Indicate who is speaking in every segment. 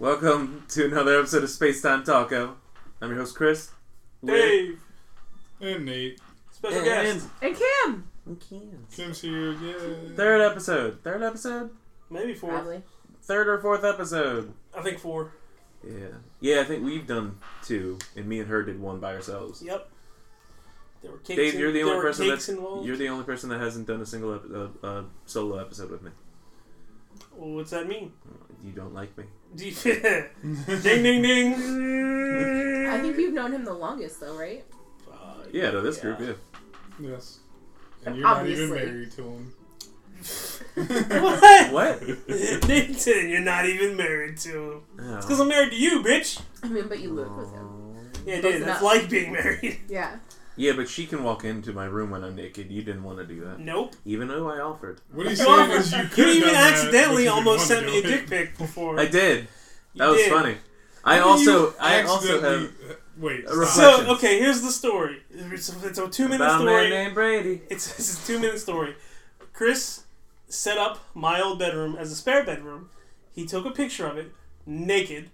Speaker 1: Welcome to another episode of Space Time Taco. I'm your host Chris.
Speaker 2: Dave,
Speaker 3: And Nate.
Speaker 2: special guest.
Speaker 4: And Kim!
Speaker 1: And Cans.
Speaker 3: Kim's here, yeah.
Speaker 1: Third episode. Third episode.
Speaker 2: Maybe four.
Speaker 4: Probably.
Speaker 1: Third or fourth episode.
Speaker 2: I think four.
Speaker 1: Yeah. Yeah, I think we've done two, and me and her did one by ourselves.
Speaker 2: Yep. There were cakes.
Speaker 1: Dave,
Speaker 2: in-
Speaker 1: you're the
Speaker 2: there
Speaker 1: only
Speaker 2: were
Speaker 1: person
Speaker 2: cakes
Speaker 1: that's
Speaker 2: involved.
Speaker 1: you're the only person that hasn't done a single ep- uh, uh, solo episode with me.
Speaker 2: Well, what's that mean?
Speaker 1: You don't like me.
Speaker 2: D- ding ding ding.
Speaker 4: I think you've known him the longest, though, right?
Speaker 2: Uh,
Speaker 1: Yeah, no, this group, yeah.
Speaker 3: Yes. And you're not
Speaker 4: Obviously.
Speaker 3: even married to him.
Speaker 2: What?
Speaker 1: What?
Speaker 2: Nathan, you're not even married to him. It's because
Speaker 1: Oh.
Speaker 2: I'm married to you, bitch.
Speaker 4: I mean, but you live with him.
Speaker 2: Yeah,
Speaker 4: Close
Speaker 2: dude, that's
Speaker 4: enough.
Speaker 2: like being married.
Speaker 4: Yeah.
Speaker 1: Yeah, but she can walk into my room when I'm naked. You didn't want to do that,
Speaker 2: Nope.
Speaker 1: even though I offered.
Speaker 3: What are
Speaker 2: You
Speaker 3: you saying is you
Speaker 2: You
Speaker 3: could
Speaker 2: even accidentally almost sent me a dick pic before.
Speaker 1: I did.
Speaker 2: You
Speaker 1: That was
Speaker 2: did.
Speaker 1: funny. I
Speaker 2: You-
Speaker 1: also, I also have
Speaker 3: have. uh, Wait,
Speaker 1: a
Speaker 3: stop.
Speaker 1: reflection.
Speaker 2: So okay, here's the story. It's a, it's a two minute
Speaker 1: about a man
Speaker 2: story.
Speaker 1: named Brady.
Speaker 2: It's, it's a two minute story. Chris set up my old bedroom as a spare bedroom. He took a picture of it naked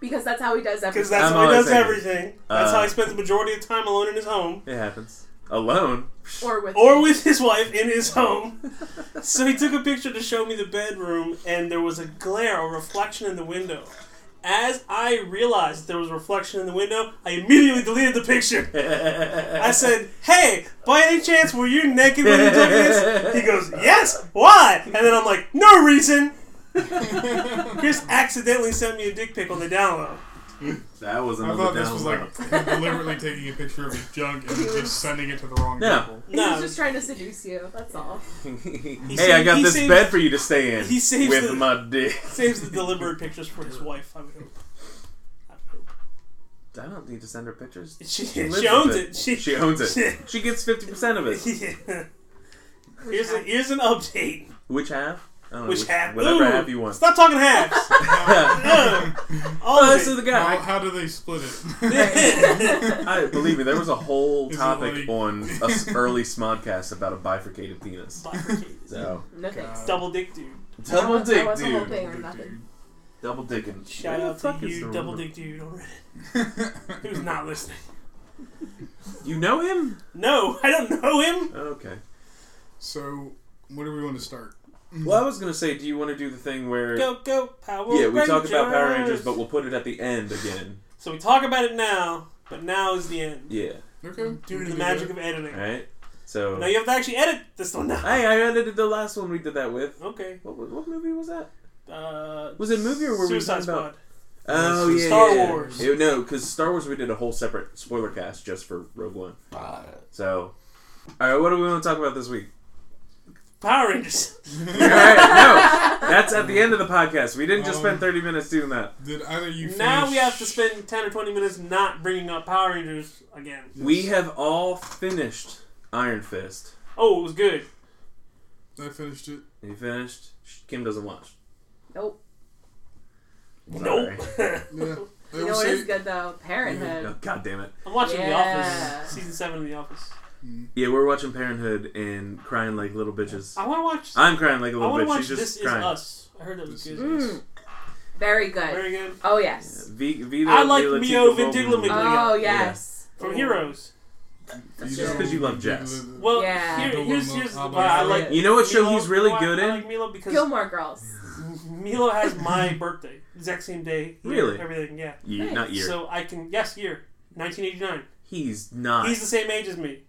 Speaker 4: Because that's how he does
Speaker 2: because
Speaker 4: everything.
Speaker 2: that's
Speaker 1: I'm
Speaker 2: how he
Speaker 1: always
Speaker 2: does
Speaker 1: thinking,
Speaker 2: everything. That's
Speaker 1: uh,
Speaker 2: how he spends the majority of time alone in his home
Speaker 1: It happens alone.
Speaker 4: or with
Speaker 2: or with his wife in his home. so he took a picture to show me the bedroom, and there was a glare, a reflection in the window. As I realized there was a reflection in the window, I immediately deleted the picture. I
Speaker 1: I
Speaker 2: said, "Hey, by any chance were you naked when you took this?" He goes, "Yes. Why?" And then I'm like, "No reason." Chris accidentally sent me a dick pic on the down low.
Speaker 1: that was
Speaker 3: I
Speaker 1: another
Speaker 3: thought this
Speaker 1: down
Speaker 3: was
Speaker 1: low.
Speaker 3: like him deliberately taking a picture of his junk and
Speaker 4: was-
Speaker 3: just sending it to the wrong
Speaker 1: No.
Speaker 3: people.
Speaker 4: He
Speaker 2: No.
Speaker 4: was just trying to seduce you. That's all.
Speaker 1: hey,
Speaker 2: saves-
Speaker 1: I got
Speaker 2: he
Speaker 1: this
Speaker 2: saves-
Speaker 1: bed for you to stay in.
Speaker 2: he saves
Speaker 1: with
Speaker 2: the-
Speaker 1: my dick.
Speaker 2: Saves the deliberate pictures for his wife. I would hope. I would hope.
Speaker 1: I don't need to send her pictures.
Speaker 2: She,
Speaker 1: lives
Speaker 2: she owns
Speaker 1: with
Speaker 2: it. She,
Speaker 1: She owns it. She gets fifty percent of it.
Speaker 2: Yeah. Here's a, here's an update.
Speaker 1: Which half? I don't know,
Speaker 2: Which half?
Speaker 1: Whatever
Speaker 2: Ooh,
Speaker 1: half you want.
Speaker 2: Stop talking halves. No. All
Speaker 1: Oh,
Speaker 2: of
Speaker 1: this is
Speaker 2: it.
Speaker 1: the
Speaker 3: How,
Speaker 1: guy.
Speaker 3: how do they split it?
Speaker 2: Yeah.
Speaker 1: I believe me. There was a whole
Speaker 3: Is it
Speaker 1: topic
Speaker 3: like-
Speaker 1: on a s early Smodcast about a bifurcated penis.
Speaker 2: Bifurcated.
Speaker 1: So
Speaker 4: No thanks.
Speaker 3: God.
Speaker 2: Double dick dude.
Speaker 1: double
Speaker 4: That
Speaker 1: dick,
Speaker 4: was the whole
Speaker 1: dude.
Speaker 4: thing or nothing.
Speaker 1: Double dicking.
Speaker 2: Shout
Speaker 1: Where the
Speaker 2: out
Speaker 1: fuck
Speaker 2: to
Speaker 1: is the
Speaker 2: you, double
Speaker 1: rumor?
Speaker 2: dick dude on Reddit, who's not listening.
Speaker 1: You know him?
Speaker 2: No, I don't know him.
Speaker 1: Oh, Okay.
Speaker 3: so, where do we want to start?
Speaker 2: Mm.
Speaker 1: Well, I was gonna say, do you want to do the thing where?
Speaker 2: Go go Power
Speaker 1: yeah, we
Speaker 2: Rangers.
Speaker 1: talk about Power Rangers, but we'll put it at the end again.
Speaker 2: so we talk about it now, but now is the end
Speaker 1: Yeah.
Speaker 3: Okay.
Speaker 2: due to the magic of editing.
Speaker 1: All right. So.
Speaker 2: Now you have to actually edit this one now.
Speaker 1: Hey, I edited the last one we did that with.
Speaker 2: Okay.
Speaker 1: What, what, what movie was that?
Speaker 2: Uh,
Speaker 1: Was it a movie or were we
Speaker 2: Suicide
Speaker 1: talking about-
Speaker 2: Squad?
Speaker 1: Oh
Speaker 3: This
Speaker 1: yeah,
Speaker 3: is
Speaker 2: Star
Speaker 1: yeah.
Speaker 2: Wars.
Speaker 1: It- no, because Star Wars we did a whole separate spoiler cast just for Rogue One. So, all right, what do we want to talk about this week?
Speaker 2: Power Rangers.
Speaker 1: All right, no, that's at the end of the podcast. We didn't just spend
Speaker 2: Oh.
Speaker 3: Um,
Speaker 1: thirty minutes doing that.
Speaker 3: Did either you finish?
Speaker 2: now we have to spend ten or twenty minutes not bringing up Power Rangers again.
Speaker 1: We have all finished Iron Fist.
Speaker 2: Oh, it was good.
Speaker 3: I finished it.
Speaker 1: You finished? Sh- Kim doesn't watch.
Speaker 4: Nope.
Speaker 1: Sorry.
Speaker 2: Nope.
Speaker 3: Yeah. I
Speaker 4: You
Speaker 3: will
Speaker 4: know what
Speaker 3: say-
Speaker 4: is good, though? Parenthood.
Speaker 1: Oh, God damn it.
Speaker 2: I'm watching The
Speaker 4: Yeah.
Speaker 2: Office, season seven of The Office.
Speaker 1: Yeah, we're watching Parenthood and crying like little bitches.
Speaker 2: I want to watch. I
Speaker 1: I'm crying like a little
Speaker 2: want to
Speaker 1: bitch.
Speaker 2: watch
Speaker 1: She's just
Speaker 2: This
Speaker 1: crying.
Speaker 2: Is Us. I heard that was
Speaker 3: This
Speaker 2: good.
Speaker 3: is-
Speaker 4: Mm. Very good.
Speaker 2: Very good.
Speaker 4: Oh, yes.
Speaker 1: V- Vito,
Speaker 2: I like
Speaker 1: Vila
Speaker 2: Mio
Speaker 1: Tica Volman.
Speaker 2: Vendiglimin. Yeah.
Speaker 4: Oh, yes.
Speaker 2: From
Speaker 4: Ooh.
Speaker 2: Heroes.
Speaker 3: You
Speaker 4: Just
Speaker 3: know,
Speaker 1: 'cause you love jazz.
Speaker 3: people that-
Speaker 2: Well,
Speaker 4: Yeah.
Speaker 2: here, here's, here's
Speaker 3: I'll
Speaker 2: why I
Speaker 3: be-
Speaker 2: like.
Speaker 1: You know what show he's really
Speaker 2: why
Speaker 1: good
Speaker 2: I
Speaker 1: in?
Speaker 2: like Milo because
Speaker 4: Gilmore Girls.
Speaker 2: Milo has my birthday, exact same day. year,
Speaker 1: Really?
Speaker 2: Everything, yeah.
Speaker 1: Ye-
Speaker 4: Nice.
Speaker 1: Not year.
Speaker 2: So I can yes, year 1989.
Speaker 1: He's not.
Speaker 2: He's the same age as me.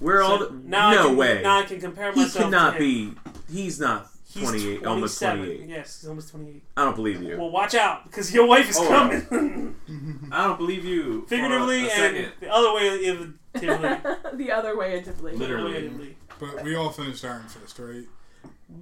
Speaker 1: We're all.
Speaker 2: So now
Speaker 1: no
Speaker 2: I can,
Speaker 1: way.
Speaker 2: Now I can compare
Speaker 1: he
Speaker 2: myself.
Speaker 1: cannot
Speaker 2: to him.
Speaker 1: be. He's not
Speaker 2: He's
Speaker 1: 28, almost
Speaker 2: 27.
Speaker 1: 28.
Speaker 2: Yes, he's almost 28.
Speaker 1: I don't believe you.
Speaker 2: Well, watch out because your wife is
Speaker 1: Oh, wow.
Speaker 2: coming,
Speaker 1: I don't believe you. for
Speaker 2: figuratively
Speaker 1: a
Speaker 2: and
Speaker 1: second.
Speaker 2: the other way. of- Figuratively.
Speaker 4: the other way into Italy.
Speaker 1: Literally.
Speaker 2: Figuratively.
Speaker 3: But we all finished Iron Fist, right?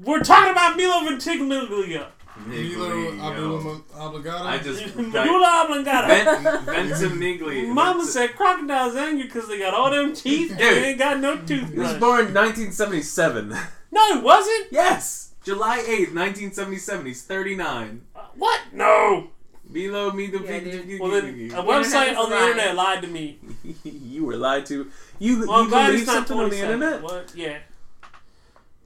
Speaker 2: We're talking about Milo Ventimiglia.
Speaker 3: Milo
Speaker 1: Nicolio.
Speaker 3: Abdul Obligado.
Speaker 1: I just.
Speaker 2: Medulla oblongata.
Speaker 1: Vent- Ventimiglia.
Speaker 2: Mama said crocodiles angry because they got all them teeth and
Speaker 1: Dude.
Speaker 2: they ain't got no
Speaker 1: He was
Speaker 2: toothbrush.
Speaker 1: born 1977.
Speaker 2: No, it wasn't.
Speaker 1: yes! July 8th, 1977. He's 39.
Speaker 2: Uh, What? No.
Speaker 1: Below me the
Speaker 4: Yeah,
Speaker 1: big.
Speaker 4: dude.
Speaker 2: Well, then a
Speaker 4: internet
Speaker 2: website
Speaker 4: is
Speaker 2: on the
Speaker 4: lying.
Speaker 2: internet lied to me.
Speaker 1: you were lied to. You,
Speaker 2: Well, I'm
Speaker 1: you
Speaker 2: glad it's
Speaker 1: believe
Speaker 2: not
Speaker 1: something on the
Speaker 2: 27.
Speaker 1: internet?
Speaker 2: What? Yeah.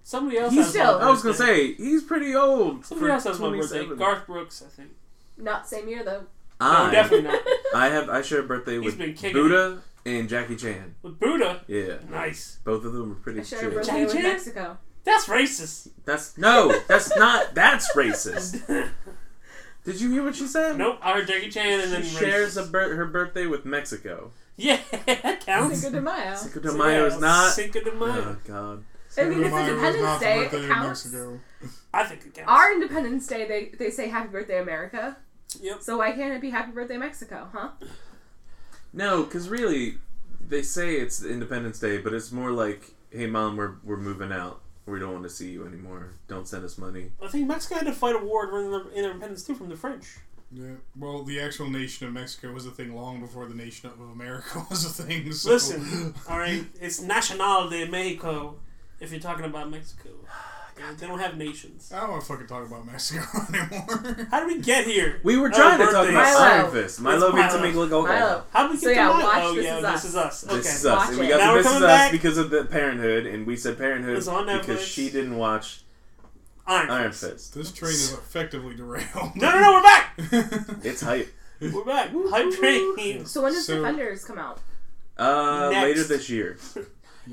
Speaker 2: Somebody else.
Speaker 1: He's
Speaker 2: has
Speaker 4: still-
Speaker 2: my
Speaker 1: I was gonna say
Speaker 2: birthday.
Speaker 1: he's pretty old.
Speaker 2: Somebody
Speaker 1: for
Speaker 2: else has my birthday.
Speaker 1: 27.
Speaker 2: Garth Brooks, I think.
Speaker 4: Not same year though.
Speaker 2: No,
Speaker 1: I,
Speaker 2: definitely not.
Speaker 1: I have. I share a birthday with
Speaker 2: been kicking
Speaker 1: Buddha and Jackie Chan.
Speaker 2: With Buddha,
Speaker 1: Yeah,
Speaker 2: nice.
Speaker 1: both of them are pretty.
Speaker 4: I shared a
Speaker 1: chicks.
Speaker 4: birthday with
Speaker 2: Change it?
Speaker 4: Mexico.
Speaker 2: That's racist.
Speaker 1: That's no. That's not. That's racist. Did you hear what she said?
Speaker 2: nope, I heard Jackie Chan and then
Speaker 1: She shares
Speaker 2: racist.
Speaker 1: a bir- her birthday with Mexico.
Speaker 2: Yeah, that counts.
Speaker 4: Cinco de Mayo.
Speaker 1: Cinco de Mayo is not.
Speaker 2: Cinco de
Speaker 1: Oh
Speaker 2: Mayo.
Speaker 1: God.
Speaker 4: I mean,
Speaker 3: Cinco de Mayo
Speaker 4: it's
Speaker 3: is
Speaker 4: Independence
Speaker 3: not the
Speaker 4: Day,
Speaker 3: birthday
Speaker 4: it
Speaker 3: of
Speaker 4: counts.
Speaker 3: Mexico.
Speaker 2: I think it counts.
Speaker 4: Our Independence Day, they, they say Happy Birthday America.
Speaker 2: Yep.
Speaker 4: So why can't it be Happy Birthday Mexico, huh?
Speaker 1: No, because really, they say it's Independence Day, but it's more like, "Hey, mom, we're we're moving out. We don't want to see you anymore. Don't send us money."
Speaker 2: I think Mexico had to fight a war during the independence too from the French.
Speaker 3: Yeah. Well, the actual nation of Mexico was a thing long before the nation of America was a thing. So.
Speaker 2: Listen, all right, it's Nacional de Mexico. If you're talking about Mexico, Yeah, they don't have nations.
Speaker 3: I don't want to fucking talk about Mexico anymore.
Speaker 2: How did we get here?
Speaker 1: We were
Speaker 2: Oh,
Speaker 1: trying to talk
Speaker 2: birthdays.
Speaker 1: about
Speaker 4: Milo.
Speaker 1: Iron Fist. Milo
Speaker 2: It's
Speaker 1: means to
Speaker 2: Milo.
Speaker 1: make look old.
Speaker 4: Milo.
Speaker 2: How did we get
Speaker 4: So,
Speaker 2: to
Speaker 4: yeah,
Speaker 2: Milo?
Speaker 4: watch
Speaker 2: Oh
Speaker 4: This
Speaker 2: yeah,
Speaker 4: Is
Speaker 2: this
Speaker 4: Us.
Speaker 2: is us. Okay.
Speaker 1: This is us,
Speaker 4: watch
Speaker 1: and we
Speaker 4: it.
Speaker 1: got
Speaker 2: Now
Speaker 1: to
Speaker 2: we're
Speaker 1: this is
Speaker 2: coming
Speaker 1: us
Speaker 2: back.
Speaker 1: because of the Parenthood, and we said Parenthood
Speaker 2: It's on
Speaker 1: because
Speaker 2: Netflix.
Speaker 1: she didn't watch
Speaker 2: Iron.
Speaker 1: Iron Fist.
Speaker 2: Fist.
Speaker 3: this train is effectively derailed.
Speaker 2: No, no, no, we're back.
Speaker 1: It's hype.
Speaker 2: We're back. Hype train.
Speaker 4: So when does
Speaker 3: So-
Speaker 4: Defenders come out?
Speaker 1: Uh,
Speaker 2: Next.
Speaker 1: later this year.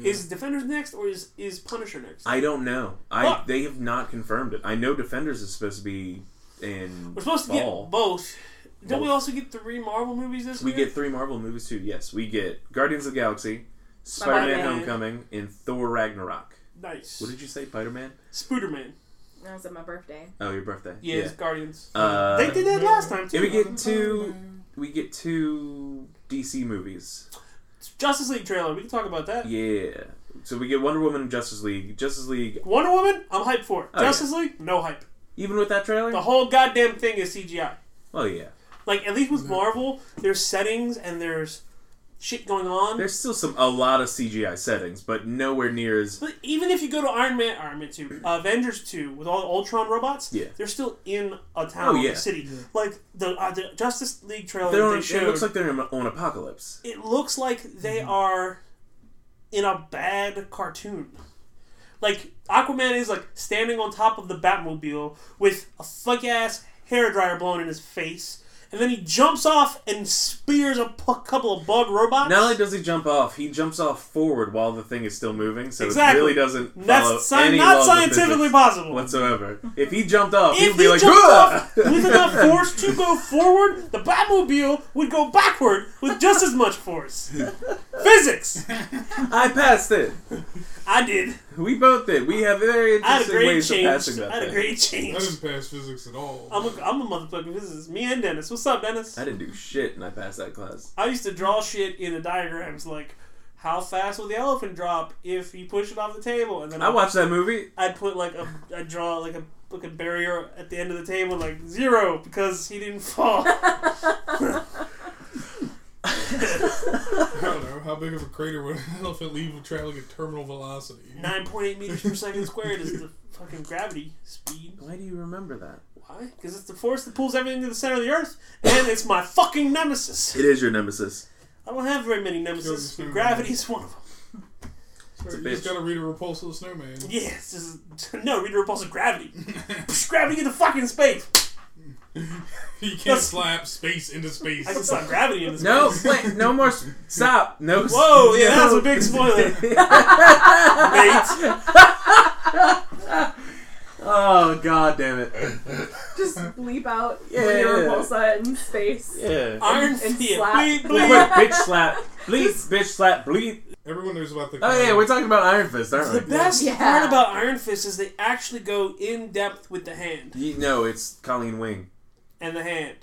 Speaker 2: Is Defenders next or is is Punisher next?
Speaker 1: I don't know. I
Speaker 2: Fuck.
Speaker 1: they have not confirmed it. I know Defenders is supposed to be in.
Speaker 2: We're supposed to
Speaker 1: fall.
Speaker 2: get both. Don't we
Speaker 1: Both.
Speaker 2: also get three Marvel movies this
Speaker 1: We
Speaker 2: year?
Speaker 1: get three Marvel movies too. Yes, we get Guardians of the Galaxy, Spider Man
Speaker 4: Spider-Man.
Speaker 1: Homecoming, and Thor Ragnarok.
Speaker 2: nice.
Speaker 1: What did you say, Spider Man?
Speaker 2: Spooderman.
Speaker 4: That was at my birthday.
Speaker 1: Oh, your birthday.
Speaker 2: Yeah, it's Guardians.
Speaker 1: Yeah. Uh,
Speaker 2: they did that last time too.
Speaker 1: and we get two. We get two DC movies.
Speaker 2: Justice League trailer. We can talk about that.
Speaker 1: Yeah. So we get Wonder Woman and Justice League. Justice League,
Speaker 2: Wonder Woman. I'm hyped for it.
Speaker 1: Oh,
Speaker 2: Justice League. No hype.
Speaker 1: even with that trailer.
Speaker 2: The whole goddamn thing is CGI.
Speaker 1: Oh yeah.
Speaker 2: Like at least with Marvel, there's settings and there's shit going on.
Speaker 1: There's still some a lot of CGI settings, but nowhere near as
Speaker 2: But even if you go to Iron Man, Iron Man Two, Avengers Two, with all the Ultron robots,
Speaker 1: Yeah.
Speaker 2: they're still in a town,
Speaker 1: Oh, yeah.
Speaker 2: a city. Like the, uh, the Justice League trailer
Speaker 1: they're
Speaker 2: that
Speaker 1: on,
Speaker 2: they showed,
Speaker 1: it looks like they're in on Apocalypse.
Speaker 2: it looks like they
Speaker 1: Mm-hmm.
Speaker 2: are in a bad cartoon. Like Aquaman is like standing on top of the Batmobile with a fuck ass hairdryer blown in his face, and then he jumps off and spears a pu- couple of bug robots.
Speaker 1: Not only does he jump off, he jumps off forward while the thing is still moving, so
Speaker 2: Exactly.
Speaker 1: it really doesn't follow
Speaker 2: that's sci-
Speaker 1: any
Speaker 2: not
Speaker 1: laws of physics
Speaker 2: scientifically possible.
Speaker 1: whatsoever. If he jumped off,
Speaker 2: if
Speaker 1: he'd be
Speaker 2: he
Speaker 1: like,
Speaker 2: jumped
Speaker 1: "Hooah!"
Speaker 2: off with enough force to go forward, the Batmobile would go backward with just as much force. Physics.
Speaker 1: I passed it.
Speaker 2: I did.
Speaker 1: We both did. We have very
Speaker 2: I had a
Speaker 1: interesting
Speaker 2: great
Speaker 1: ways
Speaker 2: change.
Speaker 1: of passing that
Speaker 2: I had a
Speaker 1: thing.
Speaker 2: great
Speaker 3: I
Speaker 2: change.
Speaker 3: didn't pass physics at all.
Speaker 2: I'm a, I'm a motherfucking physicist. Me and Dennis. What's up, Dennis?
Speaker 1: I didn't do shit, and I passed that class.
Speaker 2: I used to draw shit in the diagrams like. How fast will the elephant drop if you push it off the table? And then
Speaker 1: I watched that movie.
Speaker 2: I'd put like a, I'd draw like a like a barrier at the end of the table, like zero because he didn't fall.
Speaker 3: I don't know how big of a crater would an elephant leave traveling at terminal velocity.
Speaker 2: Nine point eight meters per second squared is the fucking gravity speed.
Speaker 1: Why do you remember that?
Speaker 2: Why? Because it's the force that pulls everything to the center of the earth, and it's my fucking nemesis.
Speaker 1: It is your nemesis.
Speaker 2: I don't have very many nemesis, but gravity is one of them.
Speaker 3: you
Speaker 1: bitch.
Speaker 3: just gotta read a repulsive snowman.
Speaker 2: Yes, this is, no, read the repulsive gravity. Psh, gravity, get the fuck in space.
Speaker 3: You can't slap space into space.
Speaker 2: I can slap gravity in this.
Speaker 1: No, wait, no more. s- Stop. No. s-
Speaker 2: Whoa, yeah, that was
Speaker 1: no.
Speaker 2: a big spoiler, mate.
Speaker 1: oh god damn it.
Speaker 4: Just bleep out
Speaker 1: Yeah.
Speaker 4: when you're Repulsa in space.
Speaker 1: Yeah.
Speaker 2: Iron
Speaker 4: And
Speaker 2: Fist.
Speaker 4: slap.
Speaker 2: Bleep,
Speaker 1: Wait,
Speaker 2: bleep.
Speaker 1: bitch slap. Bleep, bitch slap, bleep.
Speaker 3: Everyone knows about the.
Speaker 1: Oh yeah, we're talking about Iron Fist,
Speaker 2: The
Speaker 1: aren't we?
Speaker 2: best
Speaker 4: Yeah.
Speaker 2: part about Iron Fist is they actually go in depth with the hand
Speaker 1: You, no, it's Colleen Wing.
Speaker 2: and the hand.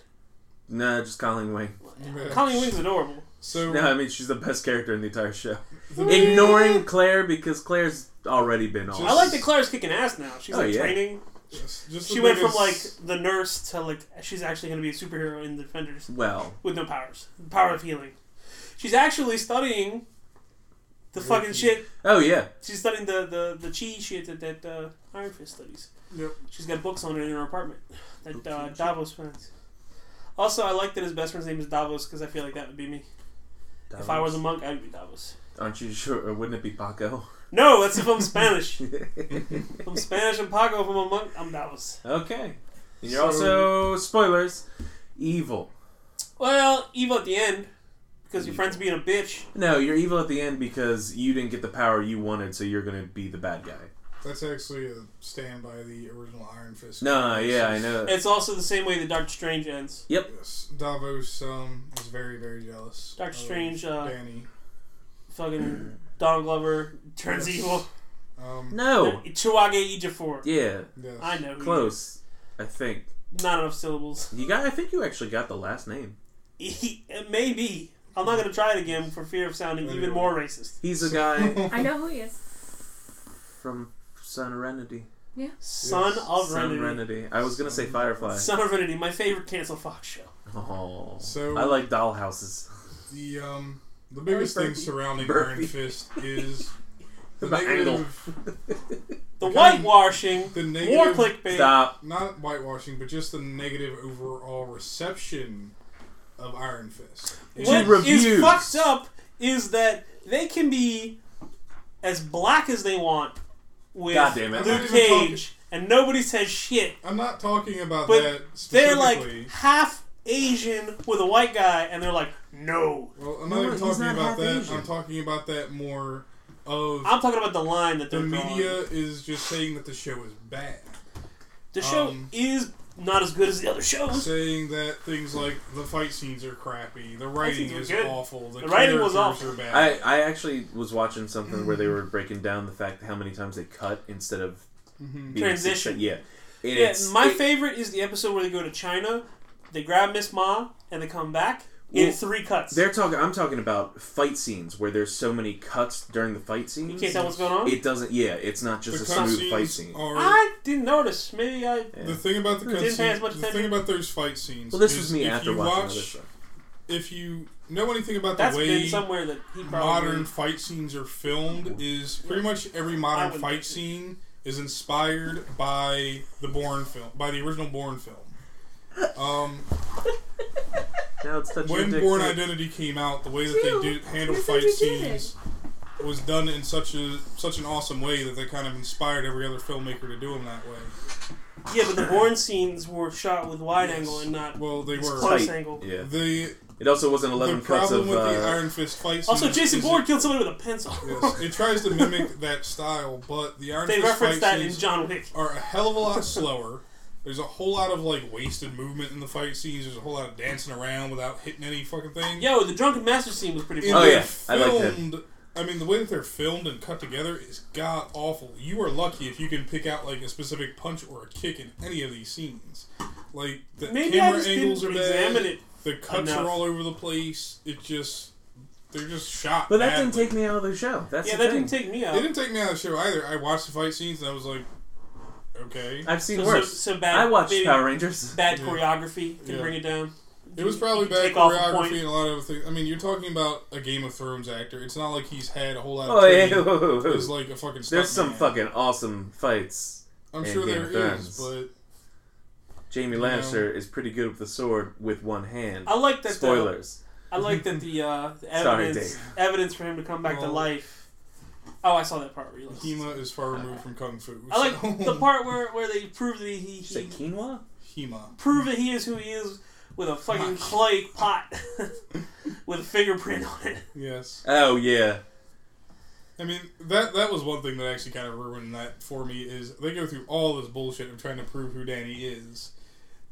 Speaker 1: No, just Colleen Wing.
Speaker 3: Yeah.
Speaker 2: Colleen Wing's adorable.
Speaker 3: So
Speaker 1: No, I mean she's the best character in the entire show. Ignoring Claire because Claire's already been on.
Speaker 2: I like that Claire's kicking ass now. She's
Speaker 1: Oh,
Speaker 2: like
Speaker 1: yeah.
Speaker 2: training.
Speaker 3: just, just
Speaker 2: She
Speaker 3: the
Speaker 2: went from like
Speaker 3: biggest-
Speaker 2: the nurse to like she's actually going to be a superhero in the Defenders
Speaker 1: Well,
Speaker 2: with no powers, the power of healing. She's actually studying the fucking shit.
Speaker 1: oh yeah,
Speaker 2: She's studying the the, the chi shit that that uh, Iron Fist studies.
Speaker 3: Yep.
Speaker 2: She's got books on it in her apartment that uh, Davos finds. Also, I like that his best friend's name is Davos because I feel like that would be me. If I was a monk, I'd be Davos.
Speaker 1: aren't you sure? Or wouldn't it be Paco?
Speaker 2: No, that's if I'm Spanish. If I'm Spanish and Paco, if I'm a monk, I'm Davos.
Speaker 1: okay. And you're also spoilers, evil.
Speaker 2: Well, evil at the end, because your friend's being a bitch.
Speaker 1: No, you're evil at the end because you didn't get the power you wanted, so you're gonna be the bad guy.
Speaker 3: That's actually a stand by the original Iron Fist.
Speaker 1: No, yeah, I know.
Speaker 2: It's also the same way the Dark Strange ends.
Speaker 3: Yes, Davos um, is very, very jealous.
Speaker 2: Doctor
Speaker 3: of
Speaker 2: Strange, uh,
Speaker 3: Danny.
Speaker 2: Fucking Don Glover turns
Speaker 3: Yes.
Speaker 2: evil.
Speaker 3: Um,
Speaker 1: No.
Speaker 2: Chuage Ejiofor.
Speaker 1: Yeah,
Speaker 3: yes.
Speaker 2: I know. who
Speaker 1: Oh. close. I think
Speaker 2: you- Not enough syllables.
Speaker 1: you got. I think you actually got the last name.
Speaker 2: Maybe. I'm not gonna try it again for fear of sounding even
Speaker 3: Anyway.
Speaker 2: more racist.
Speaker 1: He's a guy
Speaker 4: I know who he is.
Speaker 1: from Serenity.
Speaker 2: Son
Speaker 3: Yes.
Speaker 2: of Renity.
Speaker 1: Serenity. I was gonna say Firefly.
Speaker 2: Son of Renity, my favorite cancel Fox show.
Speaker 1: Oh,
Speaker 3: So-
Speaker 1: I like dollhouses.
Speaker 3: The um the biggest
Speaker 4: Or
Speaker 3: thing
Speaker 4: Burpee.
Speaker 3: surrounding
Speaker 1: Burpee.
Speaker 3: Iron Fist is the,
Speaker 1: The
Speaker 3: negative,
Speaker 2: The
Speaker 3: Okay.
Speaker 2: whitewashing,
Speaker 3: the
Speaker 2: more
Speaker 3: negative,
Speaker 2: clickbait.
Speaker 1: Stop.
Speaker 3: not whitewashing, but just the negative overall reception of Iron Fist. It's
Speaker 1: What?
Speaker 2: What
Speaker 1: reviews.
Speaker 2: is fucked up is that they can be as black as they want with
Speaker 1: God damn it.
Speaker 2: Luke
Speaker 3: I'm not even
Speaker 2: Cage, and nobody says shit.
Speaker 3: I'm not talking about
Speaker 2: But
Speaker 3: that
Speaker 2: They're
Speaker 3: specifically.
Speaker 2: like half Asian with a white guy, and they're like, no.
Speaker 3: well, I'm
Speaker 1: No, no,
Speaker 3: not even
Speaker 1: he's
Speaker 3: talking
Speaker 1: not half
Speaker 3: about that.
Speaker 1: Asian.
Speaker 3: I'm talking about that more of
Speaker 2: I'm talking about the line that
Speaker 3: the
Speaker 2: they're
Speaker 3: media
Speaker 2: drawing.
Speaker 3: is just saying that the show is bad,
Speaker 2: The show
Speaker 3: um,
Speaker 2: is not as good as the other shows.
Speaker 3: saying that things like the fight scenes are crappy, the writing
Speaker 2: scenes are
Speaker 3: is
Speaker 2: good.
Speaker 3: awful, the,
Speaker 2: The writing was
Speaker 3: characters
Speaker 2: awful.
Speaker 3: are bad.
Speaker 1: I, I actually was watching something where they were breaking down the fact how many times they cut instead of being
Speaker 2: Mm-hmm. Transition.
Speaker 1: success- Yeah. And
Speaker 2: Yeah,
Speaker 1: it's-
Speaker 2: my
Speaker 1: it-
Speaker 2: favorite is the episode where they go to China, they grab Miss Ma, and they come back in
Speaker 1: Well,
Speaker 2: three cuts.
Speaker 1: They're talking. I'm talking about fight scenes where there's so many cuts during the fight scenes.
Speaker 2: You can't tell what's going on?
Speaker 1: It doesn't. Yeah, it's not just
Speaker 3: the
Speaker 1: a smooth fight
Speaker 3: cutscenes
Speaker 1: scene.
Speaker 3: are
Speaker 2: I didn't notice. Maybe I.
Speaker 1: Yeah.
Speaker 3: The thing about the
Speaker 2: Didn't pay as
Speaker 3: cutscenes,
Speaker 2: much
Speaker 3: the thing
Speaker 2: attention.
Speaker 3: about those fight scenes.
Speaker 1: Well, this
Speaker 3: is
Speaker 1: was me
Speaker 3: if
Speaker 1: after
Speaker 3: you
Speaker 1: watching
Speaker 3: watch,
Speaker 1: other stuff.
Speaker 3: If you know anything about the
Speaker 2: That's been
Speaker 3: way
Speaker 2: somewhere that he probably.
Speaker 3: modern fight scenes are filmed, is pretty much every
Speaker 2: I
Speaker 3: modern
Speaker 2: wouldn't-
Speaker 3: fight scene is inspired by the Bourne film, by the original Bourne film. Um,
Speaker 1: Now it's touching
Speaker 3: when
Speaker 1: your dick,
Speaker 3: Born
Speaker 1: too.
Speaker 3: Identity came out, the way that they
Speaker 4: Ew,
Speaker 3: did handle
Speaker 4: that's
Speaker 3: fight
Speaker 4: what you did.
Speaker 3: scenes was done in such a such an awesome way that they kind of inspired every other filmmaker to do them that way.
Speaker 2: Yeah, but the Bourne scenes were shot with wide
Speaker 3: Yes.
Speaker 2: angle and not.
Speaker 3: Well, they
Speaker 2: It's
Speaker 3: were.
Speaker 2: close.
Speaker 1: Tight.
Speaker 2: angle.
Speaker 1: Yeah.
Speaker 3: The
Speaker 1: It also wasn't
Speaker 3: the
Speaker 1: 11 cuts
Speaker 3: problem
Speaker 1: of.
Speaker 3: with
Speaker 1: uh,
Speaker 3: the Iron Fist fight.
Speaker 2: Also,
Speaker 3: scenes
Speaker 2: Jason
Speaker 3: is
Speaker 2: Bourne killed somebody with a pencil.
Speaker 3: It, yes, it tries to mimic that style, but the Iron
Speaker 2: they
Speaker 3: Fist
Speaker 2: referenced
Speaker 3: fight
Speaker 2: that in
Speaker 3: scenes
Speaker 2: John Wick.
Speaker 3: are a hell of a lot slower. There's a whole lot of like wasted movement in the fight scenes. There's a whole lot of dancing around without hitting any fucking thing.
Speaker 2: Yo, the Drunken Master scene was pretty.
Speaker 3: And
Speaker 2: fun.
Speaker 1: Oh,
Speaker 3: they're
Speaker 1: yeah. I like that.
Speaker 3: filmed- I mean, the way that they're filmed and cut together is god awful. You are lucky if you can pick out like a specific punch or a kick in any of these scenes. Like the
Speaker 2: Maybe I
Speaker 3: camera
Speaker 2: just
Speaker 3: angles
Speaker 2: didn't
Speaker 3: are bad.
Speaker 2: examine it.
Speaker 3: The cuts
Speaker 2: enough.
Speaker 3: are all over the place. It just they're just shot.
Speaker 1: but that didn't
Speaker 3: badly.
Speaker 1: take me out of the show. That's
Speaker 2: Yeah,
Speaker 1: the
Speaker 2: that
Speaker 1: thing.
Speaker 2: didn't take me
Speaker 3: It
Speaker 2: out.
Speaker 3: didn't take me out of the show either. I watched the fight scenes and I was like, okay.
Speaker 1: I've seen
Speaker 2: So-
Speaker 1: worse.
Speaker 2: so- so bad-
Speaker 1: I watched
Speaker 2: maybe-
Speaker 1: Power Rangers.
Speaker 2: Bad
Speaker 3: Yeah.
Speaker 2: choreography can
Speaker 3: Yeah.
Speaker 2: bring it down.
Speaker 3: It was
Speaker 2: You
Speaker 3: probably
Speaker 2: can
Speaker 3: bad
Speaker 2: take off a
Speaker 3: choreography
Speaker 2: point.
Speaker 3: and a lot of other things. I mean, you're talking about a Game of Thrones actor. It's not like he's had a whole lot of
Speaker 1: Oh, yeah.
Speaker 3: training
Speaker 1: whoa, whoa, whoa.
Speaker 3: as like a fucking.
Speaker 1: There's some
Speaker 3: stuntman.
Speaker 1: fucking awesome fights.
Speaker 3: I'm
Speaker 1: in
Speaker 3: sure
Speaker 1: Game
Speaker 3: there
Speaker 1: of
Speaker 3: is,
Speaker 1: Thrones.
Speaker 3: but
Speaker 1: Jamie
Speaker 3: You
Speaker 1: Lannister is pretty good with the sword with one hand.
Speaker 2: I like that. The,
Speaker 1: Spoilers.
Speaker 2: I like that the, uh, the
Speaker 1: Sorry,
Speaker 2: evidence
Speaker 1: Dave.
Speaker 2: evidence for him to come back to
Speaker 3: Well-
Speaker 2: life. Oh, I saw that part. Really.
Speaker 3: Hema is far removed from Kung Fu.
Speaker 2: I like
Speaker 3: so-
Speaker 2: the part where, where they prove that he, he
Speaker 1: Say quinoa?
Speaker 3: Hema.
Speaker 2: prove that he is who he is with a fucking clay pot with a fingerprint on it.
Speaker 3: Yes.
Speaker 1: Oh yeah.
Speaker 3: I mean that that was one thing that actually kind of ruined that for me is they go through all this bullshit of trying to prove who Danny is,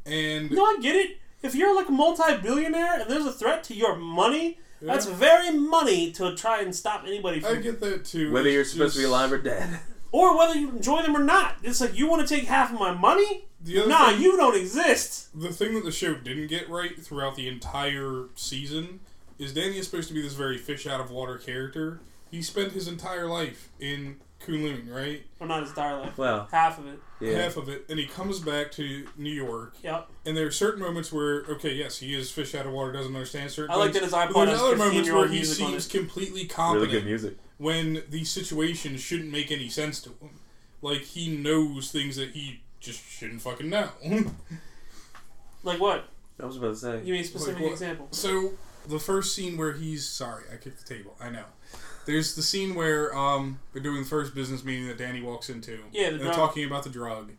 Speaker 3: and
Speaker 2: No, I get it. If you're like a multi-billionaire and there's a threat to your money,
Speaker 3: Yeah,
Speaker 2: that's very money to try and stop anybody
Speaker 3: I
Speaker 2: from,
Speaker 3: get that too.
Speaker 1: Whether
Speaker 3: It's
Speaker 1: you're supposed to be
Speaker 3: just-
Speaker 1: alive or dead.
Speaker 2: or whether you enjoy them or not. It's like you want to take half of my money?
Speaker 3: The other
Speaker 2: nah,
Speaker 3: thing-
Speaker 2: you don't exist.
Speaker 3: the thing that the show didn't get right throughout the entire season is Danny is supposed to be this very fish out of water character. He spent his entire life in Kunlun, right?
Speaker 2: Well, not his entire life.
Speaker 1: Well,
Speaker 2: Half of it.
Speaker 1: yeah.
Speaker 3: Half of it, and he comes back to New York
Speaker 2: Yep.
Speaker 3: And there are certain moments where, okay, yes, he is fish out of water, doesn't understand certain
Speaker 2: I like that his
Speaker 3: things.
Speaker 2: iPod
Speaker 3: But there's
Speaker 2: has
Speaker 3: other moments
Speaker 2: 15-year-old
Speaker 3: where he
Speaker 2: music on
Speaker 3: seems
Speaker 2: it.
Speaker 3: completely
Speaker 1: Really
Speaker 3: competent
Speaker 1: good music.
Speaker 3: when these situations shouldn't make any sense to him. Like, he knows things that he just shouldn't fucking know.
Speaker 2: Like what?
Speaker 1: I was about to say.
Speaker 2: Give me a specific
Speaker 3: what?
Speaker 2: example.
Speaker 3: so, the first scene where he's sorry, I kicked the table. I know. There's the scene where um they're doing the first business meeting that Danny walks into.
Speaker 2: Yeah, the
Speaker 3: and they're
Speaker 2: drug-
Speaker 3: talking about the drug,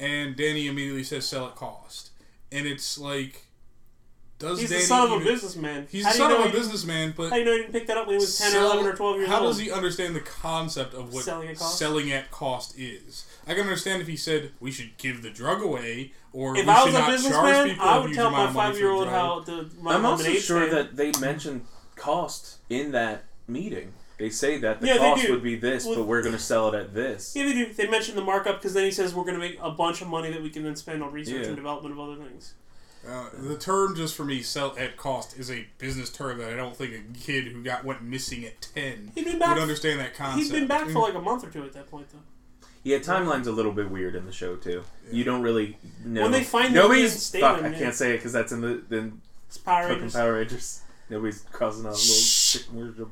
Speaker 3: and Danny immediately says sell at cost, and it's like, does
Speaker 2: He's
Speaker 3: Danny
Speaker 2: the son of a
Speaker 3: even-
Speaker 2: businessman.
Speaker 3: He's
Speaker 2: How
Speaker 3: the
Speaker 2: do you
Speaker 3: son
Speaker 2: know
Speaker 3: of a
Speaker 2: he-
Speaker 3: businessman, but
Speaker 2: How do you know he didn't pick that up when he was 10
Speaker 3: sell-
Speaker 2: or 11 or 12 years
Speaker 3: how
Speaker 2: old?
Speaker 3: does he understand the concept of what
Speaker 2: Selling at cost?
Speaker 3: selling at cost is? I can understand if he said we should give the drug away, or
Speaker 2: if
Speaker 3: we
Speaker 2: I
Speaker 3: should
Speaker 2: was a
Speaker 3: not charge
Speaker 2: businessman,
Speaker 3: people
Speaker 2: I
Speaker 3: a
Speaker 2: would
Speaker 3: huge
Speaker 2: tell
Speaker 3: amount
Speaker 2: my
Speaker 3: of money for
Speaker 2: five year old
Speaker 3: the drug.
Speaker 2: how to. My
Speaker 1: I'm also
Speaker 2: lemonade
Speaker 1: sure
Speaker 2: stand.
Speaker 1: that they mentioned cost in that meeting. They say that the
Speaker 2: Yeah, they
Speaker 1: cost
Speaker 2: do.
Speaker 1: would be this,
Speaker 2: Well-
Speaker 1: but we're going to sell it at this.
Speaker 2: Yeah, they do. They mention the markup because then he says we're going to make a bunch of money that we can then spend on research
Speaker 1: Yeah.
Speaker 2: and development of other things.
Speaker 3: Uh, the term just for me, sell at cost, is a business term that I don't think a kid who got went missing at ten
Speaker 2: He'd been back.
Speaker 3: would understand that concept. Mm.
Speaker 2: he'd been back
Speaker 3: And
Speaker 2: for like a month or two at that point, though.
Speaker 1: Yeah, timeline's a little bit weird in the show too. You don't really know
Speaker 2: When they find the Indian
Speaker 1: nobody's.
Speaker 2: statement,
Speaker 1: fuck, I
Speaker 2: yeah.
Speaker 1: can't say it because that's in the then
Speaker 2: It's Power
Speaker 1: fucking
Speaker 2: Rangers.
Speaker 1: Power Rangers. Nobody's crossing out little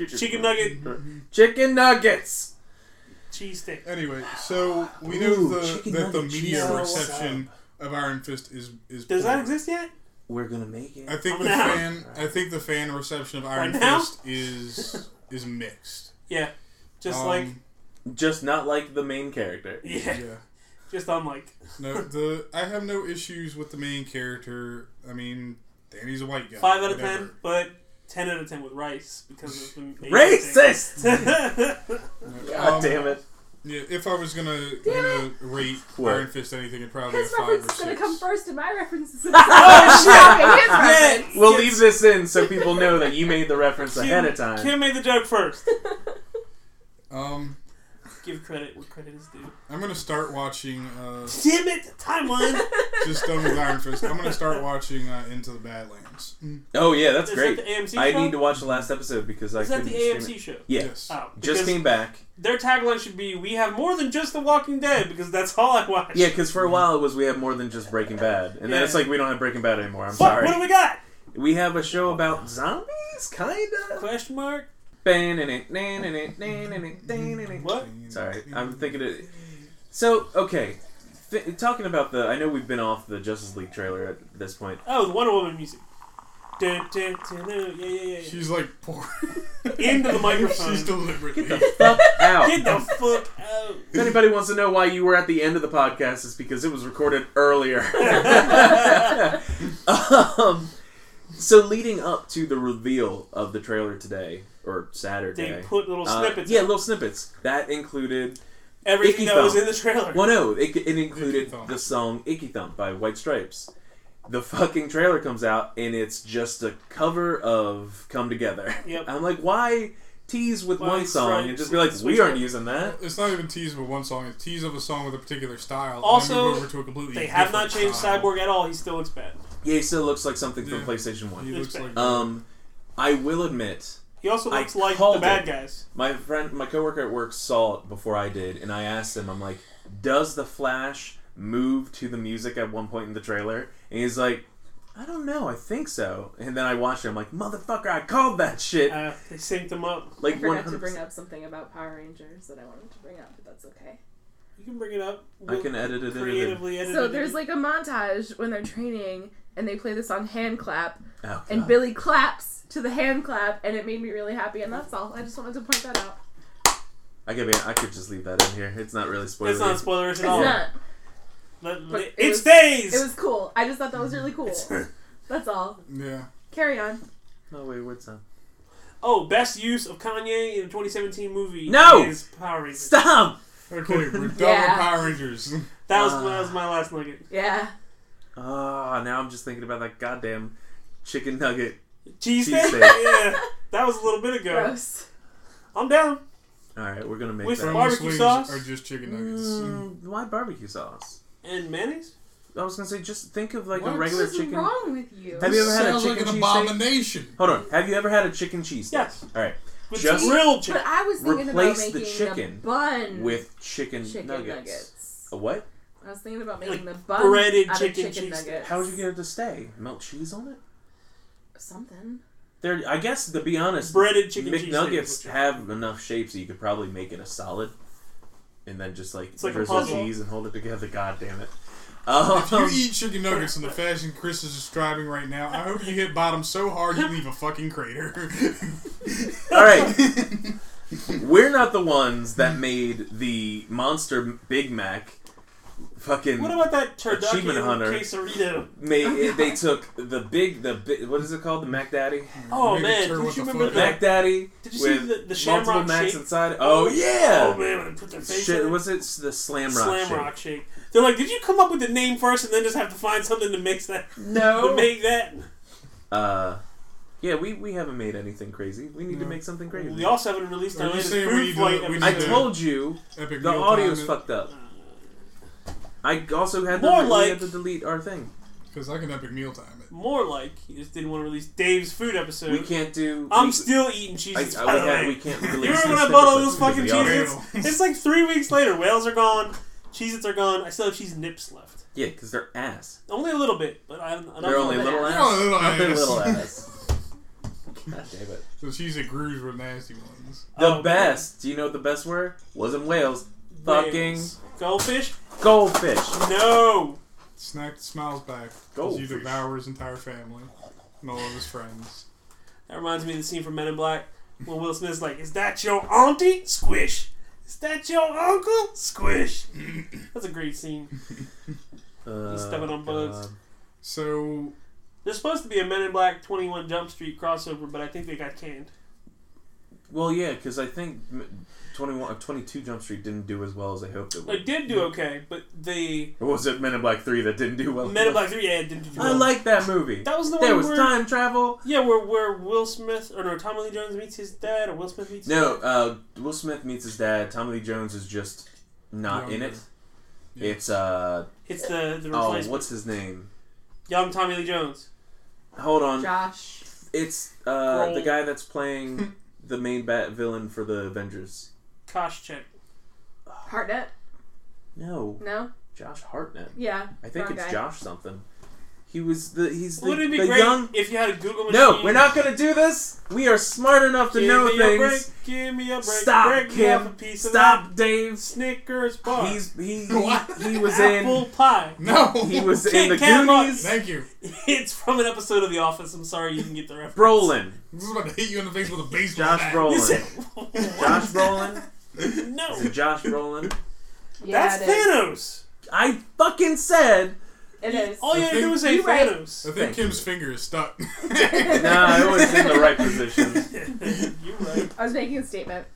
Speaker 1: chicken.
Speaker 2: Chicken nugget.
Speaker 1: Chicken nuggets.
Speaker 2: cheese steak.
Speaker 3: anyway, so we
Speaker 1: Ooh,
Speaker 3: know the,
Speaker 1: chicken
Speaker 3: that the
Speaker 1: nugget
Speaker 3: media
Speaker 1: cheese.
Speaker 3: reception of Iron Fist is is.
Speaker 2: Does
Speaker 3: poor.
Speaker 2: that exist yet?
Speaker 1: We're gonna make it.
Speaker 3: I think the
Speaker 2: Now.
Speaker 3: fan. I think the fan reception of Iron
Speaker 2: Right now?
Speaker 3: Fist is is mixed.
Speaker 2: Yeah. Just
Speaker 3: Um,
Speaker 2: like.
Speaker 1: Just not like the main character.
Speaker 2: Yeah.
Speaker 3: yeah.
Speaker 2: Just unlike.
Speaker 3: No, the I have no issues with the main character. I mean, Danny's a white guy.
Speaker 2: Five out of
Speaker 3: whatever.
Speaker 2: ten, but ten out of ten with rice because of the Asian
Speaker 1: Racist.
Speaker 2: thing.
Speaker 1: God
Speaker 3: Um,
Speaker 1: damn it.
Speaker 3: Yeah, if I was gonna, gonna
Speaker 4: Damn
Speaker 3: rate
Speaker 1: What?
Speaker 3: Iron Fist anything, it'd probably be a
Speaker 4: His
Speaker 3: five
Speaker 4: reference
Speaker 3: or
Speaker 4: is going to
Speaker 3: six.
Speaker 4: come first, and my reference is going to oh,
Speaker 2: shit!
Speaker 1: We'll
Speaker 2: Yes.
Speaker 1: leave this in so people know that you made the reference ahead of time.
Speaker 2: Kim made the joke first.
Speaker 3: Um,
Speaker 2: Give credit where credit is due.
Speaker 3: I'm gonna start watching. Uh,
Speaker 2: Damn it! Timeline!
Speaker 3: just done with Iron Fist. I'm gonna start watching uh, Into the Badlands.
Speaker 1: Oh yeah, that's
Speaker 2: is
Speaker 1: great.
Speaker 2: that the AMC
Speaker 1: I
Speaker 2: show?
Speaker 1: need to watch the last episode because I
Speaker 2: Is that
Speaker 1: couldn't
Speaker 2: the
Speaker 1: stream it.
Speaker 2: AMC show?
Speaker 1: Yeah,
Speaker 3: Yes.
Speaker 2: Oh,
Speaker 1: just
Speaker 2: because
Speaker 1: came back.
Speaker 2: Their tagline should be "We have more than just The Walking Dead" because that's all I watch.
Speaker 1: Yeah, because for a while it was we have more than just Breaking Bad, and then
Speaker 2: Yeah.
Speaker 1: it's like we don't have Breaking Bad anymore. I'm
Speaker 2: Fuck,
Speaker 1: sorry.
Speaker 2: What do we got?
Speaker 1: We have a show about zombies, kinda.
Speaker 2: Question mark. What?
Speaker 1: Sorry, I'm thinking it. So okay, th- talking about the. I know we've been off the Justice League trailer at this point.
Speaker 2: Oh, the Wonder Woman music. Dun, dun, dun, dun. Yeah, yeah, yeah.
Speaker 3: She's like poor.
Speaker 2: Into the microphone.
Speaker 3: She's deliberately.
Speaker 1: Get the fuck out.
Speaker 2: Get the fuck out.
Speaker 1: If anybody wants to know why you were at the end of the podcast, it's because it was recorded earlier. um, so, leading up to the reveal of the trailer today or
Speaker 2: They
Speaker 1: Saturday,
Speaker 2: put little
Speaker 1: uh,
Speaker 2: snippets.
Speaker 1: yeah,
Speaker 2: of
Speaker 1: little snippets that included.
Speaker 2: everything
Speaker 1: Icky
Speaker 2: that was
Speaker 1: Thumb.
Speaker 2: in the trailer.
Speaker 1: Well, no, it, it
Speaker 3: Icky
Speaker 1: included
Speaker 3: Thump.
Speaker 1: the song "Icky Thump" by White Stripes. The fucking trailer comes out and it's just a cover of "Come Together."
Speaker 2: Yep.
Speaker 1: I'm like, why tease with
Speaker 2: White
Speaker 1: one song and
Speaker 2: Stripes,
Speaker 1: just be like,
Speaker 2: switch
Speaker 1: we aren't
Speaker 2: it.
Speaker 1: using that?
Speaker 3: It's not even tease with one song. It's tease of a song with a particular style. and
Speaker 2: Also,
Speaker 3: then move over to a completely
Speaker 2: They have not
Speaker 3: different
Speaker 2: changed
Speaker 3: style.
Speaker 2: Cyborg at all. He still looks bad.
Speaker 1: Yeah, it still looks like something from
Speaker 3: Yeah.
Speaker 1: PlayStation One.
Speaker 3: He looks like
Speaker 1: Um, I will admit,
Speaker 2: He also
Speaker 1: I
Speaker 2: looks like the
Speaker 1: called
Speaker 2: bad
Speaker 1: it.
Speaker 2: guys.
Speaker 1: my friend, my coworker at work saw it before I did, and I asked him, I'm like, does the Flash move to the music at one point in the trailer? And he's like, I don't know, I think so. And then I watched it, I'm like, motherfucker, I called that shit.
Speaker 2: Uh, they synced him up.
Speaker 1: like,
Speaker 4: I forgot to
Speaker 1: 100%.
Speaker 4: bring up something about Power Rangers that I wanted to bring up, but that's okay.
Speaker 2: You can bring it up.
Speaker 1: I can edit it in.
Speaker 2: creatively edit.
Speaker 4: So
Speaker 2: it.
Speaker 4: there's like a montage when they're training, and they play the song "Hand Clap,"
Speaker 1: Oh,
Speaker 4: and
Speaker 1: God.
Speaker 4: Billy claps to the hand clap, and it made me really happy. And that's all. I just wanted to point that out.
Speaker 1: I could, be, I could just leave that in here. It's not really spoiling.
Speaker 2: That's not spoilers at
Speaker 4: It's
Speaker 2: all.
Speaker 4: not.
Speaker 2: Let-
Speaker 4: But
Speaker 2: it,
Speaker 4: it was-
Speaker 2: stays.
Speaker 4: It was cool. I just thought that was really cool. That's all.
Speaker 3: Yeah.
Speaker 4: Carry on.
Speaker 1: No, wait, what's that?
Speaker 2: oh, best use of Kanye in a 2017 movie.
Speaker 1: No!
Speaker 2: is Power Rangers.
Speaker 1: Stop!
Speaker 3: Okay, we're done with
Speaker 4: Yeah.
Speaker 3: Power Rangers.
Speaker 2: That was
Speaker 1: Ah.
Speaker 2: that was my last nugget.
Speaker 4: Yeah.
Speaker 1: Ah, now I'm just thinking about that goddamn chicken nugget.
Speaker 2: Cheese
Speaker 1: Cheese
Speaker 2: steak.
Speaker 1: steak.
Speaker 2: yeah, that was a little bit ago.
Speaker 4: Gross.
Speaker 2: I'm down.
Speaker 1: Alright, we're gonna make
Speaker 2: With
Speaker 1: that.
Speaker 2: Barbecue
Speaker 3: Boneless wings
Speaker 2: sauce?
Speaker 3: are just chicken nuggets.
Speaker 2: Hmm.
Speaker 1: Mm, why barbecue sauce?
Speaker 2: And mayonnaise.
Speaker 1: I was gonna say, just think of like
Speaker 3: What?
Speaker 1: a regular
Speaker 4: What's
Speaker 1: chicken.
Speaker 4: wrong with you?
Speaker 1: Have you ever had a
Speaker 3: Sounds like
Speaker 1: chicken
Speaker 3: an
Speaker 1: cheese steak?
Speaker 3: abomination.
Speaker 1: Hold on. Have you ever had a chicken cheese? Steak?
Speaker 2: Yes.
Speaker 1: All right.
Speaker 2: With
Speaker 1: Just-
Speaker 2: grilled chicken.
Speaker 4: But I was thinking about
Speaker 1: Replace the
Speaker 4: making the,
Speaker 1: chicken
Speaker 2: Mm.
Speaker 4: bun
Speaker 1: With chicken,
Speaker 4: chicken
Speaker 1: nuggets.
Speaker 4: nuggets.
Speaker 1: A what?
Speaker 4: I was thinking about
Speaker 2: Like
Speaker 4: making the bun
Speaker 2: breaded
Speaker 4: out
Speaker 2: chicken
Speaker 4: of chicken
Speaker 2: cheese.
Speaker 4: nuggets.
Speaker 1: How would you get it to stay? Melt cheese on it?
Speaker 4: something?
Speaker 1: There. I guess to be honest,
Speaker 2: Breaded chicken cheese steak is
Speaker 1: McNuggets
Speaker 2: what you-
Speaker 1: have enough shapes that you could probably make it a solid, and then just like
Speaker 2: like a
Speaker 1: drizzle
Speaker 2: puzzle.
Speaker 1: cheese and hold it together. God damn it. Um,
Speaker 3: If you eat chicken nuggets in the fashion Chris is describing right now, I hope you hit bottom so hard you leave a fucking crater.
Speaker 1: all right. We're not the ones that made the monster Big Mac. Fucking
Speaker 2: What about that turducken
Speaker 1: Achievement Hunter.
Speaker 2: quesarito?
Speaker 1: made, they took the big the bi- what is it called the Mac Daddy
Speaker 2: Oh
Speaker 3: Make
Speaker 2: man,
Speaker 3: sure
Speaker 2: did
Speaker 3: what
Speaker 2: you
Speaker 3: the
Speaker 2: remember
Speaker 3: fuck-
Speaker 2: that?
Speaker 1: Mac Daddy
Speaker 2: Did you see
Speaker 1: with
Speaker 2: the, the
Speaker 1: multiple
Speaker 2: shamrock
Speaker 1: Macs
Speaker 2: shake?
Speaker 1: inside. Oh yeah.
Speaker 2: Oh man, when they put their face
Speaker 1: Shit,
Speaker 2: in it.
Speaker 1: was it the Slam Rock?
Speaker 2: Slam
Speaker 1: shake?
Speaker 2: Rock Shake. They're like, did you come up with the name first and then just have to find something to mix that to
Speaker 1: Oh.
Speaker 4: No.
Speaker 2: make that?
Speaker 1: Uh, yeah, we, we haven't made anything crazy. We need to
Speaker 3: No.
Speaker 1: make something crazy.
Speaker 2: We also haven't released
Speaker 3: Are
Speaker 2: our
Speaker 3: you
Speaker 2: latest
Speaker 3: saying
Speaker 2: food
Speaker 3: we need to-
Speaker 2: fight
Speaker 3: we need
Speaker 1: I
Speaker 2: episode.
Speaker 3: Yeah.
Speaker 1: told you
Speaker 3: Epic
Speaker 1: the
Speaker 3: meal
Speaker 1: audio's
Speaker 3: time,
Speaker 1: fucked up. I also had
Speaker 2: More
Speaker 1: to, we
Speaker 2: like-
Speaker 1: had to delete our thing.
Speaker 3: Because I can epic meal time it.
Speaker 2: More like you just didn't want to release Dave's food episode.
Speaker 1: We can't do.
Speaker 2: I'm
Speaker 1: we-
Speaker 2: still eating
Speaker 1: I,
Speaker 2: cheese.
Speaker 1: I,
Speaker 2: by
Speaker 1: we,
Speaker 2: the
Speaker 1: had,
Speaker 2: way.
Speaker 1: we can't release.
Speaker 2: You remember
Speaker 1: the
Speaker 2: when I bought all
Speaker 1: snippets
Speaker 2: those fucking
Speaker 1: because of the audio.
Speaker 2: cheeses? It's like three weeks later. Whales are gone. Cheez-Its are gone. I still have cheese nips left.
Speaker 1: Yeah, because they're ass.
Speaker 2: Only a little bit, but I'm enough
Speaker 1: They're only
Speaker 2: of
Speaker 1: little
Speaker 2: that.
Speaker 1: ass.
Speaker 3: Oh, little
Speaker 1: They're
Speaker 3: ass.
Speaker 1: little ass. God damn it.
Speaker 3: The cheese at Gru's were nasty ones.
Speaker 1: The
Speaker 2: Oh,
Speaker 1: best. Do you know what the best were? Was in Wales. Fucking
Speaker 2: Whales. goldfish.
Speaker 1: goldfish.
Speaker 2: No.
Speaker 3: Snack smiles back as you
Speaker 1: Goldfish.
Speaker 3: devour his entire family and all of his friends.
Speaker 2: That reminds me of the scene from Men in Black when Will Smith's like, "Is that your auntie? Squish. Is that your uncle? Squish." That's a great scene.
Speaker 1: Uh,
Speaker 2: stepping on bugs.
Speaker 1: God.
Speaker 3: So,
Speaker 2: There's supposed to be a Men in Black 21 Jump Street crossover, but I think they got canned.
Speaker 1: Well, yeah, because I think m- 21, uh, 22 Jump Street didn't do as well as I hoped it would.
Speaker 2: It did do okay, but the
Speaker 1: Or was it Men in Black 3 that didn't do well?
Speaker 2: Men in Black 3 yeah, it didn't do
Speaker 1: I
Speaker 2: well.
Speaker 1: like that movie.
Speaker 2: That was the
Speaker 1: there
Speaker 2: one
Speaker 1: was
Speaker 2: where
Speaker 1: time travel.
Speaker 2: yeah, where where Will Smith or no Tommy Lee Jones meets his dad or Will Smith meets his
Speaker 1: No, uh, Will Smith meets his dad. Tommy Lee Jones is just not in it.
Speaker 3: Yeah.
Speaker 1: It's, uh,
Speaker 2: It's the the
Speaker 1: oh,
Speaker 2: replacement.
Speaker 1: what's his name?
Speaker 2: Young Tommy Lee Jones.
Speaker 1: Hold on.
Speaker 4: Josh.
Speaker 1: It's uh,
Speaker 2: Grohl.
Speaker 1: the guy that's playing the main bat villain for the Avengers.
Speaker 2: Koscheck.
Speaker 4: Hartnett?
Speaker 1: No,
Speaker 4: No?
Speaker 1: Josh Hartnett.
Speaker 4: Yeah.
Speaker 1: I think
Speaker 4: wrong
Speaker 1: it's
Speaker 4: guy.
Speaker 1: Josh something. He was the he's the,
Speaker 2: Wouldn't it be
Speaker 1: the
Speaker 2: great
Speaker 1: young.
Speaker 2: if you had a Google machine?
Speaker 1: No, we're not gonna do this. We are smart enough to
Speaker 2: Give
Speaker 1: know
Speaker 2: me a break.
Speaker 1: things.
Speaker 2: Give me a break.
Speaker 1: Stop,
Speaker 2: break me
Speaker 1: Kim.
Speaker 2: off a piece of that
Speaker 1: Stop, Dave.
Speaker 2: Snickers bar.
Speaker 1: He's he
Speaker 3: What?
Speaker 1: he, he was
Speaker 2: Apple
Speaker 1: in
Speaker 2: pie.
Speaker 3: No!
Speaker 1: he was
Speaker 2: Kit
Speaker 1: in the
Speaker 2: Kat box.
Speaker 1: Goonies.
Speaker 3: Thank you.
Speaker 2: It's from an episode of The Office. I'm sorry you didn't get the reference.
Speaker 1: Brolin,
Speaker 3: This is about to hit you in the face with a baseball
Speaker 1: Josh
Speaker 3: bat.
Speaker 2: You said,
Speaker 1: Brolin, Josh Brolin,
Speaker 2: no.
Speaker 1: Is it Josh Brolin.
Speaker 4: Yeah,
Speaker 2: That's
Speaker 4: it is.
Speaker 2: Thanos.
Speaker 1: I fucking said
Speaker 4: It is.
Speaker 2: All you had to do was say
Speaker 4: You right.
Speaker 3: I
Speaker 2: Thanos.
Speaker 3: think
Speaker 1: Thank
Speaker 3: Kim's finger is stuck.
Speaker 1: nah. It was in the right position.
Speaker 2: you right.
Speaker 4: I was making a statement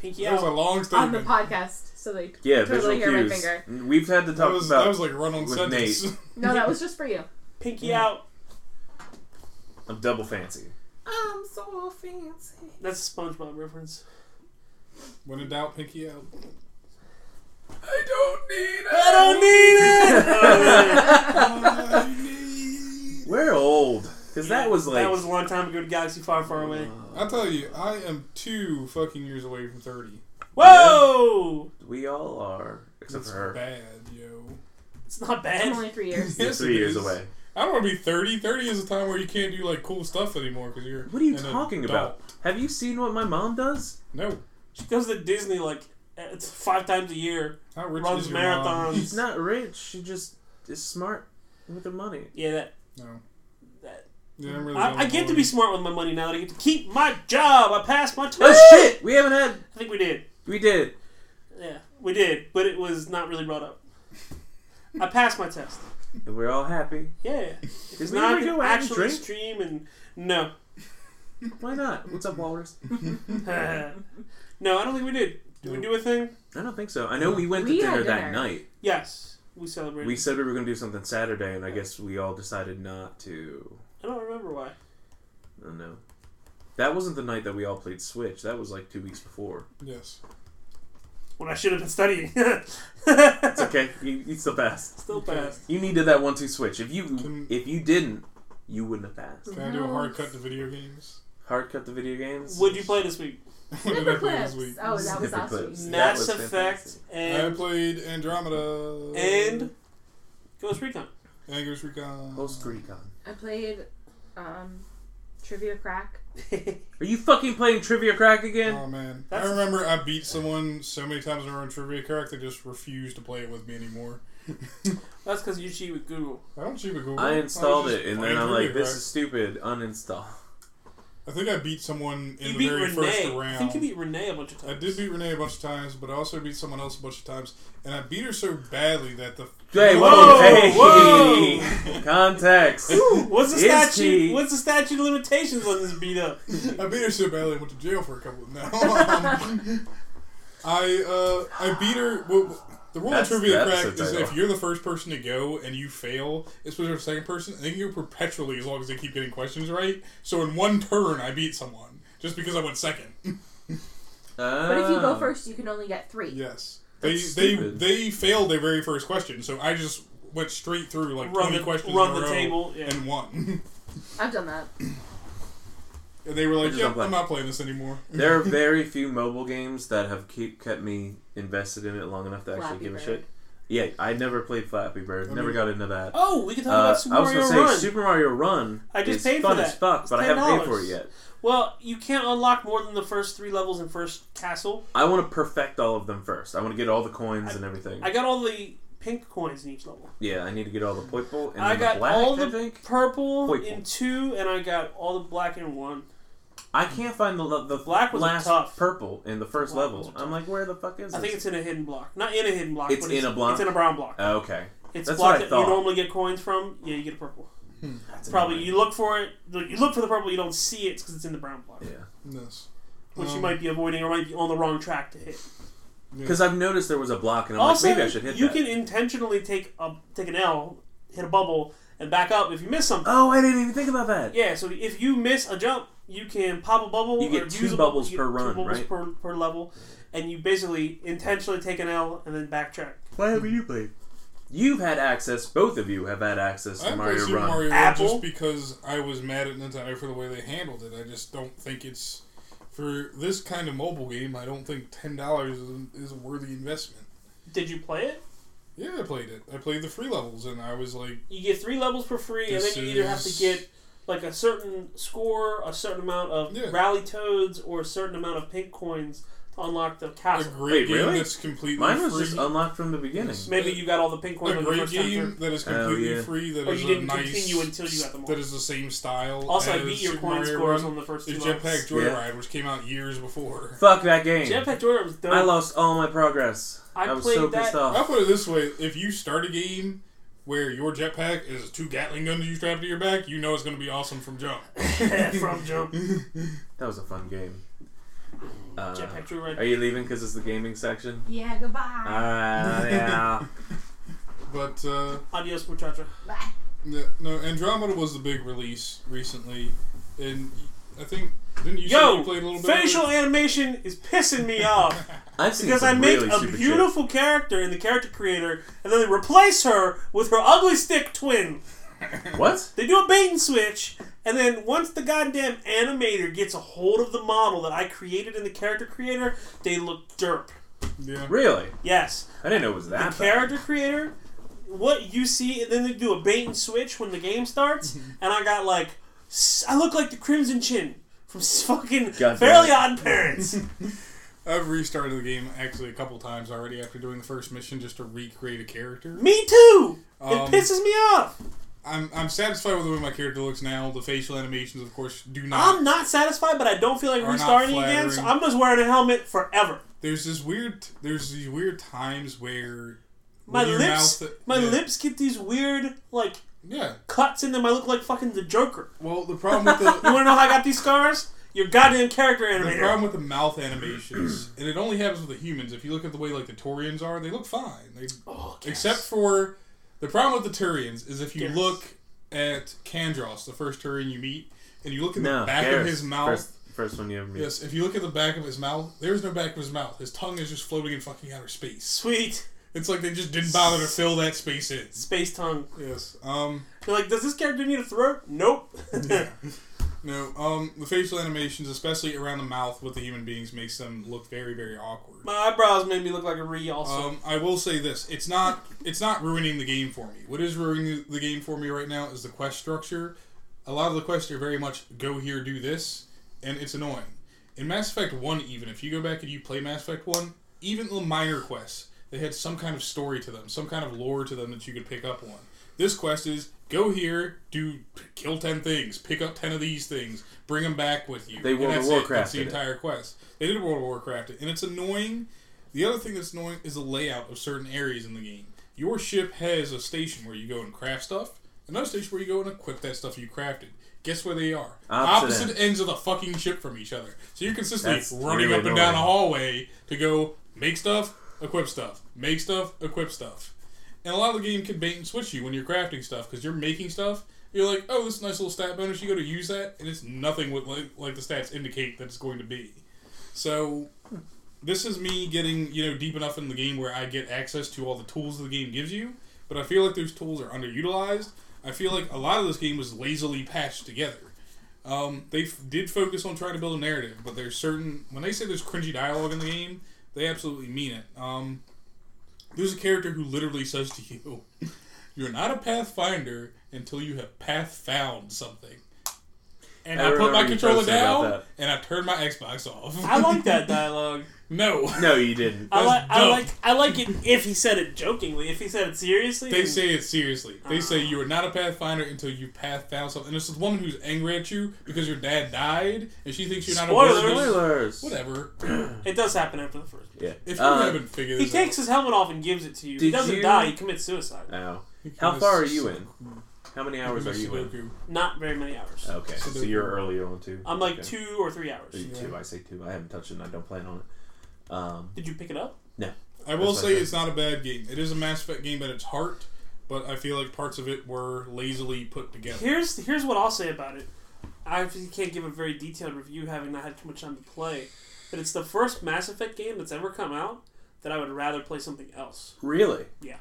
Speaker 2: Pinky
Speaker 3: That was a
Speaker 2: out.
Speaker 3: long
Speaker 4: on the
Speaker 3: statement.
Speaker 4: podcast, so they
Speaker 1: Yeah,
Speaker 4: totally hear
Speaker 1: visual
Speaker 4: my
Speaker 1: cues.
Speaker 4: finger.
Speaker 1: We've had to
Speaker 3: That
Speaker 1: talk
Speaker 3: was,
Speaker 1: about
Speaker 3: that was like a run on
Speaker 1: with
Speaker 3: sentence.
Speaker 1: Nate.
Speaker 4: No, that was just for you.
Speaker 2: Pinky out.
Speaker 1: I'm double fancy.
Speaker 4: I'm so fancy.
Speaker 2: That's a SpongeBob reference.
Speaker 3: When in doubt, pinky out.
Speaker 1: I don't need
Speaker 2: I don't need it.
Speaker 1: We're old. Because that was like.
Speaker 2: that was a long time ago to Galaxy Far, Far Away.
Speaker 3: I tell you, I am two fucking years away from 30.
Speaker 2: Whoa!
Speaker 1: we all are. Except
Speaker 3: That's
Speaker 1: for her.
Speaker 3: bad, yo.
Speaker 2: It's not
Speaker 4: I'm
Speaker 2: bad.
Speaker 4: only three years.
Speaker 1: You're
Speaker 3: Yes,
Speaker 1: three
Speaker 3: it
Speaker 1: years
Speaker 3: is.
Speaker 1: away.
Speaker 3: I don't want to be 30. 30 is a time where you can't do like cool stuff anymore because you're.
Speaker 1: What are you
Speaker 3: an
Speaker 1: talking
Speaker 3: adult.
Speaker 1: about? Have you seen what my mom does?
Speaker 3: No.
Speaker 2: She goes to Disney like uh, it's five times a year.
Speaker 3: How rich
Speaker 2: Runs
Speaker 3: is your mom?
Speaker 2: marathons.
Speaker 1: She's not rich. She just is smart with her money.
Speaker 2: Yeah, that.
Speaker 3: No.
Speaker 2: That-
Speaker 3: Yeah, I'm really
Speaker 2: I, I
Speaker 3: going
Speaker 2: get to
Speaker 3: along.
Speaker 2: be smart with my money now that I get to keep my job. I passed my time.
Speaker 1: Oh shit! We haven't had.
Speaker 2: I think we did.
Speaker 1: We did.
Speaker 2: Yeah, we did, but it was not really brought up. I passed my test.
Speaker 1: And we're all happy.
Speaker 2: Yeah,
Speaker 1: Did
Speaker 2: it's
Speaker 1: we
Speaker 2: not
Speaker 1: ever go out and
Speaker 2: actually
Speaker 1: drink?
Speaker 2: stream and no,
Speaker 1: Why not? What's up, Walrus?
Speaker 2: no, I don't think we did. Did we
Speaker 3: Nope.
Speaker 2: do a thing?
Speaker 1: I don't think so. I know we went to
Speaker 4: We
Speaker 1: dinner
Speaker 4: had
Speaker 1: that
Speaker 4: dinner.
Speaker 1: night.
Speaker 2: Yes, we celebrated.
Speaker 1: We said we were going to do something Saturday, and I guess we all decided not to.
Speaker 2: I don't remember why.
Speaker 1: I don't know. That wasn't the night that we all played Switch. That was like two weeks before.
Speaker 3: Yes.
Speaker 2: When I should have been studying.
Speaker 1: It's okay. you, you still passed.
Speaker 2: Still passed.
Speaker 1: You needed that one-two switch. If you
Speaker 3: Can-
Speaker 1: if you didn't, you wouldn't have passed.
Speaker 3: Can I do a hard cut to video games?
Speaker 1: Hard cut the video games.
Speaker 2: What'd you play this week?
Speaker 3: What did I
Speaker 4: Snipper
Speaker 3: play this
Speaker 4: clips.
Speaker 3: week?
Speaker 4: Oh, that was
Speaker 1: Snipper
Speaker 4: last week.
Speaker 1: clips. That
Speaker 2: Mass
Speaker 1: was
Speaker 2: Effect
Speaker 1: fantastic.
Speaker 3: I
Speaker 2: and
Speaker 3: played Andromeda.
Speaker 2: and Ghost Recon.
Speaker 3: And Ghost Recon.
Speaker 1: Ghost Recon.
Speaker 4: I played um, Trivia Crack.
Speaker 1: Are you fucking playing Trivia Crack again?
Speaker 3: Oh man,
Speaker 2: That's-
Speaker 3: I remember I beat someone so many times in our own trivia crack they just refused to play it with me anymore.
Speaker 2: That's because you cheat with Google.
Speaker 3: I don't cheat with Google.
Speaker 1: I
Speaker 3: was
Speaker 1: installed
Speaker 3: just
Speaker 1: it, and
Speaker 3: playing
Speaker 1: then I'm
Speaker 3: through
Speaker 1: like,
Speaker 3: it,
Speaker 1: this
Speaker 3: right?
Speaker 1: is stupid. Uninstall.
Speaker 3: I think I beat someone in
Speaker 2: you
Speaker 3: the
Speaker 2: beat
Speaker 3: very first
Speaker 2: Renee.
Speaker 3: round.
Speaker 2: I think you beat Renee a bunch of
Speaker 3: I
Speaker 2: times.
Speaker 3: did beat Renee a bunch of times, but I also beat someone else a bunch of times, and I beat her so badly that the
Speaker 1: Hey, whoa,
Speaker 2: Whoa,
Speaker 1: hey.
Speaker 2: whoa.
Speaker 1: Context.
Speaker 2: What's the
Speaker 1: Is
Speaker 2: statute?
Speaker 1: he?
Speaker 2: What's the statute of limitations on this beat up?
Speaker 3: I beat her so badly I went to jail for a couple. No, Um, I uh, I beat her. Well, the rule of
Speaker 1: That's-
Speaker 3: trivia
Speaker 1: that's
Speaker 3: crack
Speaker 1: the
Speaker 3: is
Speaker 1: title.
Speaker 3: if you're the first person to go and you fail, it's supposed to be the second person. and They can go perpetually as long as they keep getting questions right. So in one turn, I beat someone just because I went second.
Speaker 4: But if you
Speaker 1: Ah.
Speaker 4: go first, you can only get three.
Speaker 3: Yes. They
Speaker 1: That's
Speaker 3: they
Speaker 1: stupid.
Speaker 3: they failed their very first question, so I just went straight through like
Speaker 2: Run
Speaker 3: twenty
Speaker 2: the-
Speaker 3: questions
Speaker 2: run
Speaker 3: in a
Speaker 2: the
Speaker 3: row
Speaker 2: table, yeah.
Speaker 3: and won.
Speaker 4: I've done that.
Speaker 3: and they were like,
Speaker 1: just
Speaker 3: "Yep,
Speaker 1: don't play."
Speaker 3: I'm not playing this anymore."
Speaker 1: There are very few mobile games that have keep kept me invested in it long enough to actually
Speaker 4: Flappy
Speaker 1: give a
Speaker 4: Bird.
Speaker 1: shit. Yeah, I never played Flappy Bird.
Speaker 3: I
Speaker 1: never
Speaker 3: mean-
Speaker 1: got into that.
Speaker 2: Oh, we can talk
Speaker 1: Uh,
Speaker 2: about Super
Speaker 1: I was
Speaker 2: Mario
Speaker 1: gonna say
Speaker 2: Run.
Speaker 1: Super Mario Run.
Speaker 2: I just
Speaker 1: is
Speaker 2: paid for
Speaker 1: fun
Speaker 2: that.
Speaker 1: as fuck,
Speaker 2: It's
Speaker 1: but I haven't paid for
Speaker 2: $10.
Speaker 1: it yet.
Speaker 2: well, you can't unlock more than the first three levels in first castle.
Speaker 1: I want to perfect all of them first. I want to get all the coins and everything.
Speaker 2: I got all the pink coins in each level.
Speaker 1: yeah, I need to get all the purple and
Speaker 2: I
Speaker 1: then
Speaker 2: got
Speaker 1: the black.
Speaker 2: all
Speaker 1: I
Speaker 2: the
Speaker 1: think
Speaker 2: purple
Speaker 1: Purple.
Speaker 2: in two, and I got all the black in one.
Speaker 1: I can't find the le- the
Speaker 2: Black was
Speaker 1: last
Speaker 2: tough.
Speaker 1: purple in the first
Speaker 2: Black was
Speaker 1: level.
Speaker 2: tough.
Speaker 1: I'm like, where the fuck is
Speaker 2: I
Speaker 1: this?
Speaker 2: think it's in a hidden block, not in a hidden block.
Speaker 1: It's
Speaker 2: but
Speaker 1: in
Speaker 2: it's,
Speaker 1: a block?
Speaker 2: It's in a brown block.
Speaker 1: okay.
Speaker 2: It's
Speaker 1: That's
Speaker 2: block
Speaker 1: what I
Speaker 2: that you
Speaker 1: thought.
Speaker 2: normally get coins from. Yeah, you get a purple.
Speaker 1: That's
Speaker 2: Probably
Speaker 1: annoying.
Speaker 2: you look for it. You look for the purple. You don't see it because it's in the brown block,
Speaker 1: Yeah.
Speaker 3: Yes.
Speaker 2: which you
Speaker 3: Um,
Speaker 2: might be avoiding or might be on the wrong track to hit.
Speaker 1: Because I've noticed there was a block, and I'm
Speaker 2: also,
Speaker 1: like, maybe I should hit
Speaker 2: you
Speaker 1: that.
Speaker 2: can intentionally take a take an L, hit a bubble, and back up if you miss something.
Speaker 1: Oh, I didn't even think about that.
Speaker 2: Yeah, so if you miss a jump, you can pop a bubble.
Speaker 1: You get
Speaker 2: or
Speaker 1: two
Speaker 2: use a-
Speaker 1: bubbles
Speaker 2: you
Speaker 1: per
Speaker 2: get two
Speaker 1: run,
Speaker 2: bubbles
Speaker 1: right?
Speaker 2: Per, per level, and you basically intentionally take an L and then backtrack.
Speaker 1: Why haven't you played? You've had access. Both of you have had access to
Speaker 3: I played
Speaker 1: Mario
Speaker 3: Super
Speaker 1: Run.
Speaker 3: Mario Run
Speaker 2: Apple?
Speaker 3: just because I was mad at Nintendo for the way they handled it. I just don't think it's for this kind of mobile game. I don't think ten dollars is, is a worthy investment.
Speaker 2: Did you play it?
Speaker 3: Yeah, I played it. I played the free levels, and I was like,
Speaker 2: You get three levels for free,
Speaker 3: This
Speaker 2: and then you either have to
Speaker 3: is-
Speaker 2: get like a certain score, a certain amount of
Speaker 3: Yeah.
Speaker 2: rally toads, or a certain amount of pink coins to unlock the
Speaker 3: a
Speaker 2: castle.
Speaker 1: Wait,
Speaker 3: great game
Speaker 1: really?
Speaker 3: that's completely
Speaker 1: Mine was
Speaker 3: free.
Speaker 1: just unlocked from the beginning.
Speaker 3: Yes.
Speaker 2: Maybe you got all the pink coins
Speaker 3: a
Speaker 2: on the
Speaker 3: great
Speaker 2: first time through.
Speaker 3: game that is
Speaker 1: Oh,
Speaker 3: completely
Speaker 1: yeah.
Speaker 3: free. That
Speaker 2: Or
Speaker 3: is
Speaker 2: you didn't
Speaker 3: a nice,
Speaker 2: continue until you got them all.
Speaker 3: That is the same style.
Speaker 2: Also, I
Speaker 3: as
Speaker 2: beat your
Speaker 3: Super
Speaker 2: coin
Speaker 3: Mario
Speaker 2: scores
Speaker 3: Run.
Speaker 2: on the first two
Speaker 3: Is
Speaker 2: levels.
Speaker 3: Jetpack Joyride,
Speaker 1: Yeah.
Speaker 3: which came out years before.
Speaker 1: Fuck that game.
Speaker 2: Jetpack Joyride was dope.
Speaker 1: I lost all my progress.
Speaker 2: I
Speaker 1: I, was
Speaker 2: played
Speaker 1: so
Speaker 2: that- Oh.
Speaker 1: pissed
Speaker 3: I'll
Speaker 1: off.
Speaker 3: put it this way: if you start a game where your jetpack is two Gatling guns you strap to your back, you know it's going to be awesome from jump.
Speaker 2: from jump.
Speaker 1: That was a fun game. Uh,
Speaker 2: Jetpack Joyride.
Speaker 1: are you leaving because it's the gaming section?
Speaker 4: Yeah, goodbye.
Speaker 1: Ah, yeah.
Speaker 3: But uh,
Speaker 2: Adios, muchacha.
Speaker 4: Bye.
Speaker 3: no, no, Andromeda was the big release recently, and I think didn't you say
Speaker 2: Yo,
Speaker 3: you played a little bit? of it?
Speaker 2: facial animation is pissing me off
Speaker 1: I've seen
Speaker 2: because I
Speaker 1: some
Speaker 2: make
Speaker 1: really
Speaker 2: a
Speaker 1: stupid
Speaker 2: beautiful character in the character creator, and then they replace her with her ugly stick twin.
Speaker 1: shit. What?
Speaker 2: They do a bait and switch, and then once the goddamn animator gets a hold of the model that I created in the character creator, they look derp.
Speaker 3: Yeah.
Speaker 1: Really?
Speaker 2: Yes,
Speaker 1: I didn't know it was that. bad.
Speaker 2: character creator. What you see, and then they do a bait and switch when the game starts, and I got like, s- I look like the Crimson Chin from s- fucking
Speaker 1: damn
Speaker 2: Fairly
Speaker 1: it.
Speaker 2: Odd Parents.
Speaker 3: I've restarted the game actually a couple times already after doing the first mission just to recreate a character.
Speaker 2: Me too.
Speaker 3: Um,
Speaker 2: it pisses me off.
Speaker 3: I'm I'm satisfied with the way my character looks now. The facial animations, of course, do not.
Speaker 2: I'm not satisfied, but I don't feel like
Speaker 3: Are not
Speaker 2: restarting again, so
Speaker 3: flattering.
Speaker 2: I'm just wearing a helmet forever.
Speaker 3: there's this weird. There's these weird times where
Speaker 2: My
Speaker 3: with your
Speaker 2: lips,
Speaker 3: mouth-
Speaker 2: my
Speaker 3: yeah.
Speaker 2: lips get these weird like
Speaker 3: Yeah.
Speaker 2: cuts in them. I look like fucking the Joker.
Speaker 3: Well, the problem with the
Speaker 2: You want to know how I got these scars? Your goddamn character
Speaker 3: The
Speaker 2: animator.
Speaker 3: problem with the mouth animations, and it only happens with the humans. If you look at the way like the Taurians are, they look fine. They,
Speaker 2: Oh, yes.
Speaker 3: except for the problem with the Taurians is if you
Speaker 2: Garrus.
Speaker 3: look at Candross, the first Taurian you meet, and you look in
Speaker 1: No,
Speaker 3: the back
Speaker 1: Garrus,
Speaker 3: of his mouth.
Speaker 1: First, first one you ever meet.
Speaker 3: Yes, if you look at the back of his mouth, there's no back of his mouth. His tongue is just floating in fucking outer space.
Speaker 2: Sweet
Speaker 3: It's like they just didn't bother to fill that space in.
Speaker 2: space tongue.
Speaker 3: Yes. Um.
Speaker 2: You're like, does this character need a throat? Nope.
Speaker 3: Yeah. No. Um. The facial animations, especially around the mouth with the human beings, makes them look very, very awkward.
Speaker 2: My eyebrows made me look like a re also.
Speaker 3: Um, I will say this: it's not it's not ruining the game for me. What is ruining the game for me right now is the quest structure. A lot of the quests are very much go here, do this, and it's annoying. In Mass Effect One, even if you go back and you play Mass Effect One, even the minor quests, they had some kind of story to them, some kind of lore to them that you could pick up on. This quest is go here, do kill ten things, pick up ten of these things, bring them back with you.
Speaker 1: They
Speaker 3: And
Speaker 1: World of
Speaker 3: that's It. That's
Speaker 1: Warcrafted
Speaker 3: the
Speaker 1: it.
Speaker 3: entire quest. They did World of Warcraft, it, and it's annoying. The other thing that's annoying is the layout of certain areas in the game. Your ship has a station where you go and craft stuff, another station where you go and equip that stuff you crafted. Guess where they are?
Speaker 1: Opposite
Speaker 3: Opposite
Speaker 1: ends.
Speaker 3: ends of the fucking ship from each other. So you're consistently
Speaker 1: That's
Speaker 3: running
Speaker 1: really
Speaker 3: up and down a
Speaker 1: annoying.
Speaker 3: hallway to go make stuff, equip stuff, make stuff, equip stuff. And a lot of the game can bait and switch you when you're crafting stuff because you're making stuff. You're like, oh, this is a nice little stat bonus. You go to use that, and it's nothing what like, like the stats indicate that it's going to be. So this is me getting you know deep enough in the game where I get access to all the tools the game gives you, but I feel like those tools are underutilized. I feel like a lot of this game was lazily patched together. Um, they f- did focus on trying to build a narrative, but there's certain when they say there's cringy dialogue in the game, they absolutely mean it. Um, there's a character who literally says to you, "You're not a pathfinder until you have path found something." And
Speaker 1: I
Speaker 3: I, put
Speaker 1: remember
Speaker 3: my
Speaker 1: you
Speaker 3: controller
Speaker 1: posted about
Speaker 3: down
Speaker 1: that.
Speaker 3: and I turned my Xbox off.
Speaker 2: I like that dialogue.
Speaker 3: no.
Speaker 1: No, you didn't.
Speaker 2: I like.
Speaker 3: That's
Speaker 2: I
Speaker 3: dope.
Speaker 2: like. I like it if he said it jokingly. If he said it seriously,
Speaker 3: They
Speaker 2: then-
Speaker 3: say it seriously. They say you are not a pathfinder until you path found something. And it's this woman who's angry at you because your dad died, and she thinks you're not a
Speaker 2: Spoilers.
Speaker 3: wizard.
Speaker 1: Spoilers.
Speaker 3: Whatever.
Speaker 2: it does happen after the first.
Speaker 1: Yeah.
Speaker 3: If you
Speaker 1: Uh,
Speaker 3: haven't figured
Speaker 2: He
Speaker 3: this
Speaker 2: takes his helmet off and gives it to you. He
Speaker 1: Did
Speaker 2: doesn't
Speaker 1: you-
Speaker 2: die. He commits suicide.
Speaker 1: Ow.
Speaker 3: out,
Speaker 1: How far are you in? How many hours are you in?
Speaker 3: Sudoku.
Speaker 2: Not very many hours.
Speaker 1: Okay, so you're earlier on too.
Speaker 2: I'm like
Speaker 1: Okay.
Speaker 2: two or three hours.
Speaker 1: Three, Two, I say two. I haven't touched it. and I don't plan on it. Um,
Speaker 2: Did you pick it up?
Speaker 3: I will
Speaker 1: That's what I
Speaker 3: say
Speaker 1: said.
Speaker 3: it's not a bad game. It is a Mass Effect game at its heart, but I feel like parts of it were lazily put together.
Speaker 2: Here's here's what I'll say about it. I obviously can't give a very detailed review, having not had too much time to play. But it's the first Mass Effect game that's ever come out that I would rather play something else.
Speaker 1: really?
Speaker 3: Yeah.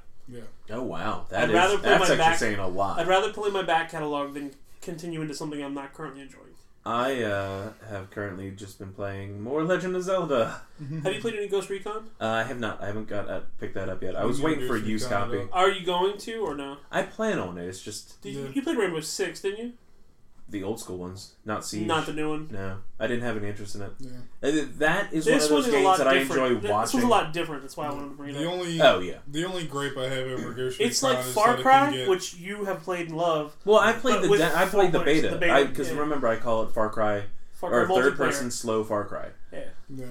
Speaker 1: Oh wow, that
Speaker 2: I'd
Speaker 1: is-
Speaker 2: rather put my
Speaker 1: that's actually
Speaker 2: back-
Speaker 1: saying a lot.
Speaker 2: I'd rather play my back catalog than continue into something I'm not currently enjoying.
Speaker 1: I uh, have currently just been playing more Legend of Zelda.
Speaker 2: Have you played any Ghost Recon?
Speaker 1: Uh, I have not. I haven't got uh, picked that up yet. I
Speaker 3: You
Speaker 1: was
Speaker 3: need to
Speaker 1: waiting
Speaker 3: do
Speaker 1: for a
Speaker 3: some
Speaker 1: used
Speaker 3: kind of-
Speaker 1: copy.
Speaker 2: Are you going to or no?
Speaker 1: I plan on it. It's just
Speaker 2: Did you,
Speaker 3: Yeah.
Speaker 2: you played Rainbow Six, didn't you?
Speaker 1: the old school ones, not Siege.
Speaker 2: Not the new one.
Speaker 1: no, I didn't have any interest in it.
Speaker 3: Yeah.
Speaker 1: Uh, th- That is
Speaker 2: This
Speaker 1: one
Speaker 2: one
Speaker 1: of
Speaker 2: is
Speaker 1: those
Speaker 2: a lot
Speaker 1: games that I
Speaker 2: different.
Speaker 1: enjoy
Speaker 2: Th- This
Speaker 1: watching.
Speaker 2: one's a lot different. That's why I wanted to bring it
Speaker 3: The
Speaker 2: up.
Speaker 3: only
Speaker 1: oh yeah.
Speaker 3: the only gripe I have over Ghost
Speaker 2: It's
Speaker 3: Recon
Speaker 2: like
Speaker 3: is
Speaker 2: Far
Speaker 3: that it
Speaker 2: Cry,
Speaker 3: can get-
Speaker 2: which you have played and love.
Speaker 1: Well, I
Speaker 2: But
Speaker 1: played the
Speaker 2: with
Speaker 1: de- I played the
Speaker 2: full version,
Speaker 1: beta
Speaker 2: the beta,
Speaker 1: because
Speaker 2: yeah.
Speaker 1: remember I call it Far Cry
Speaker 2: Far Cry
Speaker 1: or third person
Speaker 2: multiplayer.
Speaker 1: slow Far Cry.
Speaker 2: Yeah.
Speaker 3: yeah.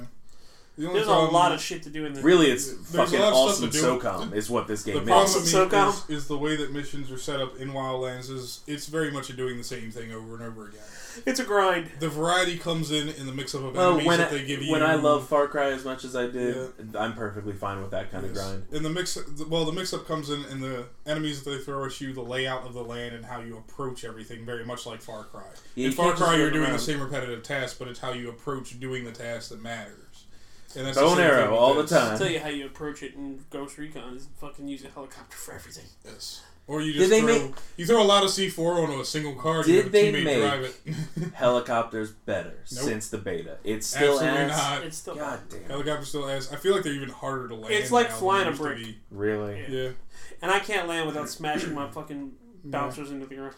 Speaker 3: The only
Speaker 2: There's a
Speaker 3: problem-
Speaker 2: lot of shit to do in this.
Speaker 1: Really, it's
Speaker 3: There's a
Speaker 1: fucking
Speaker 3: lot of stuff
Speaker 1: awesome
Speaker 3: to do with-
Speaker 1: SOCOM is what this
Speaker 3: The
Speaker 1: game is.
Speaker 3: problem
Speaker 2: Awesome
Speaker 3: with me
Speaker 2: SoCal.
Speaker 3: is, is the way that missions are set up in Wildlands is it's very much doing the same thing over and over again.
Speaker 2: It's a grind.
Speaker 3: The variety comes in in the mix up of
Speaker 2: Oh,
Speaker 1: Well,
Speaker 3: enemies
Speaker 1: when
Speaker 3: that
Speaker 1: I,
Speaker 3: they give you.
Speaker 1: when I love Far Cry as much as I did, I'm perfectly fine with that kind of
Speaker 3: Yes.
Speaker 1: grind.
Speaker 3: In the mix, well, the mix up comes in in the enemies that they throw at you, the layout of the land, and how you approach everything. Very much like Far Cry.
Speaker 1: Yeah,
Speaker 3: in
Speaker 1: you
Speaker 3: Far
Speaker 1: can't just
Speaker 3: Cry, you're
Speaker 1: run
Speaker 3: doing
Speaker 1: around.
Speaker 3: the same repetitive task, but it's how you approach doing the task that matters. And that's the
Speaker 1: Bow and
Speaker 3: same thing
Speaker 1: arrow
Speaker 3: with
Speaker 1: all the
Speaker 3: this.
Speaker 1: time.
Speaker 2: I'll tell you how you approach it in Ghost Recon is fucking use a helicopter for everything.
Speaker 3: Yes. Or you
Speaker 1: Did
Speaker 3: just
Speaker 1: they
Speaker 3: throw,
Speaker 1: make-
Speaker 3: you throw a lot of C4 onto a single car.
Speaker 1: Did
Speaker 3: you have a
Speaker 1: they
Speaker 3: teammate
Speaker 1: make-
Speaker 3: drive it.
Speaker 1: Helicopters better
Speaker 3: Nope.
Speaker 1: since the beta. It's still
Speaker 3: Absolutely
Speaker 1: ass.
Speaker 3: not.
Speaker 2: It's still
Speaker 1: God damn.
Speaker 3: Helicopter still has. I feel like they're even harder to land.
Speaker 2: It's like
Speaker 3: now than
Speaker 2: flying a
Speaker 3: they used to
Speaker 2: brick.
Speaker 3: be.
Speaker 1: Really?
Speaker 2: Yeah.
Speaker 3: Yeah,
Speaker 2: and I can't land without smashing my fucking bouncers into the ground.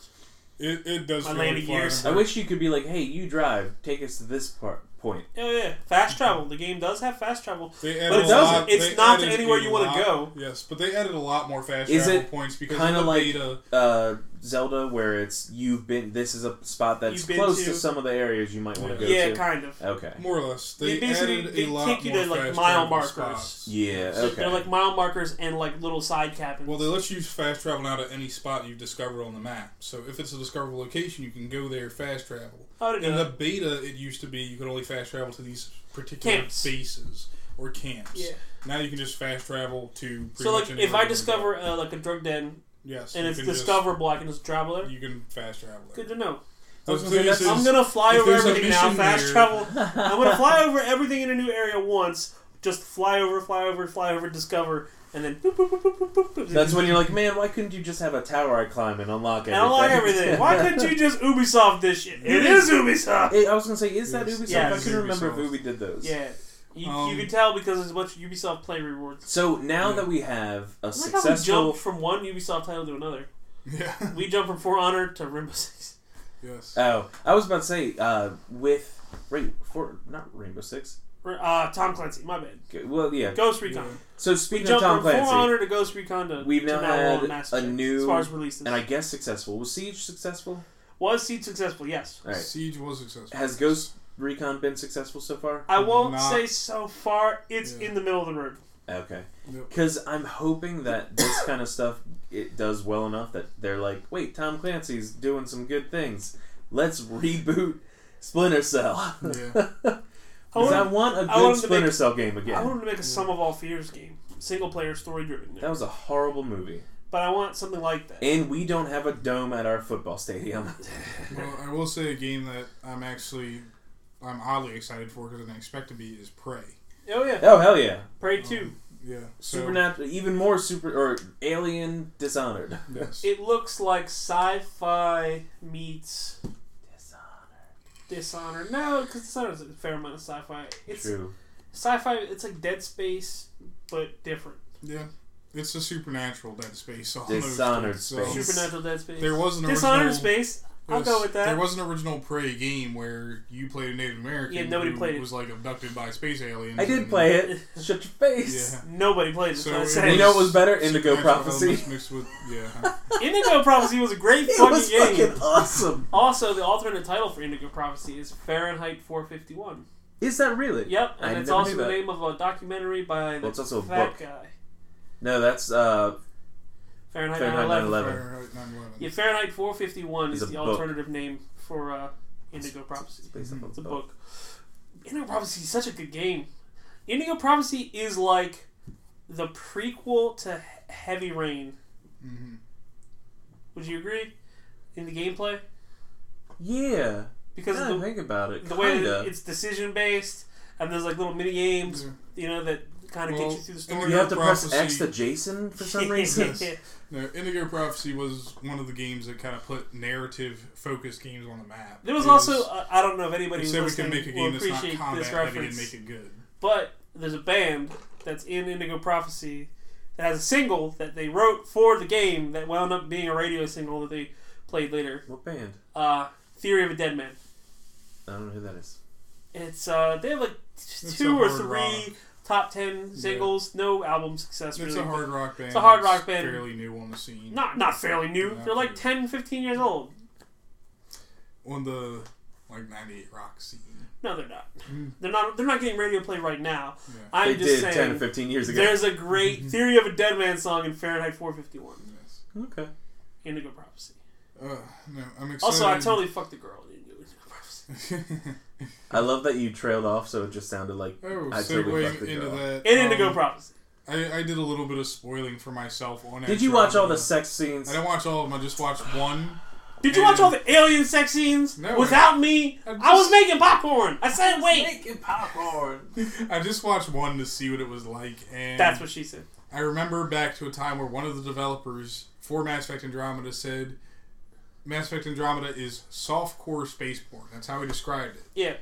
Speaker 3: it, it does.
Speaker 2: My
Speaker 3: feel
Speaker 2: landing
Speaker 3: like flying a
Speaker 2: gears.
Speaker 1: I
Speaker 3: brick.
Speaker 1: wish you could be like, hey, you drive. Take us to this part point.
Speaker 2: Oh yeah, fast travel. The game does have fast travel.
Speaker 3: They added
Speaker 2: But it
Speaker 3: a
Speaker 2: doesn't.
Speaker 3: lot-
Speaker 2: It's
Speaker 3: they
Speaker 2: not
Speaker 3: added
Speaker 2: anywhere
Speaker 3: a
Speaker 2: you wanna
Speaker 3: lot-
Speaker 2: go.
Speaker 3: Yes, but they added a lot more fast
Speaker 1: Is
Speaker 3: travel
Speaker 1: it
Speaker 3: points because
Speaker 1: kinda
Speaker 3: of the
Speaker 1: like-
Speaker 3: beta.
Speaker 1: Uh, Zelda, where it's you've been. This is a spot that's
Speaker 2: You've been
Speaker 1: close to,
Speaker 2: to-
Speaker 1: some of the areas you might want
Speaker 3: Yeah.
Speaker 1: to go
Speaker 2: yeah,
Speaker 1: to.
Speaker 2: kind of.
Speaker 1: okay.
Speaker 3: More or less, they
Speaker 2: They basically-
Speaker 3: added
Speaker 2: they
Speaker 3: a lot
Speaker 2: take you to,
Speaker 3: more
Speaker 2: like,
Speaker 3: fast
Speaker 2: mile
Speaker 3: travel
Speaker 2: markers.
Speaker 3: spots.
Speaker 1: Yeah.
Speaker 2: So
Speaker 1: Okay.
Speaker 2: They're like mile markers and like little side cabins.
Speaker 3: Well, they let you fast travel now to any spot you've discovered on the map. So if it's a discoverable location, you can go there fast travel.
Speaker 2: How did
Speaker 3: In the beta, it used to be you could only fast travel to these particular
Speaker 2: Camps.
Speaker 3: bases or camps.
Speaker 2: Yeah.
Speaker 3: Now you can just fast travel to. Pretty
Speaker 2: So
Speaker 3: much
Speaker 2: like,
Speaker 3: anywhere
Speaker 2: if
Speaker 3: you
Speaker 2: I
Speaker 3: wanna go.
Speaker 2: discover uh, like a drug den
Speaker 3: yes,
Speaker 2: and
Speaker 3: you
Speaker 2: it's
Speaker 3: can just-
Speaker 2: discoverable, I can just travel there.
Speaker 3: you can fast travel. there.
Speaker 2: Good to know.
Speaker 1: I was gonna
Speaker 3: So
Speaker 1: say,
Speaker 3: this
Speaker 1: that's-
Speaker 2: I'm
Speaker 3: is-
Speaker 2: gonna fly
Speaker 3: if
Speaker 2: over
Speaker 3: there's a
Speaker 2: everything now.
Speaker 3: mission
Speaker 2: Fast
Speaker 3: here-
Speaker 2: travel. I'm gonna fly over everything in a new area once. Just fly over, fly over, fly over, discover, and then boop, boop, boop, boop, boop, boop, boop.
Speaker 1: That's when you're like, man, why couldn't you just have a tower I climb and unlock
Speaker 2: and
Speaker 1: everything?
Speaker 2: unlock everything. Why couldn't you just Ubisoft this shit? It is Ubisoft.
Speaker 1: It, I was gonna say, is that
Speaker 3: Yes.
Speaker 1: Ubisoft?
Speaker 2: Yeah,
Speaker 1: I
Speaker 2: it's
Speaker 1: couldn't remember if
Speaker 3: Ubisoft.
Speaker 1: Ubi did those.
Speaker 2: Yeah, you,
Speaker 3: Um,
Speaker 2: you can tell because there's a bunch of Ubisoft play rewards.
Speaker 1: So now
Speaker 3: Yeah.
Speaker 1: that we have a
Speaker 2: I like how we
Speaker 1: successful,
Speaker 2: jumped from one Ubisoft title to another.
Speaker 3: Yeah.
Speaker 2: We jumped from For Honor to Rainbow Six.
Speaker 3: yes.
Speaker 1: oh, I was about to say, uh, with Rain, for not Rainbow Six,
Speaker 2: Or, Uh, Tom Clancy, my bad.
Speaker 1: G- Well, yeah.
Speaker 2: Ghost Recon.
Speaker 1: So
Speaker 2: We
Speaker 1: speaking of
Speaker 2: jumped
Speaker 1: Tom
Speaker 2: from Full
Speaker 1: Clancy,
Speaker 2: Honor to Ghost Recon to
Speaker 1: We've
Speaker 2: to
Speaker 1: now
Speaker 2: all
Speaker 1: had
Speaker 2: Mass
Speaker 1: a
Speaker 2: Effect,
Speaker 1: new-
Speaker 2: as far as releases.
Speaker 1: and I guess successful. Was Siege successful?
Speaker 2: was Seed successful? Yes.
Speaker 1: All right.
Speaker 3: Siege was successful.
Speaker 1: Has Ghost Recon been successful so far?
Speaker 2: I won't
Speaker 3: Not-
Speaker 2: say so far. It's
Speaker 3: Yeah.
Speaker 2: in the middle of the road.
Speaker 1: Okay.
Speaker 3: Yep.
Speaker 1: Because I'm hoping that this kind of stuff it does well enough that they're like, wait, Tom Clancy's doing some good things. Let's reboot Splinter Cell.
Speaker 3: Yeah.
Speaker 2: I
Speaker 1: Because I
Speaker 2: wanted,
Speaker 1: want a
Speaker 2: I
Speaker 1: good
Speaker 2: wanted to
Speaker 1: Splinter
Speaker 2: make-
Speaker 1: Cell game
Speaker 2: I
Speaker 1: again.
Speaker 2: wanted to make a sum of all fears game, single player story driven.
Speaker 1: That was a horrible movie.
Speaker 2: But I want something like that.
Speaker 1: And we don't have a dome at our football stadium.
Speaker 3: Well, I will say a game that I'm actually I'm oddly excited for because I didn't expect to be is Prey.
Speaker 2: Oh yeah,
Speaker 1: oh, hell yeah.
Speaker 2: Prey Two.
Speaker 3: Yeah. So,
Speaker 1: Supernatural, even more super, or Alien Dishonored.
Speaker 3: Yes.
Speaker 2: It looks like sci-fi meets Dishonored. No, because Dishonored is a fair amount of sci-fi. It's
Speaker 1: True.
Speaker 2: sci-fi. It's like Dead Space, but different.
Speaker 3: yeah. It's a supernatural Dead Space. Almost.
Speaker 1: Dishonored
Speaker 3: so-
Speaker 1: Space.
Speaker 2: Supernatural Dead Space.
Speaker 3: There was an
Speaker 2: Dishonored
Speaker 3: original-
Speaker 2: Space. I'll
Speaker 3: Yes,
Speaker 2: go with that.
Speaker 3: There was an original Prey game where you played a Native American.
Speaker 2: Yeah, nobody
Speaker 3: who
Speaker 2: played it.
Speaker 3: Was like abducted by space aliens.
Speaker 1: I did
Speaker 3: and-
Speaker 1: play it. Shut your face.
Speaker 3: Yeah.
Speaker 2: Nobody played it. So I
Speaker 3: it
Speaker 2: said.
Speaker 1: You know what was better? Indigo
Speaker 3: supernatural
Speaker 1: Prophecy.
Speaker 3: elements Mixed with yeah.
Speaker 2: Indigo Prophecy was a great
Speaker 1: It
Speaker 2: fucking
Speaker 1: was
Speaker 2: game.
Speaker 1: fucking awesome.
Speaker 2: Also, the alternate title for Indigo Prophecy is Fahrenheit 451.
Speaker 1: Is that really?
Speaker 2: Yep,
Speaker 1: I
Speaker 2: and it's
Speaker 1: never
Speaker 2: also
Speaker 1: knew
Speaker 2: the
Speaker 1: that.
Speaker 2: name of a documentary by the
Speaker 1: Well, it's also a book.
Speaker 2: fat guy.
Speaker 1: No, that's uh,
Speaker 2: Fahrenheit,
Speaker 1: Fahrenheit
Speaker 2: 9/11.
Speaker 1: 9/11.
Speaker 3: Fahrenheit 9/11.
Speaker 2: Yeah, Fahrenheit 451
Speaker 1: It's
Speaker 2: is
Speaker 1: a
Speaker 2: the
Speaker 1: book.
Speaker 2: alternative name for uh, Indigo Prophecy.
Speaker 1: based on
Speaker 2: It's a book. Indigo Prophecy is such a good game. Indigo Prophecy is like the prequel to He- Heavy Rain.
Speaker 3: Mhm.
Speaker 2: Would you agree? In the gameplay,
Speaker 1: Yeah,
Speaker 2: because
Speaker 1: now
Speaker 2: of
Speaker 1: I
Speaker 2: the,
Speaker 1: think about it,
Speaker 2: the way that
Speaker 1: kinda.
Speaker 2: it's decision based, and there's like little mini games,
Speaker 3: Yeah.
Speaker 2: you know, that kind of
Speaker 3: Well,
Speaker 2: get you through the story.
Speaker 3: Indigo
Speaker 1: you have to press X
Speaker 3: Prophecy-
Speaker 1: to Jason for some reason.
Speaker 3: Yes. No, Indigo Prophecy was one of the games that kind of put narrative focused games on the map.
Speaker 2: There was
Speaker 3: It
Speaker 2: also uh, I don't know if anybody
Speaker 3: They
Speaker 2: who's
Speaker 3: said we can
Speaker 2: listening
Speaker 3: make a
Speaker 2: will
Speaker 3: game that's not
Speaker 2: appreciate
Speaker 3: combat
Speaker 2: this
Speaker 3: heavy
Speaker 2: reference,
Speaker 3: and make it good.
Speaker 2: but there's a band that's in Indigo Prophecy that has a single that they wrote for the game that wound up being a radio single that they played later.
Speaker 1: what band?
Speaker 2: Uh, Theory of a Dead Man.
Speaker 1: I don't know who that is.
Speaker 2: It's uh, they have like t-
Speaker 3: It's
Speaker 2: two
Speaker 3: a
Speaker 2: or
Speaker 3: hard
Speaker 2: three top ten singles, no album success.
Speaker 3: It's
Speaker 2: Really,
Speaker 3: a hard rock band.
Speaker 2: It's a hard rock
Speaker 3: that's
Speaker 2: band.
Speaker 3: Fairly new on the scene.
Speaker 2: not not fairly new.
Speaker 3: Yeah.
Speaker 2: They're like 10, 15 years old.
Speaker 3: On the like '98 rock scene.
Speaker 2: No, they're not.
Speaker 3: Mm.
Speaker 2: They're not. They're not getting radio play right now.
Speaker 3: Yeah. Mm-hmm.
Speaker 2: I'm
Speaker 1: they
Speaker 2: just
Speaker 1: did
Speaker 2: saying.
Speaker 1: ten or fifteen years ago.
Speaker 2: There's a great Theory of a Dead Man song in Fahrenheit 451,
Speaker 3: Yes.
Speaker 1: Okay.
Speaker 2: Indigo Prophecy.
Speaker 3: Uh, no, I'm excited.
Speaker 2: Also, I totally fucked the girl in Indigo Prophecy.
Speaker 1: I love that you trailed off, so it just sounded like
Speaker 3: oh,
Speaker 1: I totally fucked
Speaker 3: segueing
Speaker 1: the
Speaker 3: into
Speaker 1: girl.
Speaker 3: that.
Speaker 2: In
Speaker 3: um,
Speaker 2: Indigo Prophecy.
Speaker 3: I, I did a little bit of spoiling for myself on.
Speaker 1: Did you watch all the
Speaker 3: Andromeda.
Speaker 1: sex scenes?
Speaker 3: I didn't watch all of them. I just watched one.
Speaker 2: Did you watch all the alien sex scenes
Speaker 3: No,
Speaker 2: without me?
Speaker 3: I
Speaker 2: I was
Speaker 3: just-
Speaker 2: making popcorn. I said, wait.
Speaker 1: Making popcorn.
Speaker 3: I just watched one to see what it was like, and
Speaker 2: That's what she said.
Speaker 3: I remember back to a time where one of the developers for Mass Effect Andromeda said Mass Effect Andromeda is softcore space porn. That's how he described it.
Speaker 2: Yeah,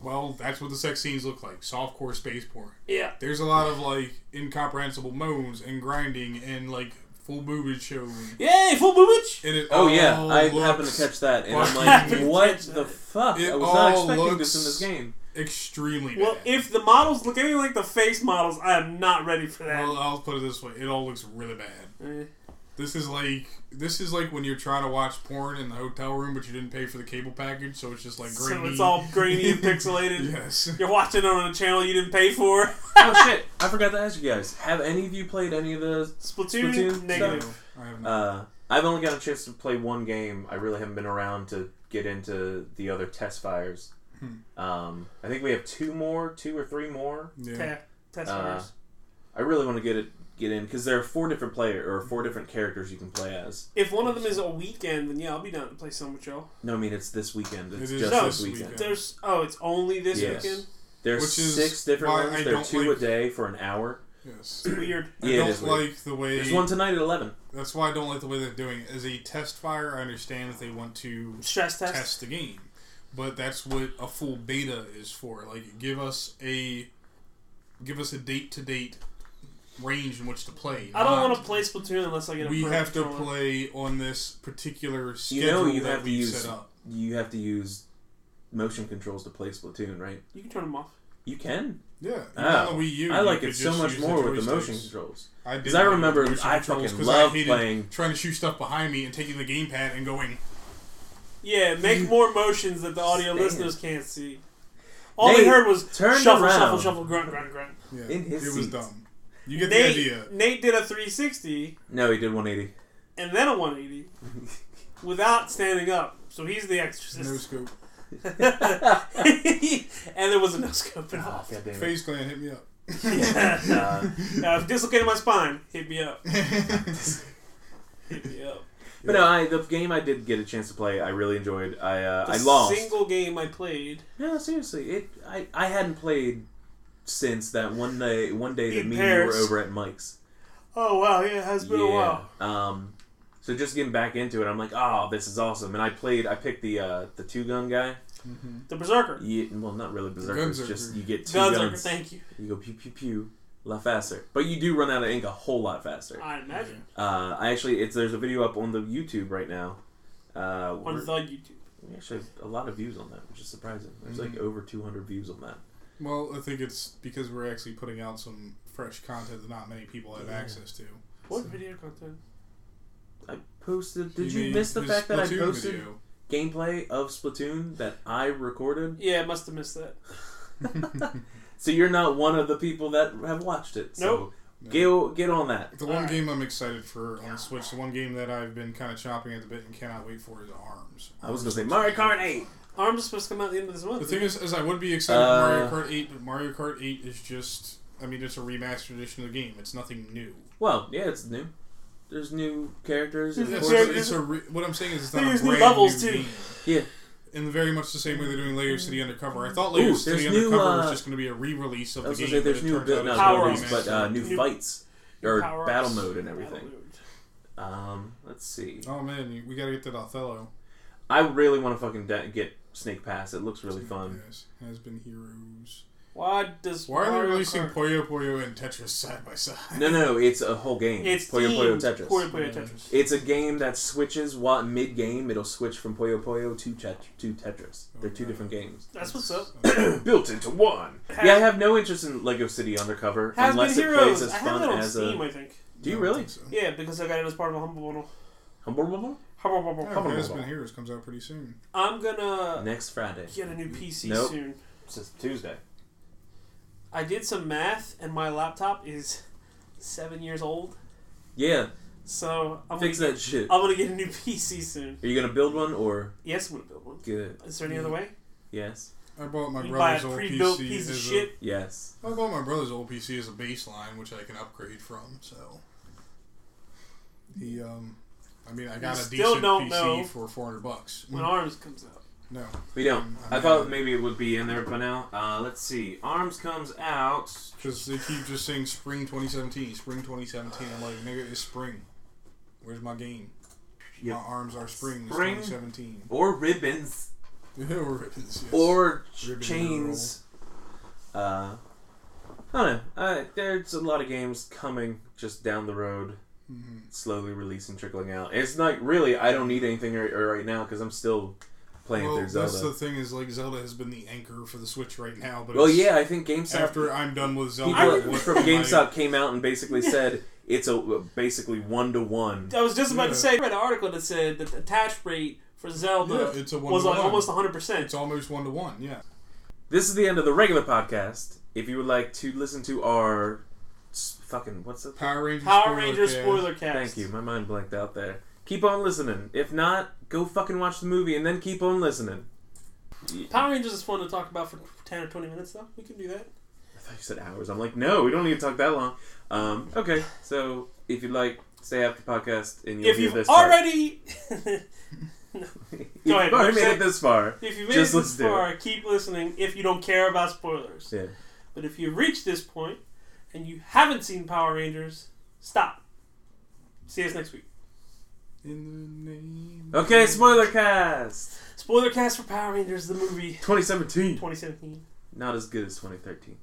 Speaker 3: Well, that's what the sex scenes look like softcore space porn.
Speaker 2: yeah.
Speaker 3: There's a lot of like incomprehensible moans and grinding and like full boobage showing.
Speaker 2: Yay, full boobage.
Speaker 3: And it
Speaker 1: Oh yeah,
Speaker 3: all
Speaker 1: I
Speaker 3: looks
Speaker 1: happened to catch that, and I'm
Speaker 3: fucking-
Speaker 1: like,
Speaker 2: Happened to
Speaker 1: what
Speaker 2: catch
Speaker 1: the
Speaker 2: that.
Speaker 1: fuck?
Speaker 3: It
Speaker 1: I was not
Speaker 3: all
Speaker 1: expecting
Speaker 3: looks-
Speaker 1: this in this game.
Speaker 3: extremely bad.
Speaker 2: Well, if the models look anything like the face models, I am not ready for that.
Speaker 3: Well, I'll put it this way, it all looks really bad.
Speaker 2: Eh.
Speaker 3: This is like this is like when you're trying to watch porn in the hotel room, but you didn't pay for the cable package, so it's just like grainy.
Speaker 2: so it's all grainy and pixelated.
Speaker 3: yes.
Speaker 2: You're watching it on a channel you didn't pay for.
Speaker 1: oh shit! I forgot to ask you guys. Have any of you played any of the?
Speaker 2: Splatoon,
Speaker 1: Splatoon
Speaker 2: negative.
Speaker 3: No, I have not.
Speaker 1: Uh, I've only got a chance to play one game. I really haven't been around to get into the other test fires.
Speaker 3: Hmm.
Speaker 1: Um, I think we have two more, two or three more.
Speaker 3: yeah.
Speaker 2: Ta- test
Speaker 1: Uh,
Speaker 2: winners.
Speaker 1: I really want to get it get in because there are four different player or four different characters you can play as.
Speaker 2: If one of them is a weekend, then yeah, I'll be down to play some with y'all.
Speaker 1: No, I mean it's this weekend. It's
Speaker 3: It is
Speaker 1: just
Speaker 2: No,
Speaker 1: this
Speaker 3: this
Speaker 1: weekend.
Speaker 3: weekend.
Speaker 2: There's oh, it's only this
Speaker 1: Yes.
Speaker 2: weekend.
Speaker 1: There's
Speaker 3: Which is
Speaker 1: six different
Speaker 3: why I
Speaker 1: ones. There are
Speaker 3: don't
Speaker 1: two
Speaker 3: like-
Speaker 1: a day for an hour.
Speaker 3: Yes.
Speaker 2: Weird.
Speaker 3: I
Speaker 1: Yeah, it is
Speaker 3: don't
Speaker 1: weird.
Speaker 3: like the way.
Speaker 1: There's one tonight at eleven.
Speaker 3: That's why I don't like the way they're doing it. As a test fire, I understand that they want to
Speaker 2: Stress test.
Speaker 3: test the game, but that's what a full beta is for. Like, give us a give us a date to date range in which to play.
Speaker 2: I don't
Speaker 3: Not,
Speaker 2: want to play Splatoon unless I get a.
Speaker 3: We
Speaker 2: pro
Speaker 3: have to
Speaker 2: controller.
Speaker 3: play on this particular
Speaker 1: You
Speaker 3: schedule
Speaker 1: know you
Speaker 3: that
Speaker 1: have to
Speaker 3: we
Speaker 1: use
Speaker 3: set up.
Speaker 1: you have to use motion controls to play Splatoon, right?
Speaker 2: You can turn them off.
Speaker 1: You can.
Speaker 3: Yeah, even
Speaker 1: Oh.
Speaker 3: on the Wii U,
Speaker 1: I
Speaker 3: you
Speaker 1: like
Speaker 3: could
Speaker 1: it so
Speaker 3: just
Speaker 1: much
Speaker 3: use the
Speaker 1: more with the motion
Speaker 3: joysticks.
Speaker 1: controls.
Speaker 3: I did
Speaker 1: 'Cause I
Speaker 3: like the
Speaker 1: remember-
Speaker 3: motion
Speaker 1: I
Speaker 3: controls
Speaker 1: fucking
Speaker 3: 'cause
Speaker 1: love
Speaker 3: hated
Speaker 1: playing-
Speaker 3: trying to shoot stuff behind me and taking the gamepad and going.
Speaker 2: Yeah, make more motions that the audio
Speaker 1: Stand.
Speaker 2: listeners can't see. All they
Speaker 1: Nate,
Speaker 2: heard was
Speaker 1: turn
Speaker 2: shuffle,
Speaker 1: around.
Speaker 2: shuffle, shuffle, grunt, grunt, grunt.
Speaker 3: Yeah,
Speaker 1: In his
Speaker 3: it was
Speaker 1: seat.
Speaker 3: dumb. You get
Speaker 2: Nate,
Speaker 3: the idea.
Speaker 2: Nate did a 360
Speaker 1: No, he did 180.
Speaker 2: and then a 180 without standing up. So he's the
Speaker 3: No
Speaker 2: exorcist.
Speaker 3: scope.
Speaker 2: and there was a no scope
Speaker 1: Ah,
Speaker 2: involved.
Speaker 1: God damn it.
Speaker 3: Phase clan hit me up.
Speaker 1: Uh,
Speaker 2: Now, if dislocated my spine, hit me up. Hit me up.
Speaker 1: but no, I, the game I did get a chance to play, I really enjoyed. I uh,
Speaker 2: The
Speaker 1: I lost.
Speaker 2: single game I played.
Speaker 1: No, seriously, it. I, I hadn't played since that one day. One day that
Speaker 2: In
Speaker 1: me and you were
Speaker 2: Paris.
Speaker 1: over at Mike's.
Speaker 2: Oh, wow. Yeah, it has been a while.
Speaker 1: Um, so just getting back into it, I'm like, oh, this is awesome. And I played. I picked the uh, the two gun guy.
Speaker 2: The Berserker.
Speaker 1: Yeah, well, not really berserker.
Speaker 3: Gun
Speaker 1: it's
Speaker 3: Zerker.
Speaker 1: just you get two
Speaker 2: Guns are.
Speaker 1: guns.
Speaker 2: Thank you.
Speaker 1: You go pew pew pew, a lot faster. But you do run out of ink a whole lot faster.
Speaker 2: I imagine.
Speaker 1: Uh, I actually, it's there's a video up on the YouTube right now. Uh,
Speaker 2: On
Speaker 1: we're-
Speaker 2: the YouTube.
Speaker 1: we actually have a lot of views on that, which is surprising. There's
Speaker 3: Mhm.
Speaker 1: like over 200 views on that.
Speaker 3: Well, I think it's because we're actually putting out some fresh content that not many people have
Speaker 1: Yeah.
Speaker 3: access to.
Speaker 2: What video content?
Speaker 1: I posted. Did you,
Speaker 3: mean
Speaker 1: miss the
Speaker 3: this
Speaker 1: fact that I
Speaker 3: Splatoon
Speaker 1: posted
Speaker 3: video?
Speaker 1: gameplay of Splatoon that I recorded?
Speaker 2: Yeah, I must have missed that.
Speaker 1: So you're not one of the people that have watched it. So get get on that.
Speaker 3: The one
Speaker 2: Alright.
Speaker 3: game I'm excited for on the Switch, the one game that I've been kind of chopping at the bit and cannot wait for is Arms.
Speaker 1: I was gonna say Mario Kart 8.
Speaker 2: Arms is supposed to come out at the end of this month.
Speaker 3: The thing is, is I would be excited
Speaker 1: Uh,
Speaker 3: for Mario Kart 8, but Mario Kart 8 is just, I mean, it's a remastered edition of the game. It's nothing new.
Speaker 1: Well, yeah, it's new. There's new characters. and
Speaker 2: Is it
Speaker 1: of
Speaker 3: It's,
Speaker 1: course-
Speaker 2: there-
Speaker 3: it's, a re- what I'm saying is it's not
Speaker 2: There's
Speaker 3: a
Speaker 2: new
Speaker 3: brand
Speaker 2: levels,
Speaker 3: new
Speaker 2: too.
Speaker 3: game.
Speaker 1: Yeah.
Speaker 3: In very much the same way they're doing Lego City Undercover. I thought Lego
Speaker 1: Ooh,
Speaker 3: City
Speaker 1: there's new,
Speaker 3: Undercover was
Speaker 1: uh,
Speaker 3: just going to be a re-release of
Speaker 1: I
Speaker 3: the
Speaker 1: was
Speaker 3: game.
Speaker 1: gonna say
Speaker 3: but
Speaker 1: there's
Speaker 3: it
Speaker 1: new
Speaker 3: turns out
Speaker 1: bu-
Speaker 3: it's
Speaker 1: not
Speaker 3: a
Speaker 2: Power-ups.
Speaker 1: buildings, but uh, new
Speaker 2: New-
Speaker 1: fights or
Speaker 2: Power-ups.
Speaker 1: battle mode and everything.
Speaker 2: Battle mode.
Speaker 1: Um, let's see.
Speaker 3: Oh man, you- we got to get that Othello.
Speaker 1: I really want to fucking de- get Snake Pass. It looks really fun.
Speaker 3: Yes, has been heroes.
Speaker 2: Why does
Speaker 3: Why are they
Speaker 2: Mario
Speaker 3: releasing
Speaker 2: Kart-
Speaker 3: Puyo Puyo and Tetris side by side?
Speaker 1: No, no, it's a whole game.
Speaker 2: It's
Speaker 1: Puyo Puyo
Speaker 2: themed
Speaker 1: Tetris.
Speaker 2: Puyo Puyo Tetris.
Speaker 1: It's a game that switches while mid game. It'll switch from Puyo Puyo to, Tet- to Tetris. They're two different games
Speaker 2: That's what's up.
Speaker 1: built into one. yeah, I have no interest in Lego City Undercover
Speaker 2: Has
Speaker 1: unless
Speaker 2: been
Speaker 1: it
Speaker 2: Heroes.
Speaker 1: plays as
Speaker 2: I have
Speaker 1: fun
Speaker 2: that on
Speaker 1: as
Speaker 2: Steam,
Speaker 1: a.
Speaker 2: I think.
Speaker 1: Do you
Speaker 3: No, I
Speaker 1: really?
Speaker 3: think so.
Speaker 2: Yeah, because I got it as part of a humble bundle.
Speaker 1: Humble Bumble?
Speaker 2: Humble bundle.
Speaker 3: Yeah,
Speaker 1: Come on,
Speaker 3: Has
Speaker 1: Bobo.
Speaker 3: been heroes comes out pretty soon.
Speaker 2: I'm gonna
Speaker 1: Next Friday.
Speaker 2: get a new PC
Speaker 1: Nope.
Speaker 2: soon.
Speaker 1: It's just Tuesday.
Speaker 2: I did some math, and my laptop is seven years old.
Speaker 1: Yeah,
Speaker 2: So I'm
Speaker 1: fix
Speaker 2: gonna,
Speaker 1: that shit.
Speaker 2: I'm gonna get a new PC soon.
Speaker 1: Are you gonna build one or
Speaker 2: Yes, I'm gonna build one.
Speaker 1: get it?
Speaker 2: Is there any other way?
Speaker 1: Yes.
Speaker 3: I bought Mm. my
Speaker 2: You can buy a
Speaker 3: brother's old
Speaker 2: pre-built
Speaker 3: PC.
Speaker 2: piece of
Speaker 3: as
Speaker 2: shit.
Speaker 1: Yes.
Speaker 3: A, I bought my brother's old PC as a baseline, which I can upgrade from. So he, um, I mean, I got
Speaker 2: You
Speaker 3: a
Speaker 2: still
Speaker 3: decent
Speaker 2: don't
Speaker 3: PC
Speaker 2: know.
Speaker 3: for four hundred bucks. Mm,
Speaker 2: When Arms comes out,
Speaker 3: No,
Speaker 1: We don't.
Speaker 3: I'm
Speaker 1: I
Speaker 3: not-
Speaker 1: thought maybe it would be in there by now. Uh, let's see. Arms comes out.
Speaker 3: because they keep just saying spring 2017, spring 2017. I'm like, nigga, it's spring. Where's my game?
Speaker 1: Yep.
Speaker 3: My arms are spring. It's
Speaker 1: Spring.
Speaker 3: 2017.
Speaker 1: Or ribbons.
Speaker 3: Or it's- yes.
Speaker 1: Or
Speaker 3: Ribbon
Speaker 1: chains. Uh, I don't know. Uh, there's a lot of games coming just down the road.
Speaker 3: Mhm.
Speaker 1: Slowly releasing, trickling out. It's not really. I don't need anything right, right now because I'm still playing
Speaker 3: Well,
Speaker 1: through
Speaker 3: that's the
Speaker 1: Zelda.
Speaker 3: thing is like Zelda has been the anchor for the Switch right now, but
Speaker 1: Well,
Speaker 3: it's-
Speaker 1: yeah, I think GameStop.
Speaker 3: after I'm done with Zelda,
Speaker 1: people
Speaker 3: what
Speaker 1: from
Speaker 3: am I-
Speaker 1: GameStop came out and basically said it's a basically one to one.
Speaker 2: I was just about
Speaker 3: Yeah.
Speaker 2: to say. I read an article that said that the attach rate for Zelda
Speaker 3: Yeah, it's a one
Speaker 2: was
Speaker 3: to
Speaker 2: like
Speaker 3: one.
Speaker 2: almost 100. percent
Speaker 3: It's almost one to one. Yeah.
Speaker 1: This is the end of the regular podcast. If you would like to listen to our s- fucking what's it?
Speaker 3: Power Rangers.
Speaker 2: Power
Speaker 3: spoiler
Speaker 2: Rangers
Speaker 3: cast.
Speaker 2: spoiler cast.
Speaker 1: Thank you. My mind blanked out there. Keep on listening. If not, go fucking watch the movie and then keep on listening. Yeah.
Speaker 2: Power Rangers is fun to talk about for 10 or 20 minutes, though. We can do that.
Speaker 1: I thought you said hours. I'm like, no, we don't need to talk that long. Um, okay, so if you'd like, stay after the podcast and you'll
Speaker 2: if
Speaker 1: hear
Speaker 2: you've
Speaker 1: this
Speaker 2: already,
Speaker 1: Part. if
Speaker 2: Go
Speaker 1: you've already
Speaker 2: ahead, what you
Speaker 1: made
Speaker 2: said?
Speaker 1: it this far,
Speaker 2: if you made
Speaker 1: Just
Speaker 2: it this
Speaker 1: listen to it.
Speaker 2: far, keep listening. If you don't care about spoilers,
Speaker 1: yeah.
Speaker 2: but if you've reached this point and you haven't seen Power Rangers, stop. See us next week.
Speaker 3: In the name.
Speaker 1: Okay, spoiler cast.
Speaker 2: Spoiler cast for Power Rangers the movie
Speaker 1: 2017.
Speaker 2: 2017.
Speaker 1: Not as good as 2013.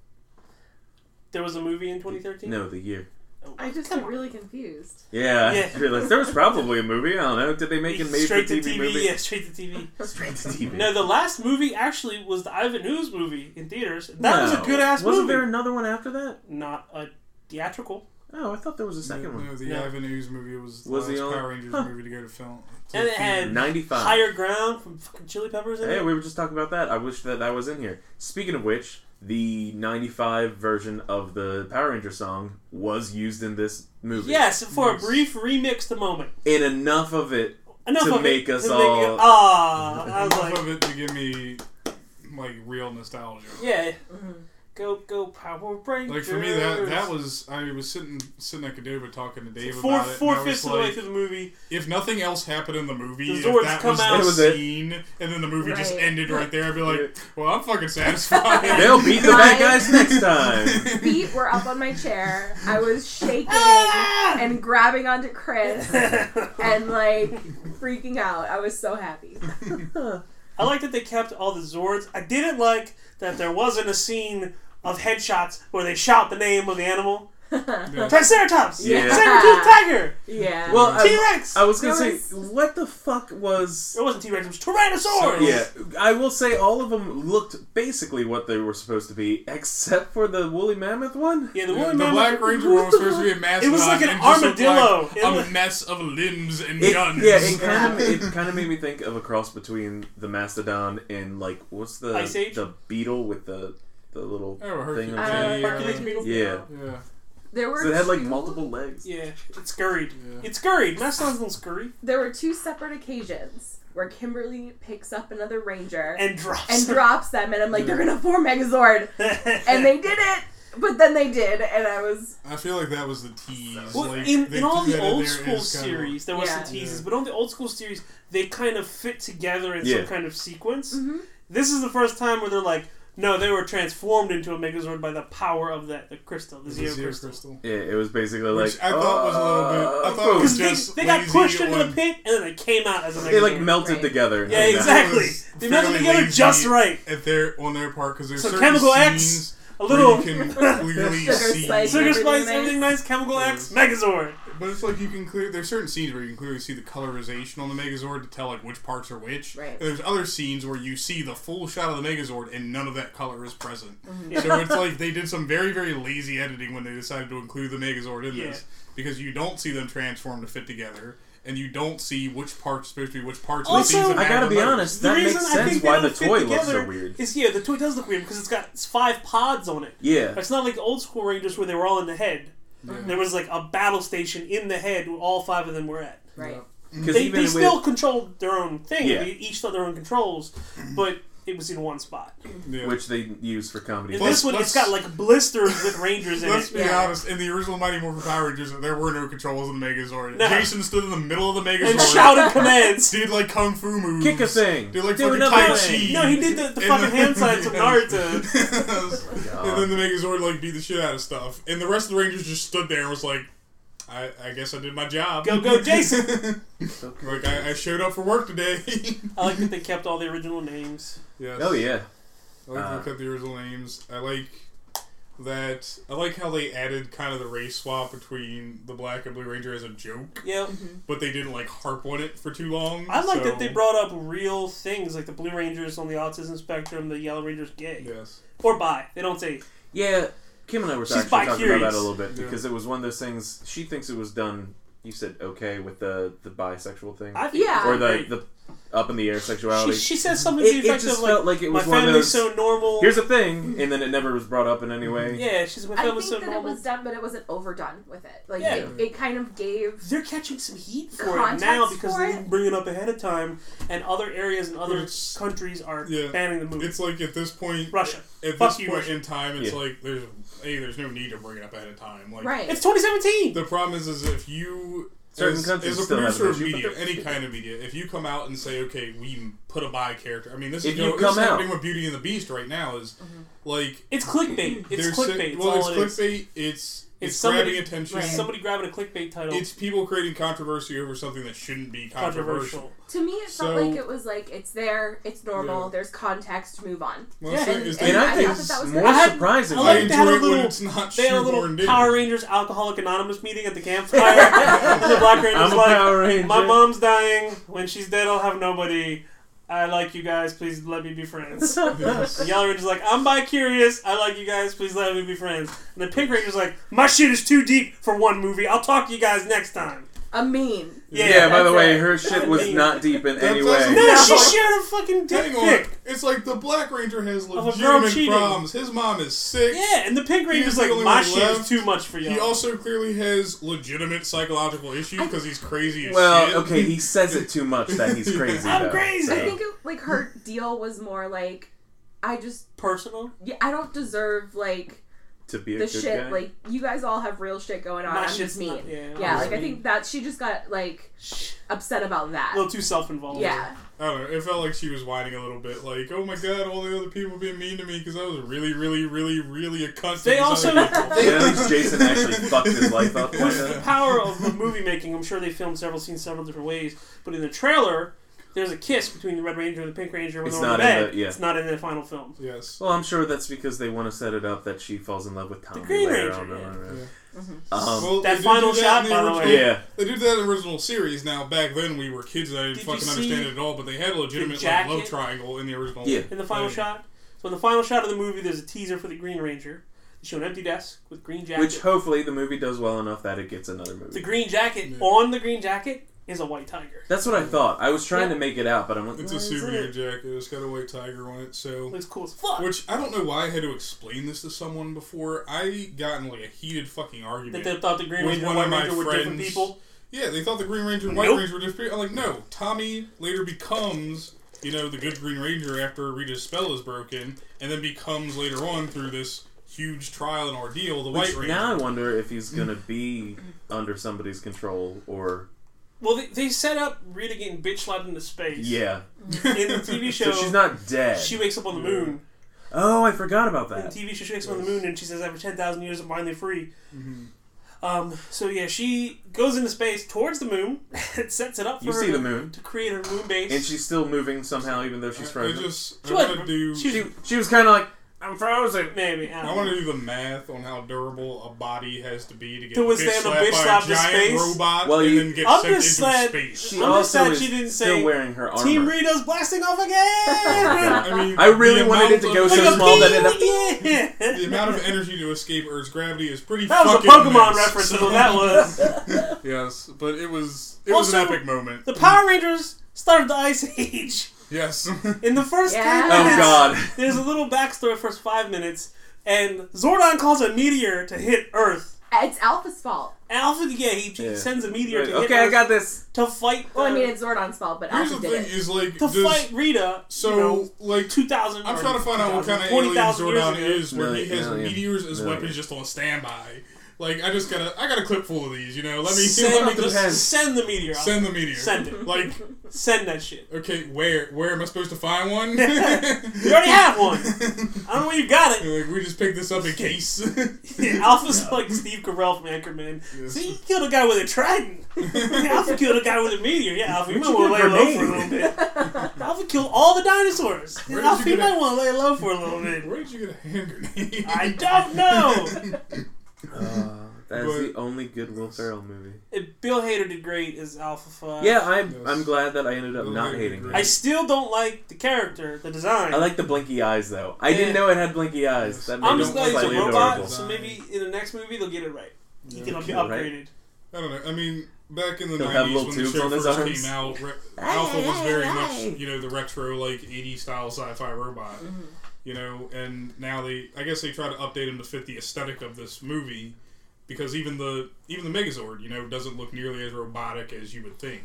Speaker 2: There was a movie in 2013.
Speaker 1: No, the year.
Speaker 2: Oh,
Speaker 4: I just
Speaker 2: come
Speaker 4: got
Speaker 2: on.
Speaker 4: really confused.
Speaker 1: Yeah,
Speaker 2: Yeah.
Speaker 1: I realized there was probably a movie. I don't know. Did they make a made for
Speaker 2: straight to
Speaker 1: TV,
Speaker 2: TV.
Speaker 1: movie?
Speaker 2: Yeah, straight to TV.
Speaker 1: Straight to TV.
Speaker 2: No, the last movie actually was the Ivan Ooze movie in theaters. That was a good ass movie.
Speaker 1: Wasn't there another one after that?
Speaker 2: Not a theatrical.
Speaker 1: Oh, I thought there was a second
Speaker 3: No,
Speaker 1: one.
Speaker 3: the
Speaker 2: No.
Speaker 3: Ivan Ooze movie was the
Speaker 1: Was
Speaker 3: last
Speaker 1: the only-
Speaker 3: Power Rangers
Speaker 1: Huh.
Speaker 3: movie to go to film. to
Speaker 2: And it
Speaker 3: theater.
Speaker 2: had-
Speaker 1: Ninety-five.
Speaker 2: Higher Ground from fucking Chili Peppers. In
Speaker 1: Hey,
Speaker 2: it.
Speaker 1: we were just talking about that. I wish that that was in here. Speaking of which, the 95 version of the Power Ranger song was used in this movie.
Speaker 2: Yes, for
Speaker 3: Nice.
Speaker 2: a brief remix the moment.
Speaker 1: And enough of it.
Speaker 2: Enough
Speaker 1: To
Speaker 2: of
Speaker 1: make
Speaker 2: it,
Speaker 1: us
Speaker 2: to
Speaker 1: all-
Speaker 2: Make, ah, I was
Speaker 3: Enough
Speaker 2: like,
Speaker 3: of it to give me like real nostalgia.
Speaker 2: yeah. Go, go, Power Rangers.
Speaker 3: Like for me, that that was I was sitting sitting at Cadova talking to Dave
Speaker 2: four
Speaker 3: about it.
Speaker 2: four
Speaker 3: and I was
Speaker 2: fifths of the way
Speaker 3: like,
Speaker 2: through the movie.
Speaker 3: If nothing else happened in the movie,
Speaker 2: The
Speaker 3: if
Speaker 2: Zords
Speaker 3: that
Speaker 2: come
Speaker 3: was
Speaker 2: out.
Speaker 1: That
Speaker 3: the
Speaker 1: was it.
Speaker 3: scene, and then the movie just
Speaker 4: Right.
Speaker 3: ended right there, I'd be like, "Well, I'm fucking satisfied."
Speaker 1: They'll beat the bad guys next time.
Speaker 4: Feet were up on my chair. I was shaking
Speaker 2: Ah!
Speaker 4: and grabbing onto Chris and like freaking out. I was so happy.
Speaker 2: I like that they kept all the Zords. I didn't like that there wasn't a scene of headshots where they shout the name of the animal. Triceratops!
Speaker 1: Yeah.
Speaker 2: Saber-toothed tiger!
Speaker 4: Yeah.
Speaker 1: Well, I,
Speaker 2: T-Rex!
Speaker 1: I was going
Speaker 4: There
Speaker 1: to say, what the fuck was.
Speaker 2: Um, oh, it wasn't T-Rex, it was Tyrannosaurus!
Speaker 1: Yeah, I will say all of them looked basically what they were supposed to be, except for the woolly mammoth one.
Speaker 2: Yeah, the
Speaker 3: The,
Speaker 2: woolly
Speaker 3: the
Speaker 2: mammoth-
Speaker 3: Black Ranger one was supposed to be a mascot.
Speaker 2: It was like an
Speaker 3: and just looked
Speaker 2: armadillo. It
Speaker 3: Like
Speaker 2: was-
Speaker 3: a mess of limbs and
Speaker 1: It,
Speaker 3: guns.
Speaker 1: yeah, it kind of it kind of made me think of a cross between the mastodon and like what's the
Speaker 2: Ice Age?
Speaker 1: the beetle with the the little
Speaker 3: Oh, a
Speaker 1: thing.
Speaker 3: Hercules.
Speaker 1: on
Speaker 3: Uh,
Speaker 1: the-
Speaker 2: Hercules Beetle?
Speaker 1: yeah,
Speaker 3: yeah.
Speaker 4: there were
Speaker 1: so it had like
Speaker 4: two-
Speaker 1: multiple legs.
Speaker 2: Yeah, it scurried.
Speaker 3: Yeah.
Speaker 2: It scurried. Mastodons don't scurry.
Speaker 4: There were two separate occasions where Kimberly picks up another ranger and,
Speaker 2: And drops.
Speaker 4: drops them, and I'm like, they're gonna form Megazord, and they did it. But then they did, and I was
Speaker 3: I feel like that was the tease.
Speaker 2: Well,
Speaker 3: like,
Speaker 2: in,
Speaker 3: they
Speaker 2: in all
Speaker 3: threw
Speaker 2: the
Speaker 3: that in
Speaker 2: old
Speaker 3: there
Speaker 2: school
Speaker 3: as kinda
Speaker 2: series, there was
Speaker 4: Yeah.
Speaker 2: some teases,
Speaker 3: Yeah.
Speaker 2: but on the old school series, they kind of fit together in some
Speaker 1: Yeah.
Speaker 2: kind of sequence.
Speaker 4: Mm-hmm.
Speaker 2: This is the first time where they're like, no, they were transformed into a Megazord by the power of that the crystal, the
Speaker 3: Like,
Speaker 2: Zeo
Speaker 3: Zeo
Speaker 2: crystal.
Speaker 1: Yeah, it was basically
Speaker 3: Which
Speaker 1: like
Speaker 3: I thought was a little bit- I
Speaker 1: uh,
Speaker 3: thought it
Speaker 2: Because
Speaker 3: was- Just
Speaker 2: they, they got
Speaker 3: lazy
Speaker 2: pushed into the
Speaker 3: on-
Speaker 2: pit and then they came out as a Megazord.
Speaker 1: they like melted
Speaker 4: Right.
Speaker 1: together. and
Speaker 2: Yeah,
Speaker 1: came out.
Speaker 2: exactly.
Speaker 3: It was
Speaker 2: They melted
Speaker 3: fairly
Speaker 2: together
Speaker 3: lazy
Speaker 2: just right.
Speaker 3: At their on their part because there's
Speaker 2: So
Speaker 3: certain
Speaker 2: Chemical X,
Speaker 3: scenes
Speaker 2: A little
Speaker 3: where you can clearly
Speaker 4: Sugar
Speaker 3: see.
Speaker 4: spice.
Speaker 2: sugar
Speaker 4: Everything
Speaker 2: spice,
Speaker 4: nice.
Speaker 2: everything nice, chemical X, Megazord.
Speaker 3: But it's like you can clear. There's certain scenes where you can clearly see the colorization on the Megazord to tell like which parts are which.
Speaker 4: Right.
Speaker 3: And there's other scenes where you see the full shot of the Megazord and none of that color is present. So it's like they did some very very lazy editing when they decided to include the Megazord in
Speaker 2: Yeah.
Speaker 3: this because you don't see them transform to fit together. And you don't see which part's supposed to be which parts. of the
Speaker 2: Also-
Speaker 3: scenes that
Speaker 1: I
Speaker 3: matter
Speaker 1: gotta
Speaker 3: the
Speaker 1: be
Speaker 3: most.
Speaker 1: honest,
Speaker 2: The
Speaker 1: that
Speaker 2: reason
Speaker 1: makes
Speaker 2: I think
Speaker 1: sense
Speaker 2: they
Speaker 1: why
Speaker 2: don't
Speaker 1: the
Speaker 2: fit
Speaker 1: toy
Speaker 2: together
Speaker 1: looks so weird.
Speaker 2: Is yeah, the toy does look weird because it's got it's five pods on it.
Speaker 1: Yeah,
Speaker 2: It's not like the old school Rangers where they were all in the head. There was like a battle station in the head where all five of them were at.
Speaker 4: right.
Speaker 1: because
Speaker 2: They,
Speaker 1: even
Speaker 2: they still
Speaker 1: with
Speaker 2: controlled their own thing.
Speaker 1: Yeah.
Speaker 2: They each had their own controls, but it was in one spot.
Speaker 3: Yeah.
Speaker 1: which they use for comedy.
Speaker 2: In
Speaker 3: Plus-
Speaker 2: this one,
Speaker 3: let's-
Speaker 2: it's got like blisters with Rangers in
Speaker 3: Let's
Speaker 2: it.
Speaker 3: be
Speaker 4: Yeah.
Speaker 3: honest. In the original Mighty Morphin Power Rangers, there were no controls in the Megazord.
Speaker 2: No.
Speaker 3: Jason stood in the middle of the Megazord,
Speaker 2: And shouted commands.
Speaker 3: did like kung fu moves,
Speaker 1: Kick a thing.
Speaker 3: did like
Speaker 1: Do
Speaker 3: fucking
Speaker 1: another
Speaker 3: tai
Speaker 1: thing.
Speaker 3: chi.
Speaker 2: No, he did the, the
Speaker 3: In
Speaker 2: fucking
Speaker 3: the-
Speaker 2: hand signs of
Speaker 3: Yes.
Speaker 2: Naruto.
Speaker 3: Yes. and then the Megazord like beat the shit out of stuff, and the rest of the Rangers just stood there and was like, "I, I guess I did my job."
Speaker 2: Go, go, Jason.
Speaker 3: like I, I showed up for work today.
Speaker 2: I like that they kept all the original names.
Speaker 3: yes.
Speaker 1: Oh yeah,
Speaker 3: I like
Speaker 1: Uh,
Speaker 3: they kept the original names. I like that. I like how they added kind of the race swap between the Black and Blue Ranger as a joke,
Speaker 2: Yeah,
Speaker 3: but they didn't like harp on it for too long.
Speaker 2: I like
Speaker 3: so-
Speaker 2: that they brought up real things like the Blue Rangers on the autism spectrum, the Yellow Rangers gay
Speaker 3: Yes.
Speaker 2: or bi. They don't say
Speaker 1: yeah. Kim and I were
Speaker 2: She's
Speaker 1: actually talking about
Speaker 2: bi-curious.
Speaker 1: that a little bit
Speaker 3: Yeah.
Speaker 1: because it was one of those things. She thinks it was done. You said okay with the the bisexual thing,
Speaker 2: I think
Speaker 4: Yeah.
Speaker 1: or
Speaker 2: great.
Speaker 1: the the up in the air sexuality.
Speaker 2: She, she says something to the
Speaker 1: it, it
Speaker 2: effect
Speaker 1: just
Speaker 2: of like,
Speaker 1: felt like it
Speaker 2: "My
Speaker 1: was one of
Speaker 2: family's
Speaker 1: those.
Speaker 2: so normal."
Speaker 1: Here's a thing, and then it never was brought up in any way.
Speaker 2: yeah, she's my
Speaker 4: I think
Speaker 2: family's so
Speaker 4: that it
Speaker 2: normal.
Speaker 4: was done, but it wasn't overdone with it. Like
Speaker 2: Yeah.
Speaker 4: it, it kind of gave
Speaker 2: They're catching some heat for
Speaker 4: Context
Speaker 2: it now because
Speaker 4: for
Speaker 2: they
Speaker 4: it?
Speaker 2: didn't bring it up ahead of time, and other areas and other
Speaker 3: it's-
Speaker 2: countries are
Speaker 3: yeah.
Speaker 2: banning the movie.
Speaker 3: It's like at this point,
Speaker 2: Russia.
Speaker 3: At
Speaker 2: Fuck
Speaker 3: this
Speaker 2: you,
Speaker 3: point
Speaker 2: Russia.
Speaker 3: in time, it's
Speaker 1: Yeah.
Speaker 3: like there's a there's no need to bring it up ahead of time. Like
Speaker 4: right.
Speaker 2: It's 2017.
Speaker 3: the problem is, is if you
Speaker 1: Certain
Speaker 3: as,
Speaker 1: countries
Speaker 3: as a
Speaker 1: still have
Speaker 3: producer
Speaker 1: an
Speaker 3: of
Speaker 1: issue, but
Speaker 3: media,
Speaker 1: they're-
Speaker 3: any kind of media, if you come out and say, okay, we put a bi character. I mean, this
Speaker 1: If
Speaker 3: is,
Speaker 1: you
Speaker 3: no, this is
Speaker 1: come out-
Speaker 3: happening with Beauty and the Beast right now. Is like
Speaker 2: Mm-hmm. it's clickbait. It's
Speaker 3: there's
Speaker 2: clickbait.
Speaker 3: well,
Speaker 2: it's all
Speaker 3: it's
Speaker 2: it is.
Speaker 3: clickbait. It's
Speaker 2: It's,
Speaker 3: It's
Speaker 2: somebody
Speaker 3: grabbing attention.
Speaker 4: Right.
Speaker 2: somebody grabbing a clickbait title.
Speaker 3: It's people creating controversy over something that shouldn't be controversial.
Speaker 2: controversial.
Speaker 4: To me, it felt
Speaker 3: So-
Speaker 4: like it was like it's there, it's normal.
Speaker 3: Yeah.
Speaker 4: There's context. Move on.
Speaker 3: Well,
Speaker 2: Yeah,
Speaker 3: the thing
Speaker 4: and-
Speaker 3: is
Speaker 1: And
Speaker 3: that
Speaker 1: I
Speaker 4: I
Speaker 1: think
Speaker 4: thought that that
Speaker 1: it's
Speaker 4: was
Speaker 1: more
Speaker 2: good.
Speaker 1: surprising.
Speaker 2: I
Speaker 3: I
Speaker 2: like
Speaker 1: Like,
Speaker 2: they
Speaker 3: enjoy
Speaker 2: had a
Speaker 3: it when
Speaker 2: little-
Speaker 3: it's not
Speaker 2: They had a little
Speaker 3: shoehorned in.
Speaker 2: Power Rangers Alcoholic Anonymous meeting at the campfire. the Black Ranger's
Speaker 1: I'm a
Speaker 2: like,
Speaker 1: Power Ranger.
Speaker 2: my mom's dying. When she's dead, I'll have nobody. I like you guys. Please let me be friends.
Speaker 3: Yes.
Speaker 2: The Yellow Ranger's like, I'm bi curious. I like you guys. Please let me be friends. And the Pink Ranger's like, my shit is too deep for one movie. I'll talk to you guys next time.
Speaker 4: A mean.
Speaker 1: yeah,
Speaker 2: Yeah,
Speaker 1: by the
Speaker 4: that's
Speaker 1: way,
Speaker 4: it.
Speaker 1: her shit was not deep in any
Speaker 3: awesome.
Speaker 1: way.
Speaker 2: No,
Speaker 4: No.
Speaker 2: she shared a fucking dick
Speaker 3: Hang on.
Speaker 2: pic.
Speaker 3: It's like the Black Ranger has
Speaker 2: girl
Speaker 3: legitimate
Speaker 2: cheating.
Speaker 3: problems. His mom is sick.
Speaker 2: Yeah, and the Pink Ranger's
Speaker 3: He's the
Speaker 2: like,
Speaker 3: only
Speaker 2: my
Speaker 3: one
Speaker 2: shit is
Speaker 3: left.
Speaker 2: too much for you.
Speaker 3: He also clearly has legitimate psychological issues because he's crazy as shit.
Speaker 1: Well, okay, he says it too much that he's crazy.
Speaker 2: I'm
Speaker 1: though,
Speaker 2: crazy.
Speaker 1: so.
Speaker 4: I think it, like her deal was more like, I just
Speaker 2: Personal?
Speaker 4: yeah, I don't deserve like
Speaker 1: to be a
Speaker 4: the
Speaker 1: good
Speaker 4: shit.
Speaker 1: guy.
Speaker 4: Like you guys all have real shit going on.
Speaker 2: My
Speaker 4: I'm
Speaker 2: shit's
Speaker 4: just mean.
Speaker 2: not- yeah, I'm
Speaker 4: yeah,
Speaker 2: just
Speaker 4: like I
Speaker 2: mean.
Speaker 4: think that she just got like
Speaker 2: Shh.
Speaker 4: upset about
Speaker 2: A
Speaker 4: that.
Speaker 2: little too self involved.
Speaker 4: yeah,
Speaker 3: I don't know. It felt like she was whining a little bit, like, "Oh my god, all the other people being mean to me because I was really, really, really, really a cunt." to
Speaker 2: They
Speaker 3: these
Speaker 2: also-
Speaker 3: other people."
Speaker 1: Yeah, at least Jason actually fucked his life up. like
Speaker 2: With the
Speaker 1: that.
Speaker 2: power of movie making, I'm sure they filmed several scenes several different ways. But in the trailer, there's a kiss between the Red Ranger and the Pink Ranger when
Speaker 1: It's
Speaker 2: they're on the
Speaker 1: not in
Speaker 2: bed.
Speaker 1: the- yeah.
Speaker 2: It's not in the final film.
Speaker 3: Yes.
Speaker 1: Well, I'm sure that's because they want to set it up that she falls in love with Tommy
Speaker 2: Green
Speaker 1: later
Speaker 2: Ranger,
Speaker 1: on.
Speaker 2: yeah. Mm-hmm.
Speaker 1: or whatever. Um,
Speaker 3: Well,
Speaker 2: that
Speaker 3: they did
Speaker 2: final
Speaker 3: do
Speaker 2: shot,
Speaker 3: in
Speaker 2: by the
Speaker 3: original-
Speaker 2: way.
Speaker 1: yeah,
Speaker 3: They did that in the original series. Now, back then we were kids and I didn't
Speaker 2: Did you
Speaker 3: fucking
Speaker 2: see
Speaker 3: understand it at all, but they had a legitimate like,
Speaker 2: jacket?
Speaker 3: love triangle in the original.
Speaker 1: Yeah.
Speaker 2: In the final
Speaker 3: thing.
Speaker 2: shot, so in the final shot of the movie, there's a teaser for the Green Ranger. They show an empty desk with green jacket.
Speaker 1: which hopefully the movie does well enough that it gets another
Speaker 2: the
Speaker 1: movie.
Speaker 2: green jacket
Speaker 3: Yeah.
Speaker 2: on the green jacket is a white tiger.
Speaker 1: That's what I thought. I was trying to make it out, but I'm like,
Speaker 3: It's
Speaker 1: "Why
Speaker 3: a
Speaker 1: is
Speaker 3: souvenir
Speaker 1: it?"
Speaker 3: jacket. It's got a white tiger on it. So,
Speaker 2: Looks cool as fuck.
Speaker 3: which I don't know why I had to explain this to someone before. I got in like a heated fucking
Speaker 2: that
Speaker 3: argument.
Speaker 2: they thought the Green
Speaker 3: With
Speaker 2: Ranger and
Speaker 3: one
Speaker 2: White
Speaker 3: of my
Speaker 2: Ranger were different
Speaker 3: friends.
Speaker 2: people.
Speaker 3: Yeah, they thought the Green Ranger and White
Speaker 2: Nope.
Speaker 3: Ranger were just. I'm like, no. Tommy later becomes, you know, the good Green Ranger after Rita's spell is broken, and then becomes later on through this huge trial and ordeal the
Speaker 1: Which
Speaker 3: White Ranger.
Speaker 1: now I wonder if he's gonna be under somebody's control or
Speaker 2: Well, they, they set up Rita getting bitch slapped into space.
Speaker 1: yeah.
Speaker 2: In the TV show,
Speaker 1: So she's not dead.
Speaker 2: she wakes up on the
Speaker 3: Yeah.
Speaker 2: moon.
Speaker 1: Oh, I forgot about
Speaker 2: In the
Speaker 1: that.
Speaker 2: TV show, she wakes up on the moon and she says, after 10,000 years, I'm finally free.
Speaker 1: Mm-hmm.
Speaker 2: Um, so, yeah, she goes into space towards the moon and sets it up for
Speaker 1: You
Speaker 2: her
Speaker 1: see
Speaker 2: to,
Speaker 1: the moon,
Speaker 2: to create her moon base.
Speaker 1: and she's still moving somehow, even though she's
Speaker 3: I, I
Speaker 1: frozen.
Speaker 3: just.
Speaker 2: She
Speaker 3: I
Speaker 2: like-
Speaker 3: want to do.
Speaker 2: she-
Speaker 1: She she was kind of like, I'm frozen.
Speaker 2: Maybe. I
Speaker 3: I
Speaker 2: don't
Speaker 3: want
Speaker 2: know.
Speaker 3: to do the math on how durable a body has to be to get
Speaker 2: To withstand
Speaker 3: bitch
Speaker 2: a
Speaker 3: slapped
Speaker 2: bitch
Speaker 3: by
Speaker 2: slap
Speaker 3: a
Speaker 2: to
Speaker 3: giant
Speaker 2: space?
Speaker 3: robot
Speaker 1: Well,
Speaker 3: and
Speaker 1: you-
Speaker 3: then get
Speaker 2: I'm
Speaker 3: sent into
Speaker 2: just glad-
Speaker 3: space.
Speaker 1: She
Speaker 2: I'm just
Speaker 1: also
Speaker 2: sad
Speaker 1: is
Speaker 2: she didn't
Speaker 1: still
Speaker 2: say,
Speaker 1: wearing her armor.
Speaker 2: Team Rita's blasting off again!
Speaker 3: I mean,
Speaker 1: I really
Speaker 3: the
Speaker 1: wanted it to
Speaker 3: amount
Speaker 1: go
Speaker 3: of-
Speaker 1: so
Speaker 2: like a
Speaker 1: small that it-
Speaker 2: bee
Speaker 3: The
Speaker 2: again!
Speaker 3: amount of energy to escape Earth's gravity is pretty.
Speaker 2: That was a
Speaker 3: fucking
Speaker 2: Pokemon
Speaker 3: immense.
Speaker 2: reference, is
Speaker 3: So-
Speaker 2: what that was.
Speaker 3: Yes, but it was it was
Speaker 2: Also-
Speaker 3: an epic moment.
Speaker 2: The Power Rangers started the Ice Age.
Speaker 3: Yes.
Speaker 2: In the first
Speaker 4: Yeah.
Speaker 2: ten
Speaker 1: Oh
Speaker 2: minutes,
Speaker 1: God.
Speaker 2: there's a little backstory first five minutes, and Zordon calls a meteor to hit Earth.
Speaker 4: it's Alpha's fault.
Speaker 2: Alpha, yeah, he he
Speaker 1: Yeah.
Speaker 2: sends a meteor to hit
Speaker 1: Okay, I
Speaker 2: Earth
Speaker 1: got this.
Speaker 2: to fight.
Speaker 4: Well, I
Speaker 2: uh,
Speaker 4: mean, it's Zordon's fault, but
Speaker 3: Here's
Speaker 4: Alpha
Speaker 3: the
Speaker 4: did
Speaker 3: thing:
Speaker 4: it.
Speaker 3: is like
Speaker 2: to
Speaker 3: does-
Speaker 2: fight Rita.
Speaker 3: So
Speaker 2: you know,
Speaker 3: like.
Speaker 2: two thousand.
Speaker 3: I'm trying to find out what kind of alien
Speaker 2: 20,000 years
Speaker 3: Zordon
Speaker 2: ago.
Speaker 3: is, where he
Speaker 1: Million,
Speaker 3: has
Speaker 1: million,
Speaker 3: meteors as
Speaker 1: million.
Speaker 3: weapons just on standby. Like I just gotta, I got a clip full of these, you know. Let me,
Speaker 2: Send,
Speaker 3: let me
Speaker 2: just
Speaker 3: just
Speaker 1: depends.
Speaker 2: send the meteor. out.
Speaker 3: send the meteor.
Speaker 2: Send it.
Speaker 3: Like,
Speaker 2: Send that shit.
Speaker 3: okay, where, where am I supposed to find one? you
Speaker 2: You already have one. I don't know where you got it.
Speaker 3: like we just picked this up in case.
Speaker 2: Alpha's like Steve Carell from Anchorman.
Speaker 3: Yes.
Speaker 2: See, he killed a guy with a trident. Alpha killed a guy with a meteor. Yeah, Alpha, you
Speaker 1: Where'd
Speaker 2: might
Speaker 1: you
Speaker 2: want
Speaker 1: get a
Speaker 2: to lay low for a little
Speaker 1: grenade?
Speaker 2: bit. Alpha killed all the dinosaurs. And
Speaker 3: Where did
Speaker 2: Alpha,
Speaker 3: you
Speaker 2: you
Speaker 3: get
Speaker 2: might want to lay low for a little bit.
Speaker 3: Where did you get a hand grenade?
Speaker 2: Oh, I don't know.
Speaker 1: Uh, that's
Speaker 3: But-
Speaker 1: the only good Will Ferrell movie.
Speaker 2: If Bill Hader did great as Alpha Five.
Speaker 1: Yeah, I'm
Speaker 3: yes.
Speaker 1: I'm glad that I ended up
Speaker 3: Will
Speaker 1: not
Speaker 3: Ferrell
Speaker 1: hating
Speaker 3: did
Speaker 1: it.
Speaker 2: I
Speaker 1: I,
Speaker 3: great.
Speaker 2: still don't like the character, the design.
Speaker 1: like the blinky eyes though. I
Speaker 2: Yeah.
Speaker 1: didn't know it had blinky eyes. That made
Speaker 2: I'm
Speaker 1: it
Speaker 2: just glad
Speaker 3: don't
Speaker 2: he's a
Speaker 1: slightly
Speaker 2: robot,
Speaker 1: adorable.
Speaker 2: so maybe in the next movie they'll get it right. He
Speaker 3: Yeah.
Speaker 2: can be
Speaker 1: Get it right.
Speaker 2: upgraded.
Speaker 3: I don't know. I mean, back in the
Speaker 1: He'll have
Speaker 3: nineties
Speaker 1: little
Speaker 3: when the
Speaker 1: tubes
Speaker 3: show
Speaker 1: on his
Speaker 3: first
Speaker 1: arms.
Speaker 3: came out, re- Alpha
Speaker 1: Hey,
Speaker 3: was
Speaker 1: hey,
Speaker 3: very
Speaker 1: hey, hey. Mm-hmm.
Speaker 3: much you know the retro like '80s style sci-fi robot. You know, and now they I guess they try to update him to fit the aesthetic of this movie because even the even the Megazord you know doesn't look nearly as robotic as you would think.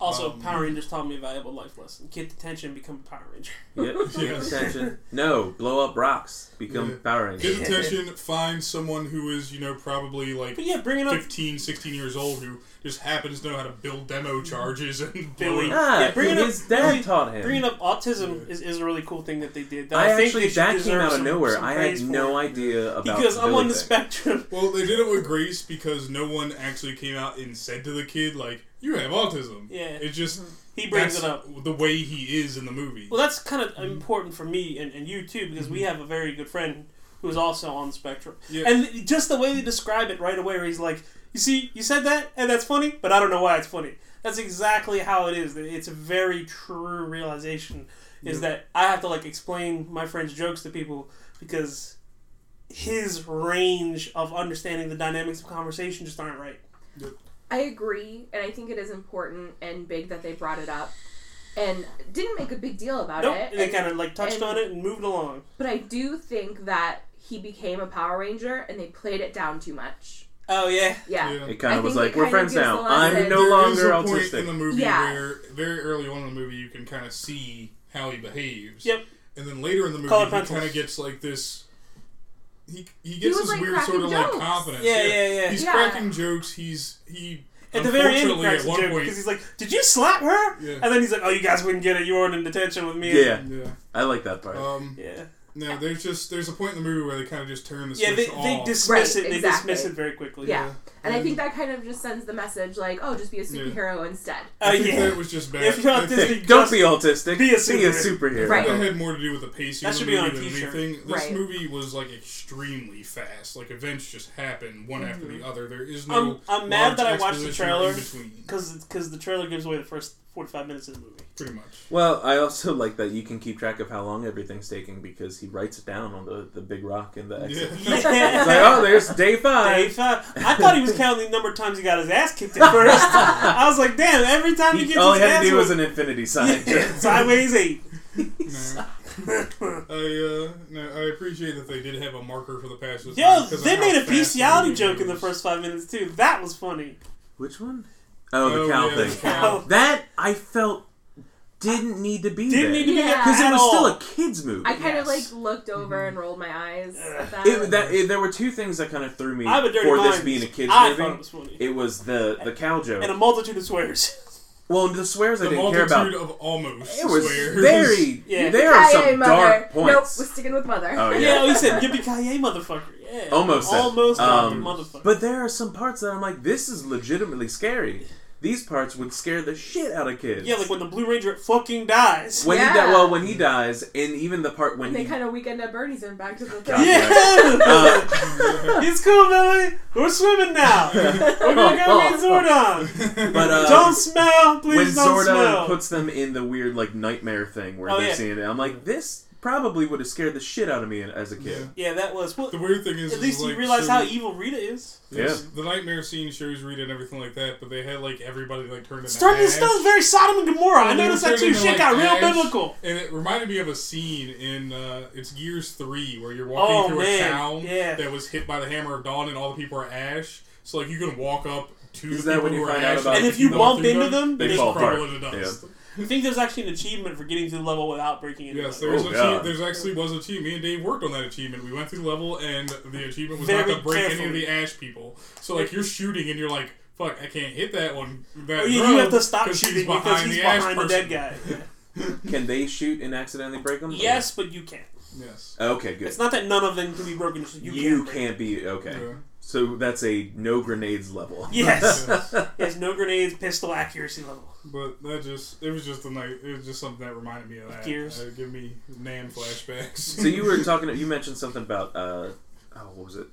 Speaker 2: Also,
Speaker 3: Um,
Speaker 2: Power Rangers taught me a valuable life lesson: get detention, become a Power Ranger.
Speaker 1: Yep.
Speaker 3: Yes.
Speaker 1: Attention. No, blow up rocks. Become
Speaker 3: Yeah.
Speaker 1: Power Rangers.
Speaker 3: Get attention, find someone who is, you know, probably like
Speaker 2: But yeah, bringing up
Speaker 3: 15, 16 years old who just happens to know how to build
Speaker 1: Mm-hmm.
Speaker 3: demo charges and blow
Speaker 2: Billy.
Speaker 3: it up.
Speaker 1: Ah,
Speaker 2: Yeah, bring it up-
Speaker 1: his dad
Speaker 2: bring-
Speaker 1: taught him.
Speaker 2: bringing up autism is, is a really cool thing that they did. That
Speaker 1: I,
Speaker 2: I, think
Speaker 1: actually
Speaker 2: they should
Speaker 1: that came
Speaker 2: deserve
Speaker 1: out of
Speaker 2: some-
Speaker 1: nowhere.
Speaker 2: some
Speaker 1: I
Speaker 2: praise
Speaker 1: had
Speaker 2: for
Speaker 1: no
Speaker 2: it.
Speaker 1: idea about
Speaker 2: because I'm
Speaker 1: Billy
Speaker 2: on the
Speaker 1: thing.
Speaker 2: spectrum.
Speaker 3: Well, they did it with Grace because no one actually came out and said to the kid, like, you have autism.
Speaker 2: Yeah.
Speaker 3: It just
Speaker 2: He brings
Speaker 3: that's
Speaker 2: it up.
Speaker 3: the way he is in the movie.
Speaker 2: Well, that's kind of important for me and, and you too because we have a very good friend who is also on the spectrum.
Speaker 3: Yeah.
Speaker 2: And just the way they describe it right away, where he's like, "You see, you said that, and that's funny, but I don't know why it's funny." That's exactly how it is. It's a very true realization is that I have to like explain my friend's jokes to people because his range of understanding the dynamics of conversation just aren't right.
Speaker 4: I agree, and I think it is important and big that they brought it up, and didn't make a big deal about
Speaker 2: Nope,
Speaker 4: it.
Speaker 2: they
Speaker 4: and-
Speaker 2: kind of like touched
Speaker 4: and-
Speaker 2: on it and moved along.
Speaker 4: but I do think that he became a Power Ranger, and they played it down too much.
Speaker 2: Oh yeah,
Speaker 4: Yeah,
Speaker 3: Yeah.
Speaker 1: It kind
Speaker 4: I
Speaker 1: of was
Speaker 4: think it
Speaker 1: like we're
Speaker 4: kinda
Speaker 1: friends
Speaker 4: gives
Speaker 1: now.
Speaker 4: a lot of
Speaker 1: I'm
Speaker 4: sense.
Speaker 1: no
Speaker 4: There
Speaker 1: longer
Speaker 3: There is a point in
Speaker 1: autistic.
Speaker 3: the movie
Speaker 4: Yeah.
Speaker 3: where very early on in the movie you can kind of see how he behaves.
Speaker 2: Yep.
Speaker 3: And then later in the movie
Speaker 2: Colored
Speaker 3: he
Speaker 2: pencils.
Speaker 3: kind of gets like this. He, he gets
Speaker 4: was,
Speaker 3: this
Speaker 4: like,
Speaker 3: weird sort of
Speaker 4: cracking
Speaker 3: like
Speaker 4: jokes.
Speaker 3: confidence.
Speaker 2: Yeah, yeah, yeah.
Speaker 3: He's
Speaker 4: Yeah.
Speaker 3: cracking jokes. He's he.
Speaker 2: At the very end, he
Speaker 3: unfortunately,
Speaker 2: cracks
Speaker 3: at
Speaker 2: a
Speaker 3: one
Speaker 2: joke
Speaker 3: point-
Speaker 2: because he's like, "Did you slap her?"
Speaker 3: Yeah.
Speaker 2: And then he's like, "Oh, you guys wouldn't get it. You weren't in detention with me."
Speaker 1: Yeah,
Speaker 3: yeah.
Speaker 1: I like that part.
Speaker 3: Um,
Speaker 2: yeah,
Speaker 3: no, there's just there's a point in the movie where they kind of just turn the
Speaker 2: yeah. They,
Speaker 3: switch
Speaker 2: they
Speaker 3: off.
Speaker 2: dismiss
Speaker 4: Right,
Speaker 2: it. They
Speaker 4: exactly.
Speaker 2: dismiss it very quickly.
Speaker 4: yeah. And I
Speaker 3: And-
Speaker 4: think that kind of just sends the message like, oh, just be a
Speaker 3: Yeah.
Speaker 4: superhero instead.
Speaker 2: Oh
Speaker 3: I think
Speaker 2: yeah.
Speaker 3: that was just bad.
Speaker 2: If you're
Speaker 3: I think-
Speaker 2: autistic,
Speaker 1: Hey, don't
Speaker 2: just-
Speaker 1: be autistic.
Speaker 2: be a
Speaker 1: superhero.
Speaker 4: Right.
Speaker 3: That had more to do with the pacing
Speaker 2: That
Speaker 3: of the
Speaker 2: should be on
Speaker 3: movie
Speaker 2: a
Speaker 3: than
Speaker 2: t-shirt.
Speaker 3: anything. This
Speaker 4: Right.
Speaker 3: movie was like extremely fast. Like events just happen one after the other. There is
Speaker 2: Mm-hmm. I'm,
Speaker 3: no.
Speaker 2: I'm mad
Speaker 3: large
Speaker 2: that I watched the
Speaker 3: exposition
Speaker 2: trailer
Speaker 3: in between.
Speaker 2: because the trailer gives away the first 45 minutes of the movie.
Speaker 3: Pretty much.
Speaker 1: Well, I also like that you can keep track of how long everything's taking because he writes it down on the, the big rock in the exit.
Speaker 3: Yeah.
Speaker 1: It's
Speaker 2: Yeah.
Speaker 1: like, oh, there's day
Speaker 2: Day
Speaker 1: five.
Speaker 2: five. I thought he was counting the number of times he got his ass kicked at first. I was like, damn, every time he
Speaker 1: He-
Speaker 2: gets
Speaker 1: all he
Speaker 2: his
Speaker 1: had
Speaker 2: ass
Speaker 1: to do was
Speaker 2: kicked.
Speaker 1: an infinity sign.
Speaker 2: Sideways eight.
Speaker 3: No. I uh, no, I appreciate that they did have a marker for the passes.
Speaker 2: Yo, they made a bestiality joke in the first five minutes too. That was funny.
Speaker 1: Which one? Oh, the
Speaker 3: Oh,
Speaker 1: cow
Speaker 3: yeah, the
Speaker 1: thing.
Speaker 3: cow.
Speaker 1: That I felt didn't need to be there.
Speaker 2: Didn't need to be
Speaker 4: Yeah.
Speaker 2: there
Speaker 1: because it
Speaker 2: at
Speaker 1: was
Speaker 2: all.
Speaker 1: still a kids movie.
Speaker 4: I kind of
Speaker 2: Yes. Mm-hmm.
Speaker 4: like looked over and rolled my eyes. At that.
Speaker 1: It, that, it, there were two things that kind of threw me
Speaker 2: I have a dirty
Speaker 1: for
Speaker 2: mind.
Speaker 1: this being a kids
Speaker 2: I
Speaker 1: movie.
Speaker 2: thought it was funny.
Speaker 1: It was the the cow joke.
Speaker 2: and a multitude of swears.
Speaker 1: well, the swears I
Speaker 3: The
Speaker 1: didn't care
Speaker 3: multitude
Speaker 1: about.
Speaker 3: of almost.
Speaker 1: It was
Speaker 3: swears.
Speaker 1: very.
Speaker 2: Yeah.
Speaker 1: There are
Speaker 4: Aye, aye,
Speaker 1: some
Speaker 4: mother.
Speaker 1: dark
Speaker 4: Nope,
Speaker 1: points.
Speaker 4: we're sticking with mother.
Speaker 1: Oh,
Speaker 2: Yeah, oh, he said yippee ki yay, motherfucker. Yeah,
Speaker 1: Almost said.
Speaker 2: almost
Speaker 1: Um,
Speaker 2: motherfucker.
Speaker 1: But there are some parts that I'm like, this is legitimately scary. These parts would scare the shit out of kids.
Speaker 2: yeah, like when the Blue Ranger fucking dies.
Speaker 1: when he
Speaker 4: Yeah.
Speaker 1: di- well, when he dies, and even the part when
Speaker 4: And they
Speaker 1: he
Speaker 4: kind of weekend at Bernie's and back to the
Speaker 1: God,
Speaker 4: thing.
Speaker 2: yeah,
Speaker 1: uh,
Speaker 2: it's cool, Billy. We're swimming now. We're gonna go meet Zordon.
Speaker 1: but uh,
Speaker 2: don't smell, please
Speaker 1: when
Speaker 2: don't
Speaker 1: Zordon
Speaker 2: smell.
Speaker 1: puts them in the weird like nightmare thing where
Speaker 2: Oh,
Speaker 1: they're
Speaker 2: yeah.
Speaker 1: seeing it, I'm like, this probably would have scared the shit out of me as a kid.
Speaker 3: Yeah.
Speaker 2: yeah, that was. Well,
Speaker 3: The weird thing is,
Speaker 2: at
Speaker 3: is
Speaker 2: least
Speaker 3: like,
Speaker 2: you realize
Speaker 3: so
Speaker 2: how evil Rita is.
Speaker 3: there's- The nightmare scene shows Rita and everything like that, but they had like everybody like turned into
Speaker 2: Starting this
Speaker 3: ash.
Speaker 2: stuff is very Sodom and Gomorrah. I
Speaker 3: And they
Speaker 2: noticed
Speaker 3: were
Speaker 2: that too.
Speaker 3: turning to,
Speaker 2: Shit
Speaker 3: like,
Speaker 2: got real
Speaker 3: ash,
Speaker 2: biblical.
Speaker 3: And it reminded me of a scene in uh, it's Gears Three where you're walking
Speaker 2: Oh,
Speaker 3: through
Speaker 2: man.
Speaker 3: a town
Speaker 2: Yeah.
Speaker 3: that was hit by the hammer of dawn, and all the people are ash. So like you can walk up to
Speaker 1: Is
Speaker 3: the
Speaker 1: that
Speaker 3: people
Speaker 1: when you
Speaker 3: who are
Speaker 1: find out
Speaker 3: ash,
Speaker 1: about-
Speaker 2: And if you
Speaker 3: walk
Speaker 2: bump
Speaker 3: through
Speaker 2: into them,
Speaker 1: They
Speaker 2: they
Speaker 1: fall apart.
Speaker 3: crumble into dust.
Speaker 2: I think there's actually an achievement for getting to the level without breaking it.
Speaker 3: Yes,
Speaker 1: there-
Speaker 3: there's
Speaker 1: Oh,
Speaker 3: a
Speaker 1: God.
Speaker 3: achieve- there's actually was a achievement. Me and Dave worked on that achievement. We went through the level, and the achievement was not
Speaker 2: Very
Speaker 3: to break any of
Speaker 2: carefully.
Speaker 3: the ash people. So like you're shooting, and you're like, "Fuck, I can't hit that one." That
Speaker 2: Oh, yeah,
Speaker 3: drone
Speaker 2: you have to stop
Speaker 3: 'cause
Speaker 2: shooting because he's
Speaker 3: ash
Speaker 2: behind the
Speaker 3: person."
Speaker 2: dead guy.
Speaker 1: Can they shoot and accidentally break them?
Speaker 2: Yes, but you can't.
Speaker 3: Yes.
Speaker 1: Okay, good.
Speaker 2: It's not that none of them can be broken. It's just you,
Speaker 1: you
Speaker 2: can't. break
Speaker 1: can't be okay.
Speaker 3: Yeah.
Speaker 1: So that's a no grenades level.
Speaker 2: it. Yes. he has no grenades, pistol accuracy level.
Speaker 3: But that just it was just a night it was just something that reminded me of that.
Speaker 2: Gears.
Speaker 3: Uh, give me Nan flashbacks.
Speaker 1: So you were talking. You mentioned something about. Uh, oh, what was it?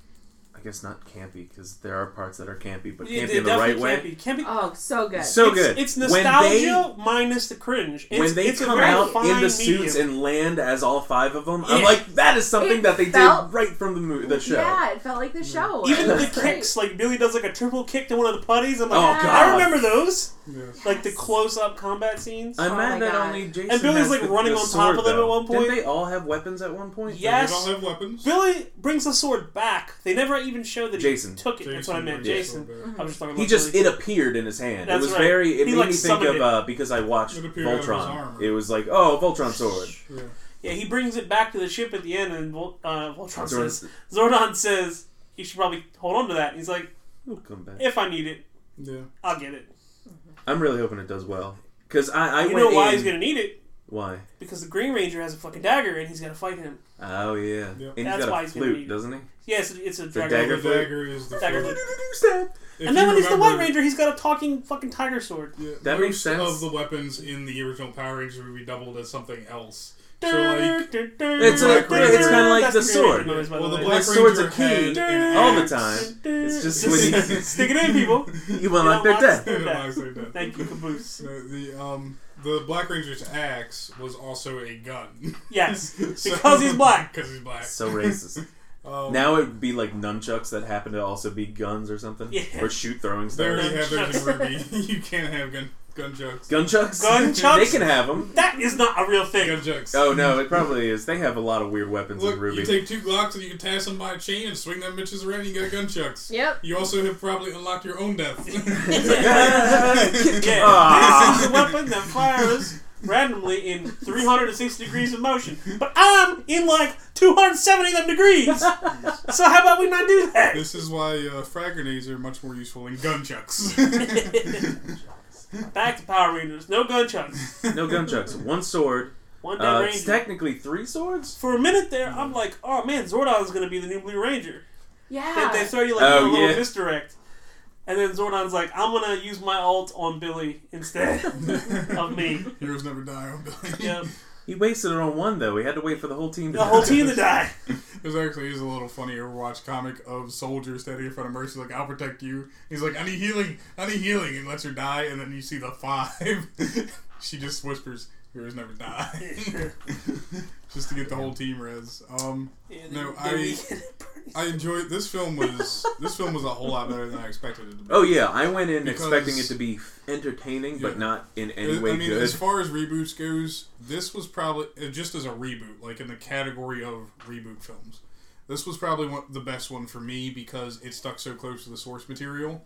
Speaker 1: I guess not campy because there are parts that are campy, but
Speaker 2: Yeah,
Speaker 1: campy
Speaker 2: they
Speaker 1: in the right
Speaker 2: definitely
Speaker 1: way.
Speaker 2: can't be- can't be-
Speaker 4: Oh, so good.
Speaker 1: So
Speaker 2: it's,
Speaker 1: good.
Speaker 2: It's
Speaker 1: When
Speaker 2: nostalgia minus the cringe. It's,
Speaker 1: when they
Speaker 2: it's
Speaker 1: come
Speaker 2: a very
Speaker 1: out
Speaker 2: fine
Speaker 1: in the suits
Speaker 2: medium.
Speaker 1: and land as all five of them, I'm
Speaker 2: Yeah.
Speaker 1: like, that is something
Speaker 4: It
Speaker 1: that they
Speaker 4: felt-
Speaker 1: did right from the movie, the show.
Speaker 4: Yeah, it felt like the show.
Speaker 2: Mm-hmm. even
Speaker 4: It
Speaker 2: the
Speaker 4: was great.
Speaker 2: kicks, like Billy does like a triple kick to one of the putties. I'm like,
Speaker 1: Oh
Speaker 2: I
Speaker 1: god,
Speaker 2: remember those,
Speaker 3: Yes.
Speaker 2: like the close-up combat scenes.
Speaker 1: I'm
Speaker 4: Oh
Speaker 1: mad
Speaker 4: my
Speaker 1: that
Speaker 4: God.
Speaker 1: only Jason
Speaker 2: And Billy's,
Speaker 1: has
Speaker 2: like,
Speaker 1: the-
Speaker 2: running
Speaker 1: the
Speaker 2: on top
Speaker 1: sword,
Speaker 2: of them at
Speaker 1: though.
Speaker 2: one point.
Speaker 1: Didn't they all have weapons at one point?
Speaker 2: Yes.
Speaker 3: They don't have weapons.
Speaker 2: Billy brings the sword back. They never even show that
Speaker 1: Jason.
Speaker 2: he took it. That's what I meant, Jason.
Speaker 3: Silverberg.
Speaker 2: I was just talking about
Speaker 1: He just
Speaker 2: Billy.
Speaker 1: it appeared in his hand.
Speaker 2: That's
Speaker 1: it was
Speaker 2: right.
Speaker 1: very. It
Speaker 2: He,
Speaker 1: made
Speaker 2: like,
Speaker 1: me think
Speaker 2: summoned
Speaker 1: of
Speaker 2: it.
Speaker 1: uh, because I watched
Speaker 3: It appeared out of his
Speaker 1: Voltron.
Speaker 3: armor.
Speaker 1: It was like oh Voltron sword.
Speaker 3: Yeah.
Speaker 2: Yeah, he brings it back to the ship at the end, and Vol- uh, Voltron
Speaker 1: Zordon-
Speaker 2: says, Zordon says, you should probably hold on to that. And he's like,
Speaker 1: It'll come back.
Speaker 2: if I need it,
Speaker 3: Yeah.
Speaker 2: I'll get it.
Speaker 1: I'm really hoping it does well because I, I
Speaker 2: you
Speaker 1: went
Speaker 2: know why
Speaker 1: in-
Speaker 2: he's going to need it?
Speaker 1: why.
Speaker 2: Because the Green Ranger has a fucking dagger, and he's going to fight him.
Speaker 1: Oh yeah,
Speaker 3: Yep.
Speaker 1: and
Speaker 2: That's
Speaker 1: he's got
Speaker 2: why
Speaker 1: a
Speaker 2: he's gonna
Speaker 1: flute,
Speaker 2: need it.
Speaker 1: doesn't he?
Speaker 2: Yeah, it's a, it's a
Speaker 1: a
Speaker 2: dragon.
Speaker 1: dagger.
Speaker 3: The dagger is the
Speaker 2: Dagger.
Speaker 3: flute.
Speaker 1: Stab.
Speaker 3: If
Speaker 2: And then
Speaker 3: you
Speaker 2: when he's the
Speaker 3: remember-
Speaker 2: White Ranger, he's got a talking fucking tiger sword.
Speaker 3: Yeah,
Speaker 1: That
Speaker 3: most
Speaker 1: makes sense.
Speaker 3: of the weapons in the original Power Rangers were redoubled as something else. So like,
Speaker 2: It's
Speaker 3: like- it's
Speaker 1: kinda like the
Speaker 2: That's Green Ranger
Speaker 1: sword.
Speaker 2: noise, by
Speaker 3: well, the
Speaker 2: the way.
Speaker 3: Black
Speaker 1: My sword's
Speaker 3: Ranger
Speaker 1: a key
Speaker 3: had
Speaker 1: all the
Speaker 3: enhanced-
Speaker 1: time. It's just
Speaker 2: Just
Speaker 1: when you-
Speaker 2: stick it in, people.
Speaker 1: You went like
Speaker 2: Yeah,
Speaker 1: that.
Speaker 2: lots-
Speaker 3: It unlocks like that.
Speaker 2: Thank you, Caboose.
Speaker 3: No, the um the Black Ranger's axe was also a gun.
Speaker 2: Yes,
Speaker 3: So-
Speaker 2: because he's black.
Speaker 3: Because he's black.
Speaker 1: So racist.
Speaker 3: Um,
Speaker 1: Now it would be like nunchucks that happen to also be guns or something,
Speaker 2: Yeah.
Speaker 1: or shoot throwing
Speaker 3: they
Speaker 1: stars.
Speaker 3: already have those in
Speaker 2: Nunchucks.
Speaker 3: Ruby. you can't have gun gunchucks.
Speaker 1: Gunchucks.
Speaker 2: Gunchucks?
Speaker 1: They can have them.
Speaker 2: That is not a real thing.
Speaker 3: Gunchucks.
Speaker 1: Oh no, it probably is. They have a lot of weird weapons
Speaker 3: Look,
Speaker 1: in Ruby.
Speaker 3: you take two Glocks and you can tie them by a chain and swing them bitches around. and You got gunchucks.
Speaker 4: Yep.
Speaker 3: You also have probably unlocked your own death.
Speaker 2: Yeah,
Speaker 1: Aw.
Speaker 2: this is the weapon that fires randomly in 360 degrees of motion. But I'm in like 270 of them degrees. So how about we not do that?
Speaker 3: This is why uh, frag grenades are much more useful than gunchucks.
Speaker 2: Back to Power Rangers. No gunchucks.
Speaker 1: No gunchucks. One sword.
Speaker 2: One dead
Speaker 1: Uh,
Speaker 2: ranger.
Speaker 1: it's technically three swords.
Speaker 2: For a minute there, I'm like, oh man, Zordon's gonna be the new Blue Ranger.
Speaker 4: Yeah.
Speaker 2: They, they throw you like
Speaker 1: Oh,
Speaker 2: a little
Speaker 1: yeah.
Speaker 2: misdirect. And then Zordon's like, I'm gonna use my ult on Billy instead of me.
Speaker 3: Heroes never die on Billy.
Speaker 2: Yep.
Speaker 1: He wasted it on one though. He had to wait for the whole team. To
Speaker 2: The whole team to die.
Speaker 3: This actually is a little funny Overwatch comic of soldier standing in front of Mercy, like, I'll protect you. He's like, I need healing, I need healing, and lets her die, and then you see the five. she just whispers, Heroes never die. just to get the whole team res. Um,
Speaker 2: Yeah,
Speaker 3: No,
Speaker 2: they-
Speaker 3: I-
Speaker 2: they-
Speaker 3: I enjoyed this film was this film was a whole lot better than I expected it to be.
Speaker 1: Oh yeah, I went in
Speaker 3: Because-
Speaker 1: expecting it to be f- entertaining, but
Speaker 3: Yeah.
Speaker 1: not in any
Speaker 3: I
Speaker 1: way
Speaker 3: I mean,
Speaker 1: good.
Speaker 3: as far as reboots goes, this was probably uh, just as a reboot, like in the category of reboot films. This was probably one, the best one for me because it stuck so close to the source material.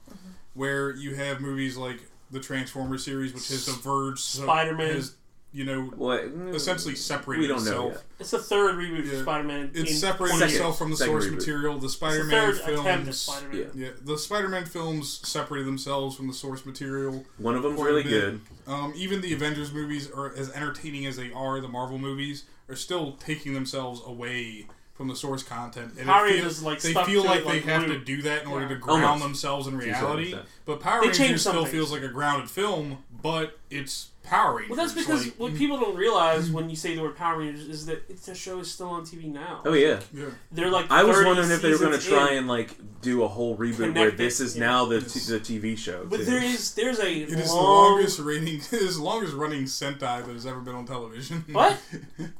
Speaker 3: Where you have movies like the Transformers series, which has diverged, so-
Speaker 2: Spider-Man.
Speaker 3: has, you know,
Speaker 1: Well, mm,
Speaker 3: essentially separated
Speaker 1: we don't know
Speaker 3: itself.
Speaker 1: yet.
Speaker 2: It's the third reboot for
Speaker 3: Yeah.
Speaker 2: Spider-Man.
Speaker 3: It
Speaker 2: in
Speaker 3: separated
Speaker 2: 20 years.
Speaker 3: itself from the
Speaker 1: Second
Speaker 3: source
Speaker 1: reboot.
Speaker 3: material.
Speaker 2: It's
Speaker 3: The
Speaker 2: the
Speaker 3: Spider-Man
Speaker 2: third attempt at
Speaker 3: films,
Speaker 2: Spider-Man.
Speaker 1: Yeah.
Speaker 3: yeah, the Spider-Man films separated themselves from the source material.
Speaker 1: One of them's
Speaker 3: quite a
Speaker 1: really
Speaker 3: bit.
Speaker 1: good.
Speaker 3: Um, even the Avengers movies are as entertaining as they are. The Marvel movies are still taking themselves away from the source content. And
Speaker 2: Power
Speaker 3: it feels-
Speaker 2: Rangers, like,
Speaker 3: they
Speaker 2: stuck
Speaker 3: feel
Speaker 2: to
Speaker 3: like
Speaker 2: it,
Speaker 3: they
Speaker 2: like,
Speaker 3: have
Speaker 2: glue.
Speaker 3: to do that in order to
Speaker 4: Yeah.
Speaker 3: ground
Speaker 1: Almost.
Speaker 3: themselves in
Speaker 1: To a certain
Speaker 3: reality.
Speaker 1: extent.
Speaker 3: But Power
Speaker 2: They changed
Speaker 3: Rangers
Speaker 2: some
Speaker 3: still
Speaker 2: things.
Speaker 3: feels like a grounded film, but it's Power Rangers.
Speaker 2: Well, that's because
Speaker 3: like- mm.
Speaker 2: what people don't realize when you say the word Power Rangers is that it's, the show is still on TV now.
Speaker 1: Oh yeah,
Speaker 3: yeah.
Speaker 2: They're like
Speaker 1: I was
Speaker 2: 30
Speaker 1: wondering if they were going to
Speaker 2: seasons
Speaker 1: try
Speaker 2: in,
Speaker 1: and like do a whole reboot where
Speaker 2: Connect it,
Speaker 1: this is
Speaker 2: yeah.
Speaker 1: now the
Speaker 3: Yes.
Speaker 1: t- the TV show.
Speaker 2: But
Speaker 1: too.
Speaker 2: there is there's a
Speaker 3: It is the
Speaker 2: long
Speaker 3: longest rating, it is the longest running Sentai that has ever been on television.
Speaker 2: What?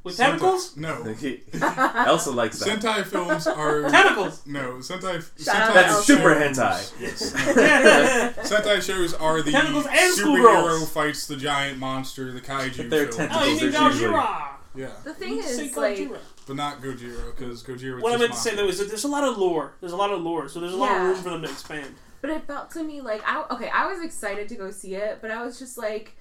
Speaker 2: with
Speaker 3: Sentai-
Speaker 2: tentacles.
Speaker 3: No.
Speaker 1: Elsa likes that.
Speaker 3: Sentai films are
Speaker 2: Tentacles.
Speaker 3: no Sentai.
Speaker 4: Shout
Speaker 3: Sentai
Speaker 4: out to
Speaker 1: That's
Speaker 4: Elsa.
Speaker 1: super
Speaker 3: shows-
Speaker 1: hentai.
Speaker 3: Yes.
Speaker 2: Yeah.
Speaker 3: Sentai shows are the
Speaker 2: Tentacles and
Speaker 3: superhero
Speaker 2: schoolgirls.
Speaker 3: fights the giant monster, the kaiju.
Speaker 1: They're
Speaker 3: film.
Speaker 2: oh, you
Speaker 1: tentacles.
Speaker 2: mean
Speaker 1: There's usually-
Speaker 2: Gojira?
Speaker 3: Yeah,
Speaker 4: The
Speaker 2: You
Speaker 4: thing
Speaker 2: say
Speaker 4: is, like,
Speaker 2: Gojira.
Speaker 3: but not Gojira because Gojira. was
Speaker 2: what I
Speaker 3: just
Speaker 2: meant to say
Speaker 3: monster.
Speaker 2: though is that there's a lot of lore. There's a lot of lore, so there's a lot
Speaker 4: Yeah.
Speaker 2: of room for them to expand.
Speaker 4: but it felt to me like, I, okay, I was excited to go see it, but I was just like,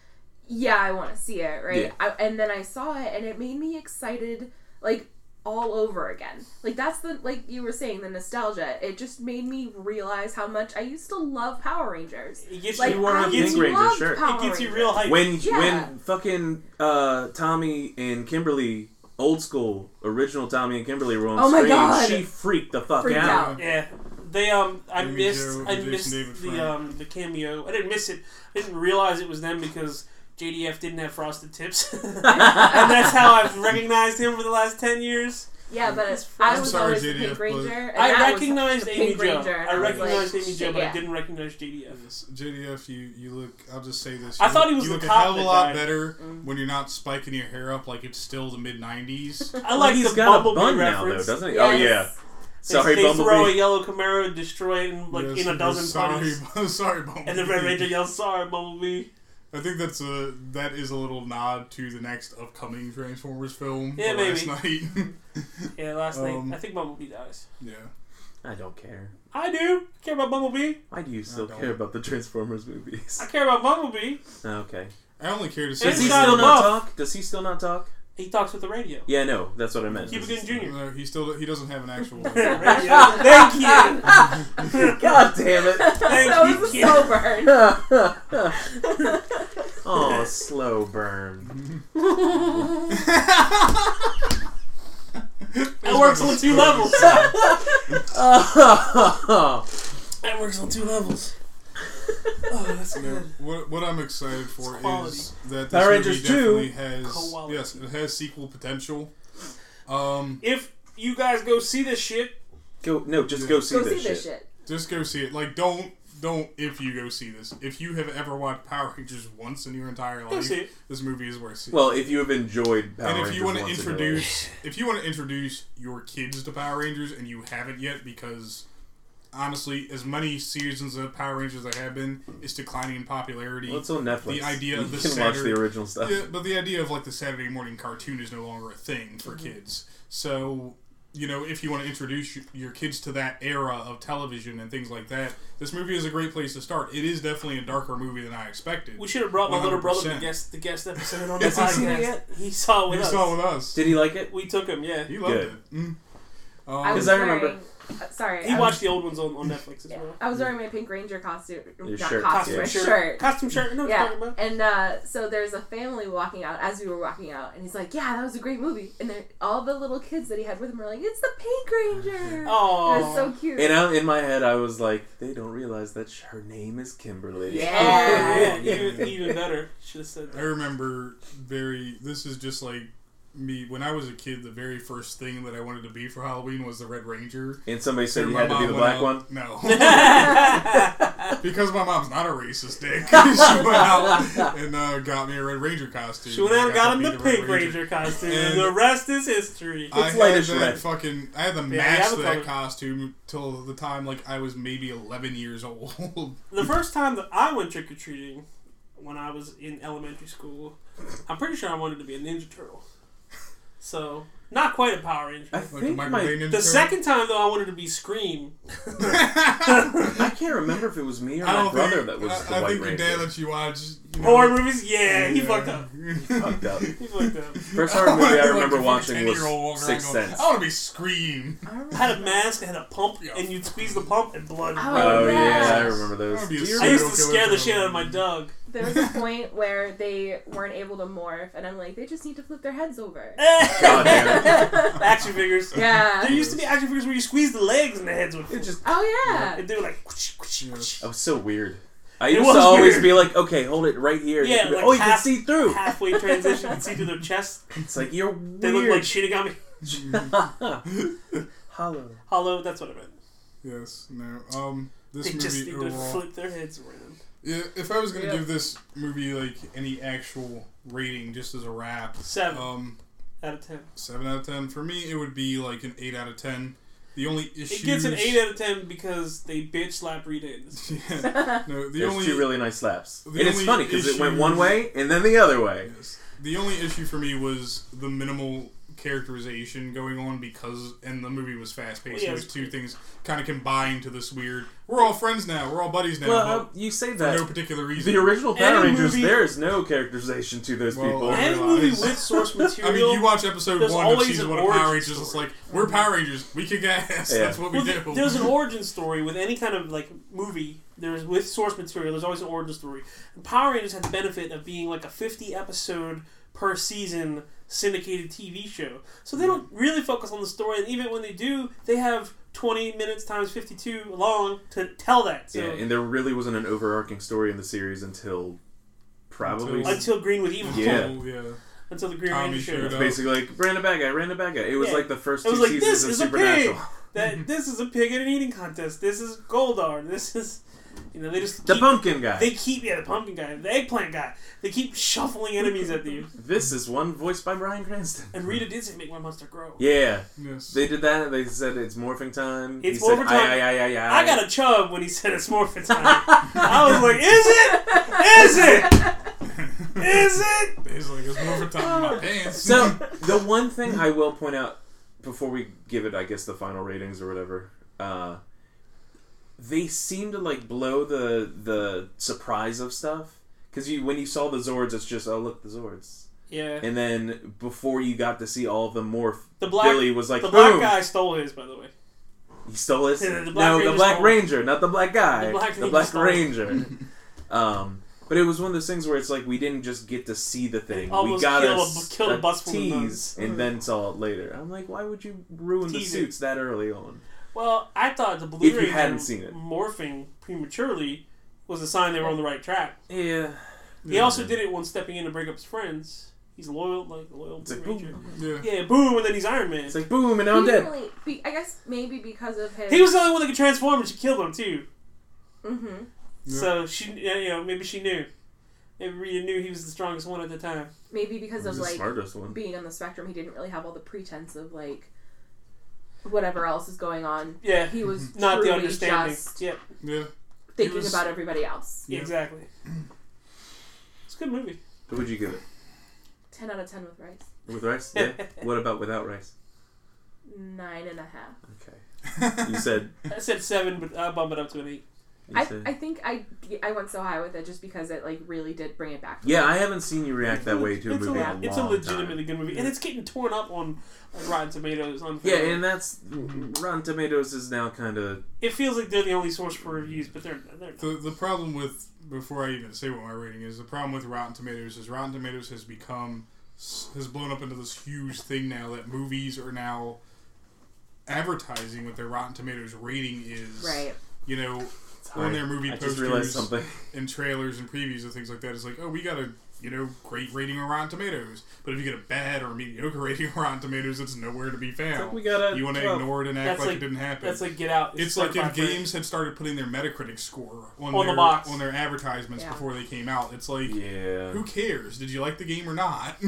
Speaker 4: yeah, I want to see it, right?
Speaker 1: Yeah.
Speaker 4: I, and then I saw it, and it made me excited, like all over again. Like that's the like you were saying the nostalgia. It just made me realize how much I used to love Power Rangers.
Speaker 2: It gets
Speaker 4: Like
Speaker 2: you,
Speaker 1: wore a
Speaker 4: I
Speaker 2: it gets,
Speaker 1: Pink
Speaker 2: you-
Speaker 1: Ranger
Speaker 4: loved
Speaker 1: shirt.
Speaker 4: Power
Speaker 2: it gets you
Speaker 4: Rangers.
Speaker 2: real hype.
Speaker 1: When
Speaker 4: Yeah.
Speaker 1: when fucking uh, Tommy and Kimberly, old school original Tommy and Kimberly were on
Speaker 4: Oh my
Speaker 1: screen,
Speaker 4: God.
Speaker 1: she freaked the fuck
Speaker 4: Freaked
Speaker 1: out.
Speaker 4: out.
Speaker 2: Yeah, they um, I
Speaker 3: Amy
Speaker 2: missed,
Speaker 3: Jo and
Speaker 2: I
Speaker 3: Jason
Speaker 2: missed
Speaker 3: David Frank.
Speaker 2: the um, the cameo. I didn't miss it. I didn't realize it was them because JDF didn't have frosted tips, and that's how I've recognized him for the last ten years.
Speaker 4: Yeah, but
Speaker 2: It's
Speaker 4: I
Speaker 2: fun.
Speaker 4: was
Speaker 3: I'm sorry,
Speaker 4: always the
Speaker 3: JDF,
Speaker 4: Pink
Speaker 3: but-
Speaker 4: Ranger. and that
Speaker 2: I
Speaker 4: was
Speaker 2: recognized
Speaker 4: the
Speaker 2: Amy
Speaker 4: Pink
Speaker 2: Jo.
Speaker 4: Ranger.
Speaker 2: I
Speaker 4: was
Speaker 2: recognized
Speaker 4: like,
Speaker 2: Amy Jo,
Speaker 4: shit,
Speaker 2: but
Speaker 4: yeah.
Speaker 2: I didn't recognize JDF.
Speaker 3: JDF, you you look. I'll just say this.
Speaker 2: I
Speaker 3: you
Speaker 2: thought he
Speaker 3: look-
Speaker 2: was
Speaker 3: you
Speaker 2: the
Speaker 3: look
Speaker 2: cop
Speaker 3: a hell of a
Speaker 2: that
Speaker 3: lot
Speaker 2: died. Mm.
Speaker 3: better when you're not spiking your hair up like it's still the mid '90s.
Speaker 2: I like
Speaker 1: He's
Speaker 2: the
Speaker 1: got
Speaker 2: Bumblebee
Speaker 1: a bun now
Speaker 2: reference.
Speaker 1: though, doesn't he? Oh yeah.
Speaker 4: Yes.
Speaker 2: They-
Speaker 1: Sorry,
Speaker 2: they
Speaker 1: Bumblebee.
Speaker 2: throw a yellow Camaro, destroy it in like
Speaker 3: Yes,
Speaker 2: in a
Speaker 3: we're
Speaker 2: dozen
Speaker 3: sorry,
Speaker 2: punches.
Speaker 3: sorry, Bumblebee.
Speaker 2: And the Red Ranger yells, "Sorry, Bumblebee."
Speaker 3: I think that's a that is a little nod to the next upcoming Transformers film.
Speaker 2: Yeah,
Speaker 3: the Last night.
Speaker 2: Yeah, last
Speaker 3: Um,
Speaker 2: night I think Bumblebee dies.
Speaker 3: yeah.
Speaker 1: I don't care.
Speaker 2: I do. I care about Bumblebee.
Speaker 1: Why do you still
Speaker 3: don't.
Speaker 1: care about the Transformers movies?
Speaker 2: I care about Bumblebee.
Speaker 1: Okay.
Speaker 3: I only care to see.
Speaker 1: Does he
Speaker 2: Inside
Speaker 1: still not
Speaker 2: Love.
Speaker 1: talk? Does he still not talk?
Speaker 2: He talks with the radio.
Speaker 1: Yeah, no, that's what I meant.
Speaker 2: Cuba
Speaker 1: Does he
Speaker 2: Gooding Jr.
Speaker 3: No, he still he doesn't have an actual.
Speaker 2: radio. Thank you.
Speaker 1: still- God damn it!
Speaker 4: that was a
Speaker 2: you.
Speaker 4: slow burn.
Speaker 1: oh, slow burn.
Speaker 2: That works on two levels.
Speaker 1: Oh,
Speaker 2: That works on two levels. Oh, that's
Speaker 3: No,
Speaker 2: good.
Speaker 3: what, what I'm excited for
Speaker 2: quality.
Speaker 3: is that this
Speaker 1: Power
Speaker 3: movie
Speaker 1: Rangers 2
Speaker 3: definitely has
Speaker 2: Quality.
Speaker 3: yes, it has sequel potential. Um,
Speaker 2: If you guys go see this shit,
Speaker 1: go no, just go see,
Speaker 4: Go
Speaker 1: this,
Speaker 4: see this
Speaker 1: shit.
Speaker 4: shit.
Speaker 3: just go see it. Like, don't don't if you go see this. If you have ever watched Power Rangers once in your entire life,
Speaker 2: see it.
Speaker 3: this movie is worth seeing.
Speaker 1: Well, if you have enjoyed Power
Speaker 3: and if you
Speaker 1: want to
Speaker 3: to introduce if you want to introduce your kids to Power Rangers and you haven't yet because honestly as many seasons of Power Rangers there have been it's declining in popularity
Speaker 1: well, it's on Netflix.
Speaker 3: The idea
Speaker 1: you
Speaker 3: of the
Speaker 1: can watch the
Speaker 3: Saturn-
Speaker 1: original stuff.
Speaker 3: Yeah, but the idea of like the Saturday morning cartoon is no longer a thing for kids. So, you know, if you want to introduce y- your kids to that era of television and things like that, this movie is a great place to start. It is definitely a darker movie than I expected.
Speaker 2: we should have brought my little brother to
Speaker 3: 100%.
Speaker 2: guest the guest episode on the
Speaker 1: Has he seen it
Speaker 2: podcast.
Speaker 1: yet?
Speaker 2: He saw it with
Speaker 3: You
Speaker 2: us.
Speaker 3: saw with us.
Speaker 1: Did he like it?
Speaker 2: We took him. Yeah,
Speaker 3: He loved
Speaker 1: Good.
Speaker 3: it. Mm. Um,
Speaker 4: I was
Speaker 1: I remember-
Speaker 4: wearing. uh, sorry.
Speaker 2: he
Speaker 4: I was-
Speaker 2: watched the old ones on, on Netflix as
Speaker 4: Yeah.
Speaker 2: well.
Speaker 4: I was wearing my Pink Ranger costume,
Speaker 1: Your
Speaker 4: not
Speaker 1: shirt,
Speaker 4: costume,
Speaker 1: yeah.
Speaker 4: shirt.
Speaker 2: costume shirt. I know what you're
Speaker 4: Yeah,
Speaker 2: talking about.
Speaker 4: and uh, so there's a family walking out as we were walking out, and he's like, "Yeah, that was a great movie." And then all the little kids that he had with him were like, "It's the Pink Ranger."
Speaker 2: Oh,
Speaker 4: it was so cute.
Speaker 1: And I, in my head, I was like, they don't realize that sh- her name is Kimberly.
Speaker 2: yeah,
Speaker 4: Yeah.
Speaker 2: even, even better. Should have said
Speaker 3: I
Speaker 2: that.
Speaker 3: remember very. This is just like me when I was a kid. The very first thing that I wanted to be for Halloween was the Red Ranger.
Speaker 1: And somebody said you
Speaker 3: My
Speaker 1: had to be the
Speaker 3: mom went
Speaker 1: black
Speaker 3: out-
Speaker 1: one.
Speaker 3: No. Because my mom's not a racist dick. she went out and uh, got me a Red Ranger costume.
Speaker 2: She went out and
Speaker 3: I
Speaker 2: got him
Speaker 3: to
Speaker 2: the
Speaker 3: be
Speaker 2: Pink
Speaker 3: Red
Speaker 2: Ranger costume.
Speaker 3: And-
Speaker 2: the rest is history.
Speaker 3: I
Speaker 1: It's
Speaker 3: had
Speaker 1: lightish
Speaker 3: that
Speaker 1: red.
Speaker 3: fucking. I had to
Speaker 2: you
Speaker 3: match
Speaker 2: have a
Speaker 3: that
Speaker 2: color.
Speaker 3: costume till the time like I was maybe eleven years old.
Speaker 2: the first time that I went trick or treating, when I was in elementary school, I'm pretty sure I wanted to be a Ninja Turtle. So not quite a Power Ranger.
Speaker 1: I
Speaker 3: Like the
Speaker 1: think
Speaker 3: Michael
Speaker 1: my,
Speaker 3: Bay Ninja
Speaker 2: the
Speaker 3: Turtle.
Speaker 2: second time though, I wanted to be Scream.
Speaker 1: I can't remember if it was me or
Speaker 3: I
Speaker 1: my
Speaker 3: don't
Speaker 1: brother
Speaker 3: think,
Speaker 1: that was
Speaker 3: I,
Speaker 1: the
Speaker 3: I
Speaker 1: White
Speaker 3: think
Speaker 1: Ranger.
Speaker 3: your dad lets you watch you
Speaker 2: Horror movies, yeah, he
Speaker 3: yeah.
Speaker 2: fucked up.
Speaker 1: Fucked up.
Speaker 2: He fucked up.
Speaker 1: First horror movie I
Speaker 3: Like,
Speaker 1: remember
Speaker 3: a
Speaker 1: watching
Speaker 3: 10-year-old
Speaker 1: was
Speaker 3: walking
Speaker 1: Sixth
Speaker 3: around going, "Oh,
Speaker 1: Sense.
Speaker 3: I want to be Scream.
Speaker 4: I remember-
Speaker 2: Had a mask, had a pump, and you'd squeeze the pump and blood. would
Speaker 4: Oh,
Speaker 2: run.
Speaker 1: Oh
Speaker 4: yes.
Speaker 1: yeah, I remember those.
Speaker 3: That'd be
Speaker 1: Do
Speaker 3: a
Speaker 1: you
Speaker 2: I
Speaker 1: remember-
Speaker 2: used to
Speaker 3: Serial
Speaker 2: scare the
Speaker 3: killer
Speaker 2: shit out of my
Speaker 3: from-
Speaker 2: dog.
Speaker 4: there was a point where they weren't able to morph, and I'm like, they just need to flip their heads over.
Speaker 1: God damn
Speaker 2: action figures.
Speaker 4: yeah.
Speaker 2: There used to be action figures where you squeeze the legs and the heads would.
Speaker 1: It just
Speaker 4: Oh yeah.
Speaker 2: And they were like. whoosh, whoosh, whoosh.
Speaker 1: that was so weird. I
Speaker 2: It
Speaker 1: used
Speaker 2: was
Speaker 1: to always
Speaker 2: weird.
Speaker 1: be like, okay, hold it right here.
Speaker 2: Yeah,
Speaker 1: Like,
Speaker 2: like
Speaker 1: oh, you
Speaker 2: half-
Speaker 1: can see through.
Speaker 2: Halfway transition, you could see through their chest.
Speaker 1: It's like you're
Speaker 2: They look like
Speaker 1: weird.
Speaker 2: Shinigami
Speaker 1: Hollow.
Speaker 2: Hollow. That's what I meant.
Speaker 3: Yes, no. Um, this
Speaker 2: They
Speaker 3: movie
Speaker 2: just need to
Speaker 3: overall.
Speaker 2: flip their heads around.
Speaker 3: Yeah, if I was gonna
Speaker 4: Yeah.
Speaker 3: give this movie like any actual rating, just as a wrap,
Speaker 2: Seven.
Speaker 3: um,
Speaker 2: Out of ten,
Speaker 3: seven out of ten for me, it would be like an eight out of ten. The only issue
Speaker 2: it gets an eight out of ten because they bitch slap Rita in this.
Speaker 3: yeah, no, the
Speaker 1: There's
Speaker 3: only
Speaker 1: two really nice slaps. And
Speaker 3: the
Speaker 1: it's
Speaker 3: only
Speaker 1: funny because it went
Speaker 3: issue-
Speaker 1: one way and then the other way.
Speaker 3: Yes. The only issue for me was the minimal characterization going on because, and the movie was fast paced.
Speaker 2: Well, yeah,
Speaker 3: Those
Speaker 2: it's-
Speaker 3: two things kind of combined to this weird. We're all friends now. We're all buddies now.
Speaker 1: Well, you say
Speaker 2: uh,
Speaker 3: but for no
Speaker 1: that.
Speaker 3: particular reason.
Speaker 1: The original Power
Speaker 2: Any
Speaker 1: Rangers,
Speaker 2: movie-
Speaker 1: there is no characterization to those
Speaker 3: Well,
Speaker 1: people.
Speaker 3: I-
Speaker 2: Any movie
Speaker 3: realize.
Speaker 2: with source
Speaker 3: I
Speaker 2: material.
Speaker 3: mean, you watch episode
Speaker 2: There's
Speaker 3: one of
Speaker 2: always
Speaker 3: season
Speaker 2: an
Speaker 3: one of
Speaker 2: origin
Speaker 3: Power Rangers. It's
Speaker 2: story.
Speaker 3: like we're Power Rangers. We kick ass.
Speaker 1: Yeah.
Speaker 3: That's what we
Speaker 2: Well,
Speaker 3: do.
Speaker 2: th- there's an origin story with any kind of like movie. There's with source material. There's always an origin story. And Power Rangers had the benefit of being like a 50 episode per season syndicated TV show, so they don't really focus on the story. And even when they do, they have 20 minutes times 52 long to tell that. So
Speaker 1: Yeah, and there really wasn't an overarching story in the series until probably
Speaker 3: Until-
Speaker 2: until Greenwood Evil,
Speaker 1: Yeah.
Speaker 3: Oh, yeah.
Speaker 2: until the Green
Speaker 3: Tommy
Speaker 2: Ranger
Speaker 3: showed
Speaker 2: showed
Speaker 3: up.
Speaker 2: up.
Speaker 1: basically like ran a bad guy, ran a bad guy. It was
Speaker 2: Yeah.
Speaker 1: like the first
Speaker 2: It
Speaker 1: two
Speaker 2: was like,
Speaker 1: seasons
Speaker 2: this
Speaker 1: of
Speaker 2: is a
Speaker 1: Supernatural.
Speaker 2: That this is a pig in an eating contest. This is Goldar. This is you know they just
Speaker 1: The
Speaker 2: keep-
Speaker 1: pumpkin guy.
Speaker 2: They keep yeah, the pumpkin guy, the eggplant guy. They keep shuffling enemies at you.
Speaker 1: This is one voiced by Brian Cranston.
Speaker 2: And Rita did say, "Make my monster grow."
Speaker 1: Yeah,
Speaker 3: Yes.
Speaker 1: they did that. They said it's morphing time.
Speaker 2: It's
Speaker 1: He said,
Speaker 2: morphing
Speaker 1: "Aye,
Speaker 2: time."
Speaker 1: aye, aye, aye, aye."
Speaker 2: I got a chub when he said it's more for time. I was like, "Is it? Is it? Is it?"
Speaker 3: It's like it's more for time in my pants.
Speaker 1: So the one thing I will point out before we give it, I guess, the final ratings or whatever, uh, they seem to like blow the the surprise of stuff because you when you saw the Zords, it's just oh look the Zords,
Speaker 2: Yeah.
Speaker 1: and then before you got to see all of them morph,
Speaker 2: The black
Speaker 1: Billy was like
Speaker 2: the black
Speaker 1: boom,
Speaker 2: guy stole his, by the way.
Speaker 1: he stole his.
Speaker 2: Yeah, the Black
Speaker 1: no,
Speaker 2: Ranger
Speaker 1: the Black
Speaker 2: stole it.
Speaker 1: Ranger, not the black guy.
Speaker 2: The
Speaker 1: The
Speaker 2: Black
Speaker 1: Black,
Speaker 2: Ranger stole it.
Speaker 1: Ranger. um, but it was one of those things where it's like we didn't just get to see the thing. We
Speaker 2: Almost
Speaker 1: got
Speaker 2: kill
Speaker 1: a,
Speaker 2: a-
Speaker 1: s-
Speaker 2: kill a bus full of
Speaker 1: tease
Speaker 2: nuns.
Speaker 1: and then saw it later. I'm like, why would you ruin the
Speaker 2: Tease it.
Speaker 1: suits that early on?
Speaker 2: Well, I thought the Blue
Speaker 1: If you
Speaker 2: Ranger
Speaker 1: hadn't seen it.
Speaker 2: morphing prematurely was a sign they were on the right track.
Speaker 1: Yeah.
Speaker 2: He also did it when stepping in to break up his friends. He's loyal, like loyal
Speaker 1: It's
Speaker 2: Blue
Speaker 1: like,
Speaker 2: Ranger.
Speaker 1: boom.
Speaker 3: Yeah.
Speaker 2: Yeah, boom, and then he's Iron Man.
Speaker 1: It's like boom, and now
Speaker 4: He
Speaker 1: I'm
Speaker 4: didn't
Speaker 1: dead.
Speaker 4: really- be- I guess maybe because of his.
Speaker 2: he was the only one that could transform, and she killed him too.
Speaker 4: hmm
Speaker 3: Yeah.
Speaker 2: So she, yeah, you know, maybe she knew. Maybe Rita knew he was the strongest one at the time.
Speaker 4: Maybe because of
Speaker 1: He's the
Speaker 4: like
Speaker 1: smartest one.
Speaker 4: being on the spectrum, he didn't really have all the pretense of like whatever else is going on.
Speaker 2: Yeah,
Speaker 4: He was
Speaker 2: not the
Speaker 4: truly
Speaker 2: understanding.
Speaker 4: just
Speaker 2: Yep,
Speaker 3: Yeah.
Speaker 4: thinking
Speaker 3: was-
Speaker 4: about everybody else.
Speaker 3: Yeah.
Speaker 2: exactly. It's a good movie.
Speaker 1: What would you give it
Speaker 4: Ten out of ten with rice.
Speaker 1: with rice? Yeah. what about without rice?
Speaker 4: Nine and a half.
Speaker 1: Okay. You said.
Speaker 2: I said seven, but I bump it up to an eight.
Speaker 1: You
Speaker 4: I,
Speaker 1: said
Speaker 4: I think I I went so high with it just because it like really did bring it back. To
Speaker 1: yeah,
Speaker 4: me.
Speaker 1: I haven't seen you react that way to a
Speaker 2: it's
Speaker 1: movie. in
Speaker 2: A,
Speaker 1: a
Speaker 2: it's a
Speaker 1: long time.
Speaker 2: legitimately good movie, and it's getting torn up on like, Rotten Tomatoes. On
Speaker 1: Yeah, and that's Rotten Tomatoes is now kind of
Speaker 2: it feels like they're the only source for reviews, but they're they're not.
Speaker 3: The, the problem with before I even say what my rating is, the problem with Rotten Tomatoes is Rotten Tomatoes has become has blown up into this huge thing now that movies are now advertising what their Rotten Tomatoes rating is.
Speaker 4: Right.
Speaker 3: You know, on
Speaker 1: Sorry.
Speaker 3: their movie
Speaker 1: I just realized
Speaker 3: posters
Speaker 1: something.
Speaker 3: and trailers and previews and things like that. It's like, oh, we got a you know great rating on Rotten Tomatoes, but if you get a bad or mediocre rating on Rotten Tomatoes, it's nowhere to be found.
Speaker 1: we got a
Speaker 3: you want to
Speaker 1: 12.
Speaker 3: ignore it and act
Speaker 2: That's
Speaker 3: like,
Speaker 2: like-
Speaker 3: it didn't happen.
Speaker 2: That's like Get Out.
Speaker 3: It's like if
Speaker 2: certified for-
Speaker 3: games had started putting their Metacritic score on,
Speaker 2: On the
Speaker 3: their,
Speaker 2: box.
Speaker 3: on their advertisements
Speaker 4: Yeah.
Speaker 3: before they came out. It's like,
Speaker 1: Yeah.
Speaker 3: who cares? Did you like the game or not?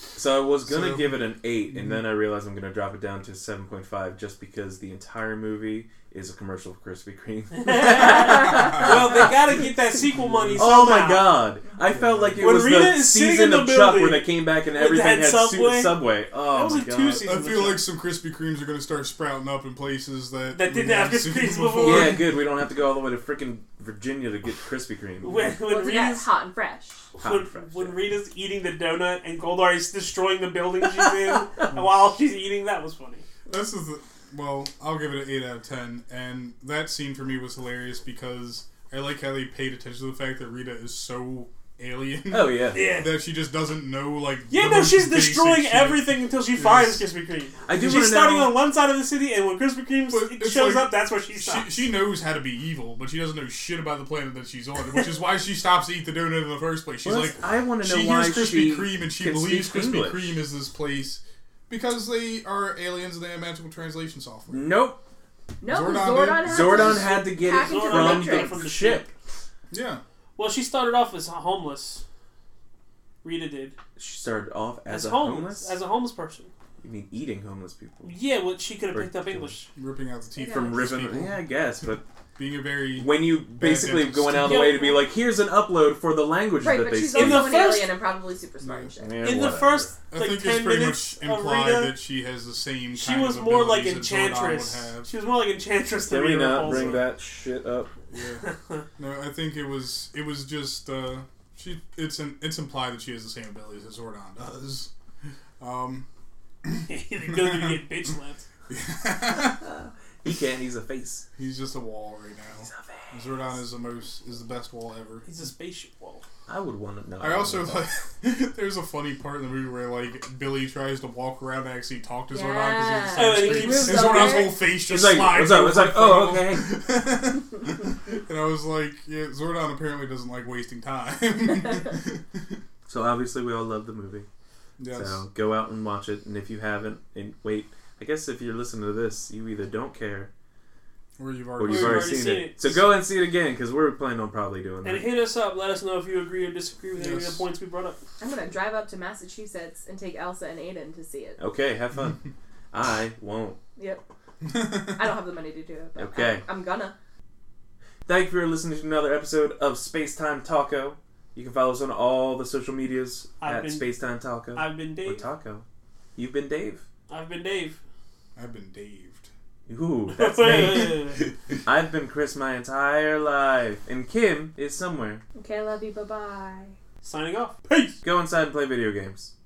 Speaker 1: So I was gonna
Speaker 3: So-
Speaker 1: give it an eight, and
Speaker 2: Mm-hmm.
Speaker 1: then I realized I'm gonna drop it down to seven point five just because the entire movie is a commercial for Krispy Kreme.
Speaker 2: well, they gotta get that sequel money.
Speaker 1: oh my
Speaker 2: somehow.
Speaker 1: god! I felt like it
Speaker 2: When
Speaker 1: was
Speaker 2: Rita
Speaker 1: the
Speaker 2: is sitting in
Speaker 1: season
Speaker 2: the
Speaker 1: of Chuck
Speaker 2: building
Speaker 1: when they came back and
Speaker 2: with
Speaker 1: everything
Speaker 2: that
Speaker 1: had
Speaker 2: Subway.
Speaker 1: Subway. Subway. Oh
Speaker 2: That was
Speaker 1: my
Speaker 2: like
Speaker 1: god!
Speaker 2: two seasons.
Speaker 3: I feel like some Krispy Kremes are going to start sprouting up in places that
Speaker 2: That
Speaker 3: we
Speaker 2: didn't have
Speaker 3: haven't seen
Speaker 2: Krispy Kremes before.
Speaker 1: yeah, good. We don't have to go all the way to freaking Virginia to get Krispy Kreme.
Speaker 2: When, when,
Speaker 4: Well, yeah,
Speaker 2: Rita's,
Speaker 4: it's hot and fresh.
Speaker 1: Hot
Speaker 2: when,
Speaker 1: and fresh,
Speaker 2: when
Speaker 1: yeah.
Speaker 2: Rita's eating the donut and Goldar is destroying the building she's in while she's eating, that was funny.
Speaker 3: That's the th- well, I'll give it an eight out of ten, and that scene for me was hilarious because I like how they paid attention to the fact that Rita is so alien
Speaker 1: Oh yeah.
Speaker 2: Yeah.
Speaker 3: that she just doesn't know like
Speaker 2: Yeah,
Speaker 3: the
Speaker 2: no,
Speaker 3: most
Speaker 2: she's
Speaker 3: basic
Speaker 2: destroying
Speaker 3: shit.
Speaker 2: everything until she finds Krispy Kreme.
Speaker 1: I do wanna
Speaker 2: she's starting
Speaker 1: know-
Speaker 2: on one side of the city, and when Krispy Kreme
Speaker 3: But it's
Speaker 2: shows
Speaker 3: like-
Speaker 2: up, that's where she
Speaker 3: She,
Speaker 2: stops.
Speaker 3: she knows how to be evil, but she doesn't know shit about the planet that she's on, which is why she stops to eat the donut in the first place. She's
Speaker 1: Well,
Speaker 3: like,
Speaker 1: that's- I want to know
Speaker 3: she
Speaker 1: why
Speaker 3: hears
Speaker 1: she
Speaker 3: Krispy Kreme and she
Speaker 1: can
Speaker 3: believes
Speaker 1: speak
Speaker 3: Krispy
Speaker 1: English.
Speaker 3: Kreme is this place because they are aliens and they have magical translation software.
Speaker 1: Nope.
Speaker 4: No,
Speaker 3: Zordon
Speaker 4: Zordon,
Speaker 3: did.
Speaker 4: had
Speaker 1: Zordon
Speaker 4: to,
Speaker 1: had to get it
Speaker 4: Package
Speaker 2: Zordon
Speaker 1: from
Speaker 2: got it
Speaker 1: the,
Speaker 2: from the
Speaker 1: ship.
Speaker 2: ship.
Speaker 3: Yeah,
Speaker 2: well, she started off as homeless. Rita did.
Speaker 1: She started off as,
Speaker 2: As,
Speaker 1: a
Speaker 2: homeless.
Speaker 1: homeless.
Speaker 2: As a homeless person.
Speaker 1: you mean eating homeless people?
Speaker 2: Yeah, well, she could have
Speaker 1: Or
Speaker 2: picked up
Speaker 1: doing-
Speaker 2: English.
Speaker 3: ripping out the teeth
Speaker 4: Yeah.
Speaker 1: From
Speaker 3: homeless
Speaker 1: ripping,
Speaker 3: people.
Speaker 1: yeah, I guess, but
Speaker 3: being a very
Speaker 1: when you basically
Speaker 3: dentist.
Speaker 1: going out of the way to be like, here's an upload for the languages
Speaker 4: Right,
Speaker 1: that
Speaker 4: but
Speaker 1: they
Speaker 4: she's
Speaker 1: speak.
Speaker 2: In the
Speaker 4: also an
Speaker 2: first-
Speaker 4: alien and probably super smart and
Speaker 3: Yeah.
Speaker 4: shit.
Speaker 1: Yeah,
Speaker 2: In the
Speaker 1: whatever.
Speaker 2: first,
Speaker 3: I
Speaker 2: like,
Speaker 3: think
Speaker 2: 10
Speaker 3: it's pretty
Speaker 2: minutes
Speaker 3: much
Speaker 2: of
Speaker 3: implied
Speaker 2: Rita,
Speaker 3: that she has the same.
Speaker 2: she
Speaker 3: kind
Speaker 2: was
Speaker 3: of
Speaker 2: more like
Speaker 3: abilities that Zordon would
Speaker 2: Enchantress.
Speaker 3: have.
Speaker 2: She was more like Enchantress than
Speaker 1: Can we
Speaker 2: Rita
Speaker 1: not
Speaker 2: Repulsa.
Speaker 1: bring that shit up?
Speaker 3: Yeah. No, I think it was it was just uh, she. It's an, it's implied that she has the same abilities as Zordon does. Um,
Speaker 2: They're going to get bitch slapped.
Speaker 1: He can't. He's a face.
Speaker 3: he's just a wall right now. Zordon is the most is the best wall ever.
Speaker 2: He's a spaceship wall.
Speaker 1: I would want to know.
Speaker 3: I also like. There's a funny part in the movie where like Billy tries to walk around and actually talk to Zordon because
Speaker 4: Yeah.
Speaker 2: Oh, and he
Speaker 3: he's in the
Speaker 2: keeps
Speaker 3: same street.
Speaker 4: going
Speaker 3: and Zordon's
Speaker 4: back.
Speaker 3: whole face just
Speaker 1: He's like,
Speaker 3: slides.
Speaker 1: "What's up?" It's like,
Speaker 3: over
Speaker 1: "Oh,
Speaker 3: from him. and I was like, yeah, Zordon apparently doesn't like wasting time.
Speaker 1: So obviously, we all love the movie.
Speaker 3: yes.
Speaker 1: So go out and watch it. And if you haven't, and wait. I guess if you're listening to this, you either don't care
Speaker 3: Or you've
Speaker 1: or
Speaker 3: already.
Speaker 1: you've
Speaker 2: We've
Speaker 1: already
Speaker 2: already
Speaker 1: seen
Speaker 2: seen
Speaker 1: it.
Speaker 2: it.
Speaker 1: So go and see it again because we're planning on probably doing
Speaker 2: And
Speaker 1: that.
Speaker 2: hit us up. Let us know if you agree or disagree with any of
Speaker 3: Yes.
Speaker 2: the points we brought up.
Speaker 4: I'm gonna drive up to Massachusetts and take Elsa and Aiden to see it.
Speaker 1: Okay, have fun. I won't.
Speaker 4: Yep. I don't have the money to do it, but
Speaker 1: Okay.
Speaker 4: I'm, I'm gonna.
Speaker 1: Thank you for listening to another episode of Spacetime Taco. You can follow us on all the social medias
Speaker 2: I've
Speaker 1: at
Speaker 2: been-
Speaker 1: Spacetime Taco.
Speaker 2: I've been
Speaker 1: or
Speaker 2: Dave.
Speaker 1: Taco. You've been Dave.
Speaker 2: I've been Dave.
Speaker 3: I've been daved.
Speaker 1: Ooh, that's me. I've been Chris my entire life, and Kim is somewhere.
Speaker 4: Okay, I love you. Bye bye.
Speaker 2: Signing off. Peace.
Speaker 1: Go inside and play video games.